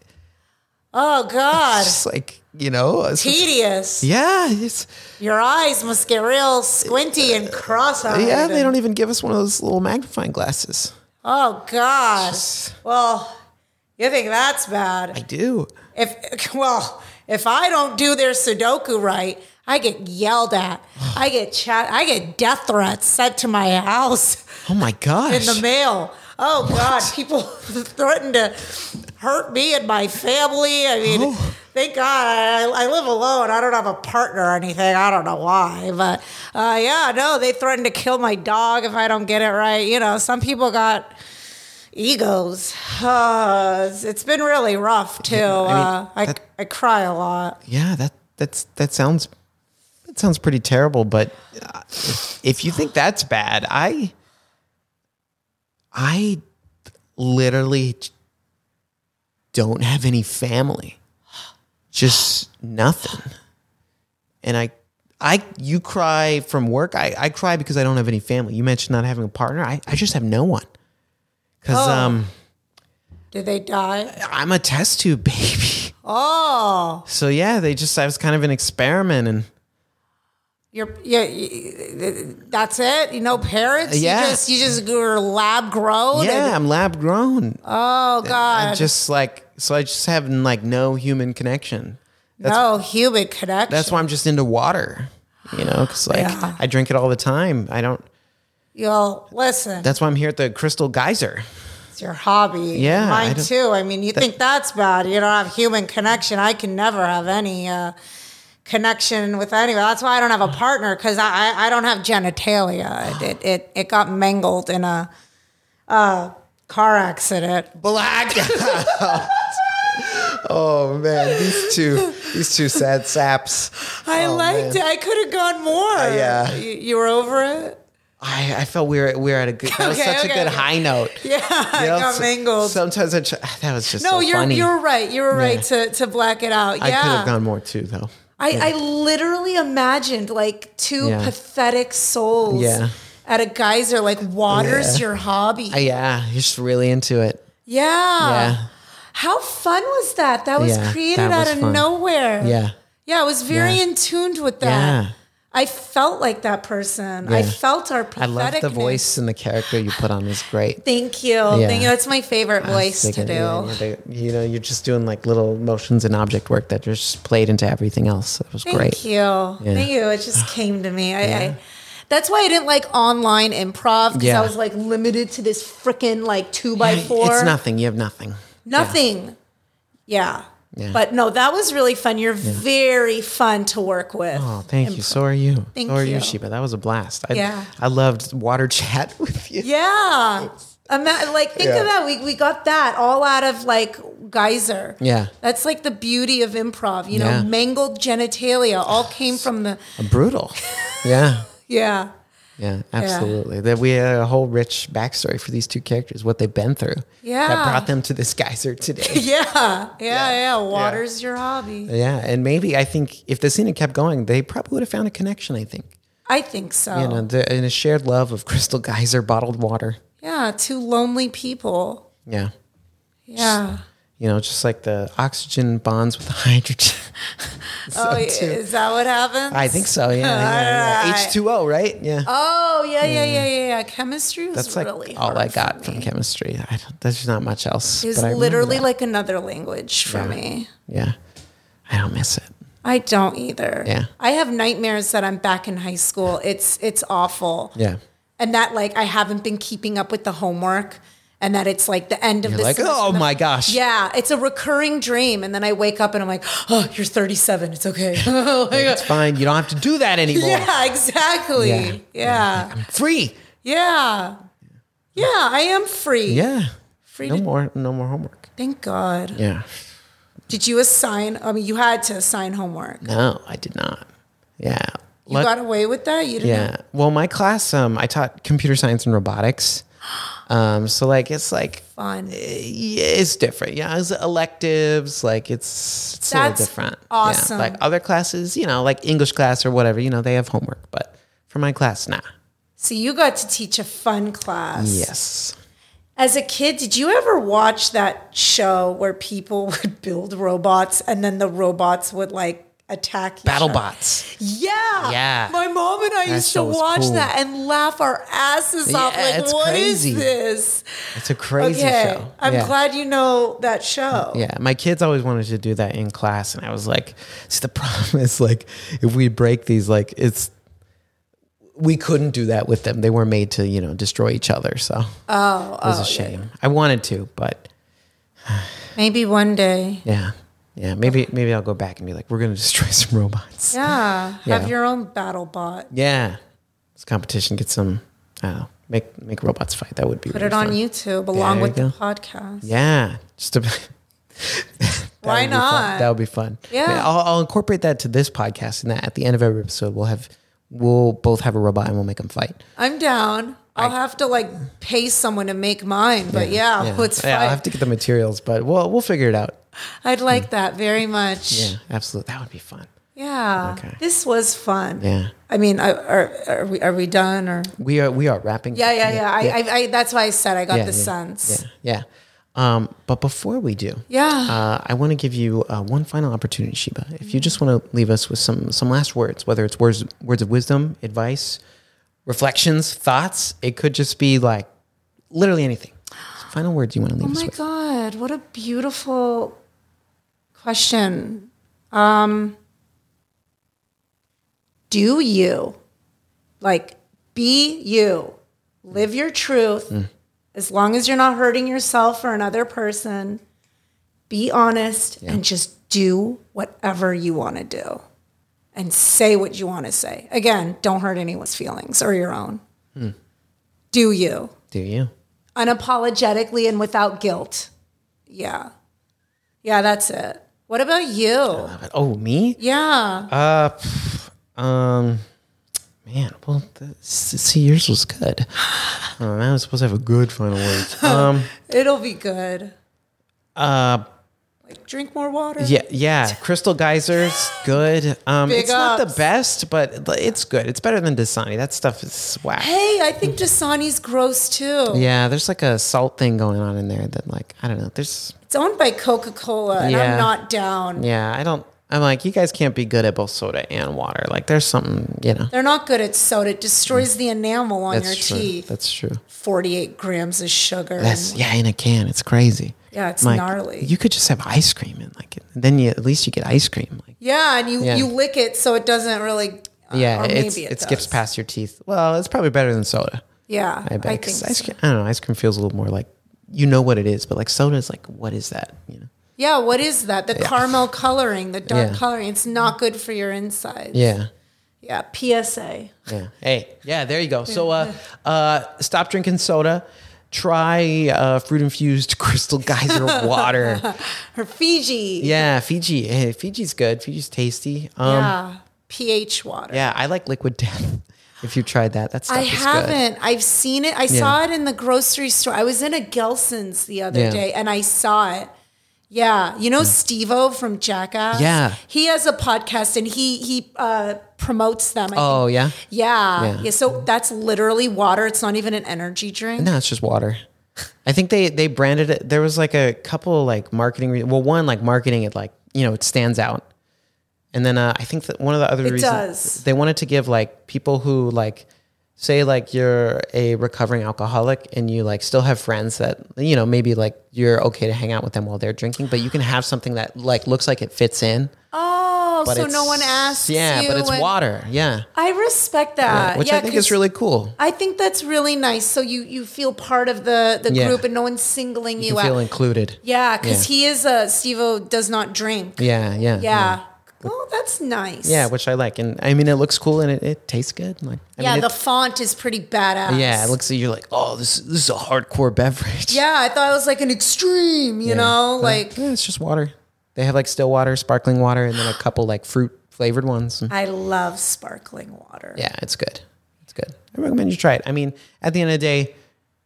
Speaker 2: Oh God,
Speaker 1: Just like, you know, it's just-
Speaker 2: tedious.
Speaker 1: yeah, it's,
Speaker 2: Your eyes must get real squinty and cross-eyed.
Speaker 1: yeah, they
Speaker 2: and-
Speaker 1: don't even give us one of those little magnifying glasses.
Speaker 2: Oh God. Well, you think that's bad?
Speaker 1: I do.
Speaker 2: If well, if I don't do their Sudoku right, I get yelled at. I get chat. I get death threats sent to my house
Speaker 1: Oh my
Speaker 2: in
Speaker 1: gosh.
Speaker 2: the mail. Oh God, people threaten to hurt me and my family. I mean, thank God I, I live alone. I don't have a partner or anything. I don't know why, but uh, yeah, no, they threatened to kill my dog if I don't get it right. You know, some people got egos. Uh, it's- it's been really rough too.
Speaker 1: I
Speaker 2: Uh,
Speaker 1: mean,
Speaker 2: I,
Speaker 1: that-
Speaker 2: I cry a lot.
Speaker 1: yeah, that that's that sounds that sounds pretty terrible, but uh, if, if you think that's bad, I I literally don't have any family. Just nothing. And I I you cry from work. I, I cry because I don't have any family. You mentioned not having a partner. I, I just have no one. Cause
Speaker 2: Oh.
Speaker 1: um
Speaker 2: Did they die?
Speaker 1: I'm a test tube baby.
Speaker 2: Oh.
Speaker 1: So yeah, they just I was kind of an experiment and
Speaker 2: You're, you you- that's it. You know, parents.
Speaker 1: Yeah.
Speaker 2: You just you just were lab grown. and-
Speaker 1: Yeah, I'm lab grown.
Speaker 2: oh God.
Speaker 1: I just like so I just have like no human connection.
Speaker 2: no human connection.
Speaker 1: That's why I'm just into water. You know, because like
Speaker 2: Yeah.
Speaker 1: I drink it all the time. I don't.
Speaker 2: You'll listen.
Speaker 1: That's why I'm here at the Crystal Geyser.
Speaker 2: it's your hobby.
Speaker 1: Yeah, I
Speaker 2: Mine
Speaker 1: don't-
Speaker 2: too. I mean, you think that's bad? You don't have human connection. I can never have any. Uh, connection with anyone that's why i don't have a partner because I, I i don't have genitalia it, it it got mangled in a uh car accident
Speaker 1: Black. oh man, these two, these two sad saps.
Speaker 2: I liked it. I could have gone more.
Speaker 1: Oh, Uh, yeah.
Speaker 2: You, you were over it?
Speaker 1: I, I felt we were we were at a good. That was
Speaker 2: Okay,
Speaker 1: such a
Speaker 2: okay,
Speaker 1: good
Speaker 2: okay.
Speaker 1: high note.
Speaker 2: Yeah, I
Speaker 1: You know,
Speaker 2: got
Speaker 1: so-
Speaker 2: mangled.
Speaker 1: Sometimes I try, that was just
Speaker 2: no,
Speaker 1: so
Speaker 2: you're
Speaker 1: funny.
Speaker 2: you're right. You were right to, to black it out.
Speaker 1: I could
Speaker 2: Yeah.
Speaker 1: have gone more too though.
Speaker 2: I, I literally imagined like two
Speaker 1: Yeah.
Speaker 2: pathetic souls
Speaker 1: Yeah.
Speaker 2: at a geyser, like water's your hobby.
Speaker 1: Uh, yeah, you're just really into it.
Speaker 2: yeah.
Speaker 1: Yeah.
Speaker 2: How fun was that? That was
Speaker 1: Yeah,
Speaker 2: created
Speaker 1: that was
Speaker 2: out of
Speaker 1: fun.
Speaker 2: nowhere.
Speaker 1: Yeah.
Speaker 2: Yeah, I was very
Speaker 1: Yeah.
Speaker 2: in tuned with that.
Speaker 1: Yeah.
Speaker 2: I felt like that person. I
Speaker 1: Yeah.
Speaker 2: felt our
Speaker 1: I love
Speaker 2: patheticness.
Speaker 1: the voice and the character you put on is great.
Speaker 2: Thank you. Thank you. That's my favorite voice to
Speaker 1: Thinking,
Speaker 2: do.
Speaker 1: yeah, yeah, they- you know, you're just doing like little motions and object work that just played into everything else. It was
Speaker 2: Thank
Speaker 1: great.
Speaker 2: you. Thank you. It just came to me. I, I that's why I didn't like online improv because
Speaker 1: Yeah.
Speaker 2: I was like limited to this freaking like two by four.
Speaker 1: It's nothing. You have nothing.
Speaker 2: Nothing. Yeah.
Speaker 1: Yeah.
Speaker 2: But no, that was really fun. You're very fun to work with.
Speaker 1: Oh, thank you. So are you.
Speaker 2: Thank
Speaker 1: so are
Speaker 2: you.
Speaker 1: you, Sheba. That was a blast. I,
Speaker 2: Yeah.
Speaker 1: I loved water chat with you.
Speaker 2: Yeah. Ima- like think
Speaker 1: Yeah.
Speaker 2: of that. We we got that all out of like geyser.
Speaker 1: Yeah.
Speaker 2: That's like the beauty of improv. You know,
Speaker 1: Yeah.
Speaker 2: mangled genitalia all came from the
Speaker 1: Brutal. Yeah.
Speaker 2: yeah.
Speaker 1: Yeah, absolutely. That we had a whole rich backstory for these two characters, what they've been through.
Speaker 2: Yeah.
Speaker 1: That brought them to this geyser today.
Speaker 2: Yeah, yeah, yeah. Water's your hobby.
Speaker 1: yeah. And maybe I think if the scene had kept going, they probably would have found a connection, I think.
Speaker 2: I think so.
Speaker 1: you know, the, and a shared love of crystal geyser bottled water.
Speaker 2: yeah, two lonely people.
Speaker 1: Yeah.
Speaker 2: Yeah.
Speaker 1: You know, just like the oxygen bonds with the hydrogen.
Speaker 2: oh,
Speaker 1: So, too.
Speaker 2: is that what happens?
Speaker 1: I think so. Yeah. yeah, yeah.
Speaker 2: Alright.
Speaker 1: H2O, right? Yeah.
Speaker 2: Oh, yeah, yeah, yeah, yeah. yeah. Chemistry was
Speaker 1: Mm. that's like
Speaker 2: really
Speaker 1: all
Speaker 2: hard
Speaker 1: I
Speaker 2: for
Speaker 1: got
Speaker 2: me.
Speaker 1: from chemistry. I don't, there's just not much else.
Speaker 2: It was
Speaker 1: but I remember
Speaker 2: literally
Speaker 1: that.
Speaker 2: like another language for
Speaker 1: Yeah.
Speaker 2: me.
Speaker 1: Yeah. I don't miss it.
Speaker 2: I don't either.
Speaker 1: Yeah.
Speaker 2: I have nightmares that I'm back in high school. It's it's awful.
Speaker 1: Yeah.
Speaker 2: And that like I haven't been keeping up with the homework and that it's like the end of
Speaker 1: You're
Speaker 2: the
Speaker 1: like,
Speaker 2: semester.
Speaker 1: oh my gosh.
Speaker 2: Yeah, it's a recurring dream. And then I wake up and I'm like, oh, you're 37. It's okay. Oh my God.
Speaker 1: It's fine. You don't have to do that anymore.
Speaker 2: Yeah, exactly.
Speaker 1: Yeah.
Speaker 2: Yeah. Yeah.
Speaker 1: Free.
Speaker 2: Yeah. I am free.
Speaker 1: Yeah.
Speaker 2: Free
Speaker 1: No
Speaker 2: to,
Speaker 1: more. No more homework.
Speaker 2: thank God.
Speaker 1: Yeah.
Speaker 2: Did you assign? I mean, you had to assign homework.
Speaker 1: No, I did not. Yeah.
Speaker 2: You got away with that? You didn't?
Speaker 1: Yeah. Well, my class, um, I taught computer science and robotics. Um, so like it's like
Speaker 2: Fun.
Speaker 1: eh, yeah, it's different. Yeah, it's electives. Like it's it's a
Speaker 2: That's
Speaker 1: little different. Yeah.
Speaker 2: awesome.
Speaker 1: Like other classes, you know, like English class or whatever, you know, they have homework. But for my class, nah.
Speaker 2: So you got to teach a fun class.
Speaker 1: Yes.
Speaker 2: As a kid, did you ever watch that show where people would build robots and then the robots would like attack each
Speaker 1: Battle
Speaker 2: other?
Speaker 1: bots.
Speaker 2: Yeah.
Speaker 1: Yeah.
Speaker 2: My mom and I
Speaker 1: That
Speaker 2: used to
Speaker 1: show was
Speaker 2: watch
Speaker 1: cool.
Speaker 2: that and laugh our asses
Speaker 1: Yeah,
Speaker 2: off. Like,
Speaker 1: it's
Speaker 2: what is
Speaker 1: crazy.
Speaker 2: this?
Speaker 1: It's a crazy
Speaker 2: okay.
Speaker 1: show.
Speaker 2: I'm
Speaker 1: Yeah.
Speaker 2: glad you know that show.
Speaker 1: Yeah, my kids always wanted to do that in class, and I was like, "See, the problem is like if we break these, like it's we couldn't do that with them. They were made to, you know, destroy each other. So oh, it was a shame. I wanted to, but
Speaker 2: Maybe one day.
Speaker 1: yeah, yeah, maybe maybe I'll go back and be like, we're gonna destroy some robots.
Speaker 2: Yeah.
Speaker 1: Yeah.
Speaker 2: Have your own battle bot.
Speaker 1: Yeah, this competition get some. I don't know, make make robots fight. That would be
Speaker 2: Put it on YouTube along
Speaker 1: There
Speaker 2: with
Speaker 1: you
Speaker 2: the
Speaker 1: go.
Speaker 2: podcast.
Speaker 1: Yeah, just a. That
Speaker 2: Why
Speaker 1: would be fun.
Speaker 2: not?
Speaker 1: That would be fun.
Speaker 2: Yeah.
Speaker 1: I'll, I'll incorporate that to this podcast, and that at the end of every episode, we'll have we'll both have a robot and we'll make them fight.
Speaker 2: I'm down. I'll have to like pay someone to make mine, but yeah, let's
Speaker 1: yeah, I'll
Speaker 2: fight.
Speaker 1: have to get the materials, but we'll we'll figure it out.
Speaker 2: I'd like that very much.
Speaker 1: Yeah, absolutely. That would be fun.
Speaker 2: Yeah.
Speaker 1: Okay.
Speaker 2: This was fun.
Speaker 1: Yeah,
Speaker 2: I mean, I- are, are we are we done or?
Speaker 1: we are we are wrapping.
Speaker 2: Yeah, yeah, yeah. I,
Speaker 1: yeah,
Speaker 2: I, I that's why I said I got
Speaker 1: yeah,
Speaker 2: the
Speaker 1: yeah,
Speaker 2: sense.
Speaker 1: Yeah, yeah. Um, but before we do,
Speaker 2: Yeah.
Speaker 1: uh, I want to give you uh, one final opportunity, Sheba. If you just want to leave us with some some last words, whether it's words words of wisdom, advice, reflections, thoughts, it could just be like literally anything. Final words you want to leave
Speaker 2: Oh
Speaker 1: us
Speaker 2: my
Speaker 1: with.
Speaker 2: God, what a beautiful question. Um, do you like be you, live your truth as long as you're not hurting yourself or another person? Be honest and just do whatever you want to do and say what you want to say. Again, don't hurt anyone's feelings or your own. Do you?
Speaker 1: Do you?
Speaker 2: unapologetically and without guilt. Yeah. Yeah, that's it. What about you?
Speaker 1: Oh, me?
Speaker 2: Yeah.
Speaker 1: Uh, pff, um, man. Well, the, see, yours was good. Um, I was supposed to have a good final words. Um,
Speaker 2: It'll be good.
Speaker 1: uh,
Speaker 2: Like drink more water.
Speaker 1: yeah, yeah. Crystal geysers, good. Um,
Speaker 2: Big
Speaker 1: it's not the
Speaker 2: ups.
Speaker 1: best, but it's good. It's better than Dasani. That stuff is whack.
Speaker 2: Hey, I think Dasani's gross too.
Speaker 1: Yeah, there's like a salt thing going on in there that like I don't know. There's
Speaker 2: It's owned by Coca-Cola and
Speaker 1: Yeah.
Speaker 2: I'm not down.
Speaker 1: yeah, I don't I'm like you guys can't be good at both soda and water. Like there's something, you know.
Speaker 2: They're not good at soda. It destroys the enamel on your
Speaker 1: That's true.
Speaker 2: teeth.
Speaker 1: That's true.
Speaker 2: 48 grams of sugar.
Speaker 1: That's
Speaker 2: and-
Speaker 1: yeah, in a can. It's crazy.
Speaker 2: yeah, it's
Speaker 1: Like,
Speaker 2: gnarly.
Speaker 1: You could just have ice cream and like then you at least you get ice cream. Like
Speaker 2: yeah, and you,
Speaker 1: Yeah.
Speaker 2: you lick it so it doesn't really. uh,
Speaker 1: yeah,
Speaker 2: or
Speaker 1: it's,
Speaker 2: maybe
Speaker 1: it,
Speaker 2: it
Speaker 1: skips
Speaker 2: does.
Speaker 1: past your teeth. Well, it's probably better than soda.
Speaker 2: Yeah,
Speaker 1: I bet.
Speaker 2: I
Speaker 1: 'cause
Speaker 2: think
Speaker 1: ice
Speaker 2: so.
Speaker 1: cream, I don't know. Ice cream feels a little more like you know what it is, but like soda is like what is that? You know.
Speaker 2: Yeah, what is that? The caramel coloring, the dark
Speaker 1: Yeah.
Speaker 2: coloring. It's not good for your insides.
Speaker 1: Yeah.
Speaker 2: Yeah, PSA.
Speaker 1: Yeah. Hey. Yeah. There you go. So, uh, uh, stop drinking soda. Try uh, fruit infused crystal geyser water.
Speaker 2: Or Fiji.
Speaker 1: Yeah, Fiji. Hey, Fiji's good. Fiji's tasty. Um, yeah.
Speaker 2: Yeah, pH water.
Speaker 1: I like liquid death. If you've tried that, that's
Speaker 2: I
Speaker 1: is Good.
Speaker 2: haven't. I've seen it. I saw it in the grocery store. I was in a Gelson's the other
Speaker 1: Yeah.
Speaker 2: day and I saw it. Yeah, you know Steve O from Jackass.
Speaker 1: Yeah.
Speaker 2: he has a podcast and he he uh, promotes them. I
Speaker 1: Oh
Speaker 2: think.
Speaker 1: yeah.
Speaker 2: yeah.
Speaker 1: Yeah.
Speaker 2: yeah, So that's literally water. It's not even an energy drink.
Speaker 1: No, it's just water. I think they they branded it. There was like a couple like marketing. Re- well, one like marketing it like you know it stands out, and then uh, I think that one of the other reasons
Speaker 2: does.
Speaker 1: they wanted to give like people who like say like you're a recovering alcoholic and you like still have friends that you know maybe like you're okay to hang out with them while they're drinking, but you can have something that like looks like it fits in.
Speaker 2: Oh,
Speaker 1: But
Speaker 2: so
Speaker 1: it's-
Speaker 2: no one asks.
Speaker 1: Yeah, but
Speaker 2: you
Speaker 1: it's
Speaker 2: and-
Speaker 1: water. Yeah,
Speaker 2: I respect that.
Speaker 1: which
Speaker 2: yeah,
Speaker 1: I think is
Speaker 2: 'cause
Speaker 1: really cool.
Speaker 2: I think that's really nice. So you you feel part of the the
Speaker 1: Yeah.
Speaker 2: group, and no one's singling you,
Speaker 1: You
Speaker 2: out.
Speaker 1: feel included.
Speaker 2: yeah, because
Speaker 1: Yeah.
Speaker 2: he is a Stevo does not drink. Yeah.
Speaker 1: Yeah, yeah,
Speaker 2: Oh, that's nice.
Speaker 1: Yeah, which I like, and I mean, it looks cool and it, it tastes good. Like, I
Speaker 2: yeah.
Speaker 1: mean,
Speaker 2: the
Speaker 1: it,
Speaker 2: font is pretty badass.
Speaker 1: yeah, it looks. You're like, oh, this this is a hardcore beverage.
Speaker 2: Yeah, I thought it was like an extreme. You
Speaker 1: Yeah,
Speaker 2: know,
Speaker 1: but,
Speaker 2: like
Speaker 1: yeah, it's just water. They have like still water, sparkling water, and then a couple like fruit flavored ones. And-
Speaker 2: I love sparkling water.
Speaker 1: yeah, it's good. It's good. I recommend you try it. I mean, at the end of the day,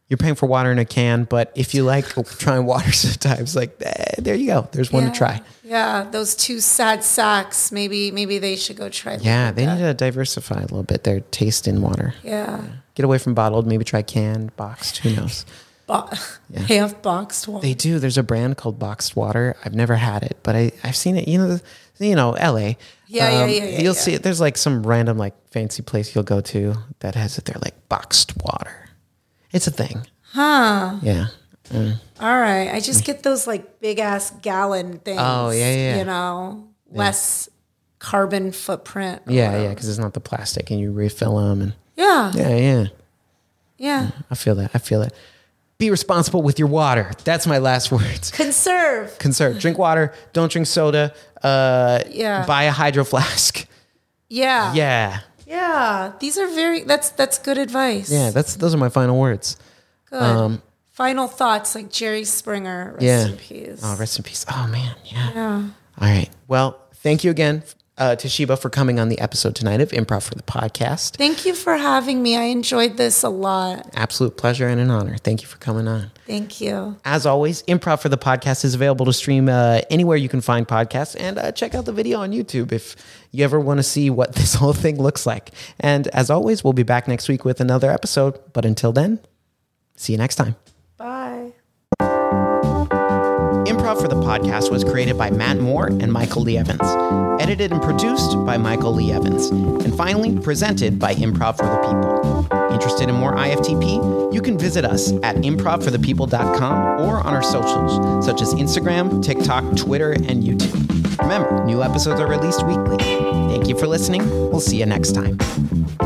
Speaker 1: you're paying for water in a can, but if you like trying water sometimes, like eh, there you go. There's one
Speaker 2: Yeah.
Speaker 1: to try.
Speaker 2: Yeah, those two sad sacks. Maybe maybe they should go try.
Speaker 1: Yeah,
Speaker 2: liquid
Speaker 1: they
Speaker 2: death.
Speaker 1: need to diversify a little bit their taste in water.
Speaker 2: Yeah.
Speaker 1: Get away from bottled. Maybe try canned, boxed. Who knows?
Speaker 2: bo- they have boxed water.
Speaker 1: They do. There's a brand called Boxed Water. I've never had it, but I I've seen it. You know, the, you know, LA.
Speaker 2: Yeah, yeah, yeah, yeah,
Speaker 1: You'll
Speaker 2: yeah.
Speaker 1: see it. There's like some random like fancy place you'll go to that has it. They're like boxed water. It's a thing. Huh. Yeah.
Speaker 2: All right, I just get those like big ass gallon things.
Speaker 1: Oh, yeah, yeah, yeah.
Speaker 2: You know, less carbon footprint.
Speaker 1: Yeah, yeah, because it's not the plastic, and you refill them, and
Speaker 2: Yeah, yeah,
Speaker 1: yeah, yeah.
Speaker 2: yeah.
Speaker 1: I feel that. I feel it. Be responsible with your water. That's my last words.
Speaker 2: Conserve.
Speaker 1: Conserve. Drink water. Don't drink soda. Uh,
Speaker 2: Yeah.
Speaker 1: Buy a hydro flask.
Speaker 2: Yeah.
Speaker 1: Yeah.
Speaker 2: Yeah, these are very. That's that's good advice.
Speaker 1: Yeah. That's those are my final words.
Speaker 2: Good. Final thoughts, like Jerry Springer. Rest
Speaker 1: Yeah.
Speaker 2: in peace.
Speaker 1: Oh, rest in peace. Oh man. Yeah.
Speaker 2: Yeah.
Speaker 1: All right. Well, thank you again, uh, to Sheba, for coming on the episode tonight of Improv for the podcast.
Speaker 2: Thank you for having me. I enjoyed this a lot.
Speaker 1: Absolute pleasure and an honor. Thank you for coming on.
Speaker 2: Thank you.
Speaker 1: As always, Improv for the Podcast is available to stream uh, anywhere you can find podcasts. And uh, check out the video on YouTube if you ever want to see what this whole thing looks like. And as always, we'll be back next week with another episode. But until then, see you next time.
Speaker 2: Bye.
Speaker 1: Improv for the Podcast was created by Matt Moore and Michael Lee Evans, edited and produced by Michael Lee Evans, and finally presented by Improv for the People. Interested in more IFTP? You can visit us at improvforthepeople.com or on our socials, such as Instagram, TikTok, Twitter, and YouTube. Remember, new episodes are released weekly. Thank you for listening. We'll see you next time.